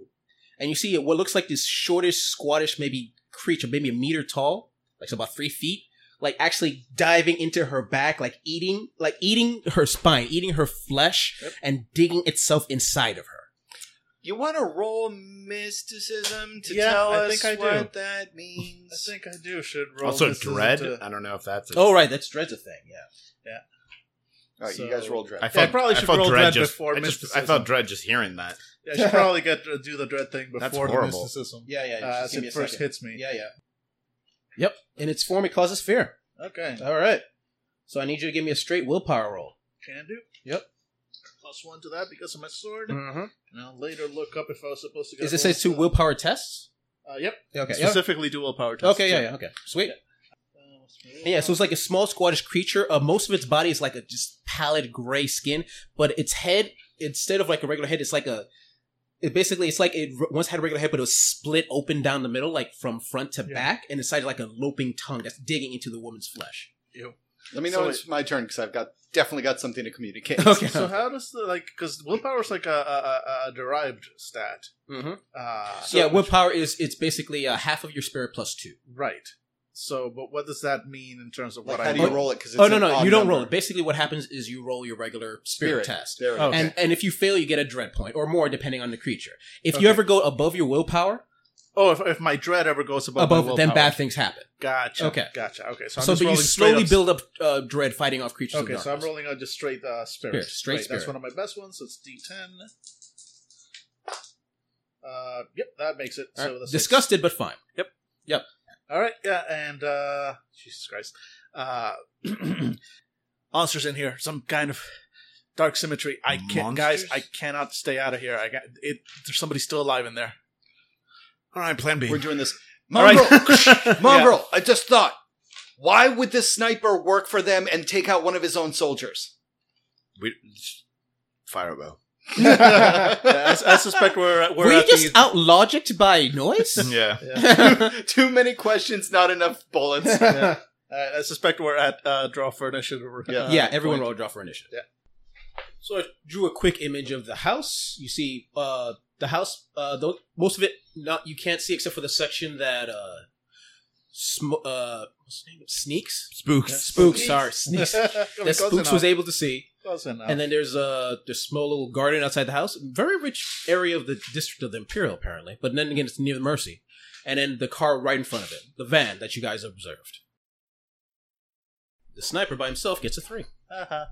Speaker 1: and you see what looks like this shortish, squattish, maybe creature, maybe a meter tall, like it's about three feet, like actually diving into her back, like eating, like eating her spine, eating her flesh,
Speaker 4: Yep.
Speaker 1: and digging itself inside of her.
Speaker 2: You want to roll mysticism to
Speaker 4: Yeah,
Speaker 2: tell
Speaker 4: I
Speaker 2: us
Speaker 4: think I do.
Speaker 2: what that
Speaker 4: I
Speaker 2: means?
Speaker 4: think I do should roll.
Speaker 3: Also,
Speaker 4: this as
Speaker 3: dread.
Speaker 4: a-
Speaker 3: I don't know if that's. A,
Speaker 1: Oh, right, that's Dred's a thing. Yeah,
Speaker 2: All right,
Speaker 4: So-
Speaker 2: you guys roll dread.
Speaker 3: I
Speaker 4: I probably should roll dread
Speaker 3: just,
Speaker 4: before
Speaker 3: I, just, I
Speaker 4: mysticism.
Speaker 3: felt dread just hearing that.
Speaker 4: I should probably get uh, do the dread thing
Speaker 3: That's
Speaker 4: before the
Speaker 3: horrible.
Speaker 4: mysticism.
Speaker 1: yeah, yeah.
Speaker 4: uh, as it first hits me.
Speaker 1: Yeah, yeah. Yep, in its form, it causes fear.
Speaker 4: Okay,
Speaker 1: All right, so I need you to give me a straight willpower roll.
Speaker 4: can do.
Speaker 1: Yep.
Speaker 4: Plus one to that because of my sword.
Speaker 1: Mm-hmm.
Speaker 4: And I'll later look up if I was supposed to. get
Speaker 1: Is
Speaker 4: a
Speaker 1: it says two
Speaker 4: bonus.
Speaker 1: willpower tests?
Speaker 4: Uh, yep.
Speaker 1: Okay. yeah.
Speaker 4: Specifically, dual power tests.
Speaker 1: Okay. Yeah. Yeah. Okay. Sweet.
Speaker 4: Uh, Yeah.
Speaker 1: Yeah, so it's like a small squattish creature. Uh, most of its body is like a just pallid gray skin, but its head, instead of like a regular head, it's like a It basically, it's like it r- once had a regular head, but it was split open down the middle, like from front to
Speaker 4: Yeah.
Speaker 1: back, and inside like a loping tongue that's digging into the woman's flesh.
Speaker 2: Let me know
Speaker 4: So
Speaker 2: when it's my turn because I've got definitely got something to communicate.
Speaker 1: Okay.
Speaker 4: So how does the like because willpower is like a, a, a- a derived stat.
Speaker 1: Mm-hmm.
Speaker 4: Uh,
Speaker 1: yeah, willpower is it's basically uh, half of your spirit plus two.
Speaker 4: right. So, but what does that mean in terms of
Speaker 2: Like,
Speaker 4: what
Speaker 2: how
Speaker 4: I
Speaker 2: do you
Speaker 4: need?
Speaker 2: roll it? Because
Speaker 1: oh no, no, you don't roll it. Basically, what happens is you roll your regular spirit, test,
Speaker 2: There we
Speaker 4: Okay.
Speaker 1: and and if you fail, you get a dread point or more, depending on the creature. If
Speaker 4: Okay.
Speaker 1: you ever go above your willpower,
Speaker 4: Oh, if, if my dread ever goes above, my
Speaker 1: above then
Speaker 4: willpower.
Speaker 1: bad things happen.
Speaker 4: Gotcha.
Speaker 1: Okay.
Speaker 4: Gotcha. Okay. So, I'm
Speaker 1: So,
Speaker 4: just
Speaker 1: but you
Speaker 4: rolling straight
Speaker 1: slowly
Speaker 4: up-
Speaker 1: build up uh, dread fighting off creatures.
Speaker 4: Okay, so I'm rolling on just straight uh, spirit.
Speaker 1: Spirit, straight
Speaker 4: Right, That's
Speaker 1: spirit.
Speaker 4: one of my best ones. So it's D10. Uh, yep, that makes it. So that's
Speaker 1: Disgusted, but fine. Yep.
Speaker 4: All right, yeah, and uh Jesus Christ. Uh monsters in here, some kind of dark symmetry. I can't guys,
Speaker 3: Monsters?
Speaker 4: I cannot stay out of here. I got it there's somebody still alive in there.
Speaker 3: All right, Plan B.
Speaker 2: We're doing this.
Speaker 4: All right.
Speaker 2: Mongrel,
Speaker 4: Yeah.
Speaker 2: Mongrel. I just thought, why would this sniper work for them and take out one of his own soldiers?
Speaker 3: We, fire a bow.
Speaker 4: I, I suspect we're we're
Speaker 1: Were you
Speaker 4: at
Speaker 1: just
Speaker 4: the
Speaker 1: outlogicked by noise?
Speaker 3: Yeah.
Speaker 4: yeah.
Speaker 2: Too many questions, not enough bullets.
Speaker 4: Yeah. I- I suspect we're at uh draw for initiative. Uh,
Speaker 2: Yeah.
Speaker 1: yeah, everyone roll a draw for initiative.
Speaker 4: Yeah.
Speaker 1: So I drew a quick image of the house. You see, uh, the house. Uh, tho- most of it not you can't see except for the section that uh, sm- uh, what's the name? Sneaks.
Speaker 3: Spooks.
Speaker 1: Spooks, sorry, sneaks. That Spooks was able to see,
Speaker 4: close enough.
Speaker 1: and then there's uh, there's small little garden outside the house. Very rich area of the district of the Imperial, apparently. But then again, it's near the Mercy, and then the car right in front of it, the van that you guys observed. The sniper by himself gets a three.
Speaker 4: Uh-huh.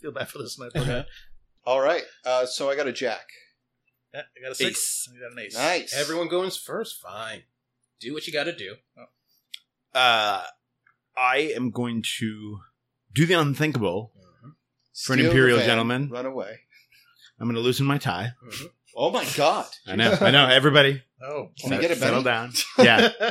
Speaker 4: Feel bad for the sniper. guy.
Speaker 2: All right. Uh, so I got a jack.
Speaker 4: Yeah, I got a six. I got an ace.
Speaker 2: Nice.
Speaker 1: Everyone goes first. Fine. Do what you got to do.
Speaker 3: Uh, I am going to do the unthinkable. For
Speaker 2: Steal
Speaker 3: an
Speaker 2: the
Speaker 3: imperial
Speaker 2: van,
Speaker 3: gentleman.
Speaker 2: Run away.
Speaker 3: I'm going to loosen my tie.
Speaker 2: Oh my god.
Speaker 3: I know. I know. Everybody,
Speaker 4: Oh,
Speaker 2: Can we
Speaker 3: set-
Speaker 2: get a
Speaker 3: settle
Speaker 2: better?
Speaker 3: down. Yeah.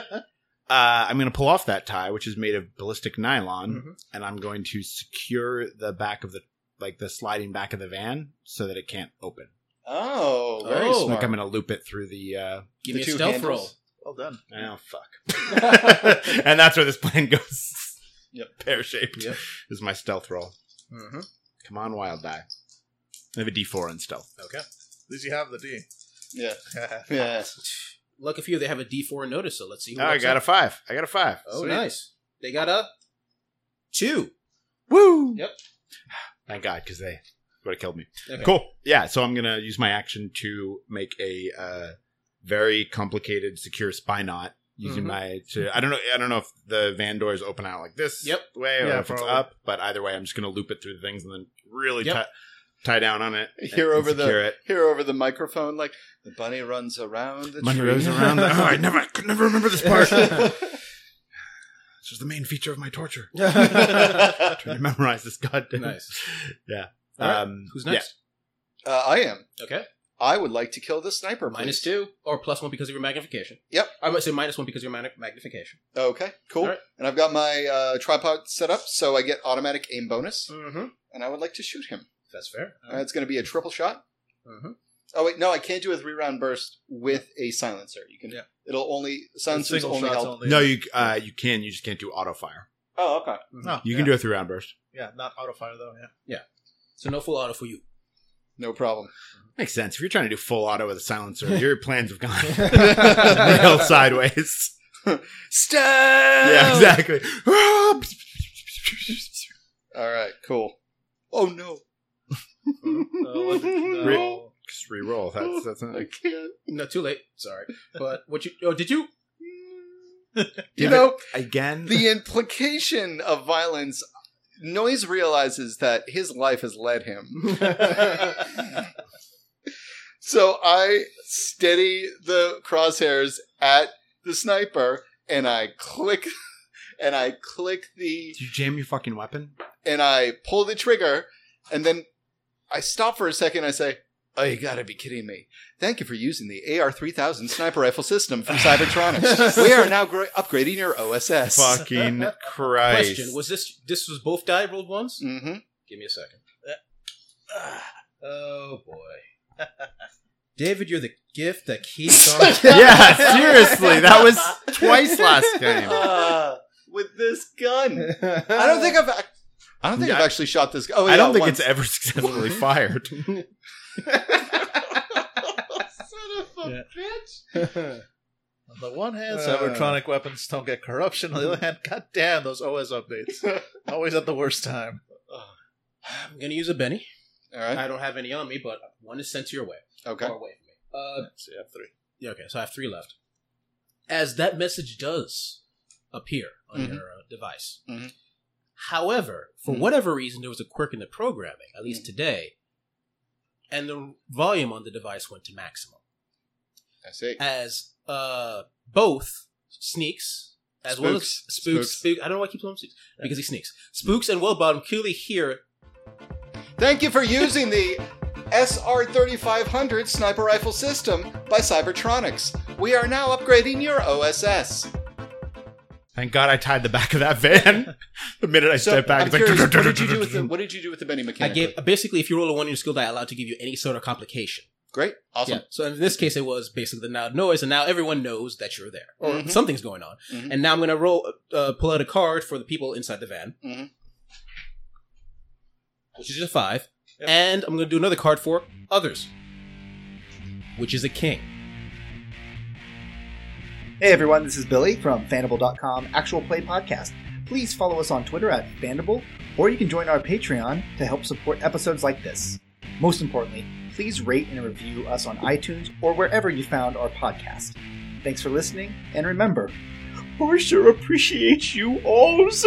Speaker 3: Uh, I'm going to pull off that tie, which is made of ballistic nylon,
Speaker 4: Mm-hmm.
Speaker 1: Mhm.
Speaker 3: and I'm going to secure the back of the like the sliding back of the van so that it can't open.
Speaker 2: Oh, very
Speaker 1: Oh.
Speaker 2: smart.
Speaker 3: Like I'm going to loop it through the. Uh,
Speaker 1: Give
Speaker 2: The
Speaker 1: me a
Speaker 2: two
Speaker 1: stealth
Speaker 2: handles.
Speaker 1: roll.
Speaker 4: well done.
Speaker 3: oh fuck! and that's where this plan goes.
Speaker 2: Yep.
Speaker 3: Pear shaped
Speaker 1: Yep.
Speaker 3: is my stealth roll. Mm-hmm. Come on, wild die. I have a D4 in stealth.
Speaker 1: Okay.
Speaker 4: At least you have the D.
Speaker 2: Yeah. Yeah.
Speaker 1: Lucky for you, they have a D4 notice, so let's see. Who
Speaker 3: Oh, I
Speaker 1: walks
Speaker 3: got
Speaker 1: up.
Speaker 3: a five. I got a five.
Speaker 1: Oh,
Speaker 3: Sweet.
Speaker 1: nice. They got a two.
Speaker 3: Woo!
Speaker 1: Yep.
Speaker 3: Thank God, because they would have killed me.
Speaker 1: Okay.
Speaker 3: Cool. Yeah, so I'm gonna use my action to make a uh, very complicated secure spy knot using
Speaker 1: Mhm.
Speaker 3: my. To, I don't know. I don't know if the van doors open out like this.
Speaker 1: Yep.
Speaker 3: Way or
Speaker 4: Yeah,
Speaker 3: if
Speaker 4: probably.
Speaker 3: it's up, but either way, I'm just gonna loop it through the things and then really
Speaker 1: Yep.
Speaker 3: tie, tie down on it.
Speaker 2: Here
Speaker 3: and
Speaker 2: over the-
Speaker 3: secure it.
Speaker 2: Hear over the microphone like the bunny runs around the
Speaker 3: Money
Speaker 2: tree.
Speaker 3: rolls around. The, oh, I never I could never remember this part. this was the main feature of my torture. Trying to memorize this goddamn.
Speaker 1: Nice.
Speaker 3: Yeah.
Speaker 1: All right.
Speaker 3: Um,
Speaker 1: Who's
Speaker 3: yeah.
Speaker 1: next?
Speaker 2: Uh, I am.
Speaker 1: Okay.
Speaker 2: I would like to kill the sniper. Please.
Speaker 1: Minus two or plus one because of your magnification.
Speaker 2: Yep.
Speaker 1: I might say minus one because of your mag- magnification.
Speaker 2: Okay, cool.
Speaker 1: All right.
Speaker 2: And I've got my uh, tripod set up, so I get automatic aim bonus,
Speaker 1: Mm-hmm.
Speaker 2: and I would like to shoot him.
Speaker 1: That's fair.
Speaker 2: Uh, it's going to be a triple shot.
Speaker 1: Mm-hmm.
Speaker 2: Oh wait, no, I can't do a three round burst with a silencer. You can.
Speaker 1: Yeah.
Speaker 2: It'll only silencers
Speaker 4: Single
Speaker 2: only
Speaker 4: shots
Speaker 2: help.
Speaker 4: only.
Speaker 3: No, you uh, you can. You just can't do auto fire.
Speaker 2: Oh, okay.
Speaker 4: No,
Speaker 3: You
Speaker 4: yeah.
Speaker 3: can do a three round burst.
Speaker 4: Yeah, not auto fire though. Yeah.
Speaker 1: So no full auto for you.
Speaker 2: No problem.
Speaker 3: Makes sense. If you're trying to do full auto with a silencer, your plans have gone real sideways.
Speaker 2: Stab.
Speaker 3: Yeah, exactly. Ah!
Speaker 2: All right, cool. Oh no,
Speaker 4: uh, No.
Speaker 3: Just re-roll. That's that's not,
Speaker 2: I can't.
Speaker 1: No, too late. Sorry. But what you? Oh, did you?
Speaker 2: You
Speaker 3: Give
Speaker 2: know,
Speaker 3: it again.
Speaker 2: the implication of violence. Noise realizes that his life has led him. so I steady the crosshairs at the sniper and I click and I click the
Speaker 3: Did you jam your fucking weapon?
Speaker 2: and I pull the trigger and then I stop for a second I say, Oh, you gotta be kidding me. Thank you for using the AR 3000 sniper rifle system from Cybertronics. we are now gr- upgrading your OSS.
Speaker 3: Fucking Christ!
Speaker 1: Question: Was this? This was both die rolled ones.
Speaker 2: Mm-hmm.
Speaker 1: Give me a second. Oh boy. David, you're the gift that keeps on.
Speaker 3: yeah, seriously, that was twice
Speaker 2: Oh,
Speaker 3: last game.
Speaker 2: Uh, with this gun. I
Speaker 1: I
Speaker 2: don't think I've. ac- I don't think
Speaker 3: Yeah.
Speaker 2: I've actually shot this. gu- Oh, yeah,
Speaker 3: I don't think
Speaker 2: once.
Speaker 3: it's ever successfully fired.
Speaker 2: Son of a bitch.
Speaker 4: On the one hand,
Speaker 1: Uh.
Speaker 4: cybertronic weapons don't get corruption. On the other hand, goddamn those OS updates. Always at the worst time.
Speaker 1: I'm gonna use a Benny.
Speaker 2: All right.
Speaker 1: I don't have any on me, but one is sent to your way.
Speaker 2: Okay.
Speaker 1: Far away from me. Uh,
Speaker 4: So you have three.
Speaker 1: Yeah, okay, so I have three left. As that message does appear on
Speaker 2: Mhm.
Speaker 1: your uh, device.
Speaker 2: Mhm.
Speaker 1: However, for
Speaker 2: Mhm.
Speaker 1: whatever reason, there was a quirk in the programming, at least
Speaker 2: Mm-hmm.
Speaker 1: today, and the volume on the device went to maximum.
Speaker 2: I see.
Speaker 1: As uh, both sneaks, as well as
Speaker 2: Spooks.
Speaker 1: spooks,
Speaker 2: Spooks.
Speaker 1: spook- I don't know why I keep calling him sneaks, because he sneaks. Spooks and Wellbottom clearly hear
Speaker 2: Thank you for using the SR3500 sniper rifle system by Cybertronics. We are now upgrading your OSS.
Speaker 3: Thank God I tied the back of that van. The minute I stepped back,
Speaker 2: I'm
Speaker 3: it's like.
Speaker 2: curious, what did you do with the What did you do with the Benny
Speaker 1: I
Speaker 2: mechanic?
Speaker 1: gave basically if you roll a one in your skill die, I allowed to give you any sort of complication.
Speaker 2: Great, awesome.
Speaker 1: Yeah. So in this case, it was basically the loud noise, and now everyone knows that you're there or
Speaker 2: Mhm.
Speaker 1: something's going on.
Speaker 2: Mhm.
Speaker 1: And now I'm gonna roll, uh, pull out a card for the people inside the van,
Speaker 2: Mhm.
Speaker 1: which is a five, and I'm gonna do another card for others, which is a king.
Speaker 6: Hey everyone, this is Billy from Fandible.com Actual Play Podcast. Please follow us on Twitter at Fandible, or you can join our Patreon to help support episodes like this. Most importantly, please rate and review us on iTunes or wherever you found our podcast. Thanks for listening, and remember, we sure appreciate you alls!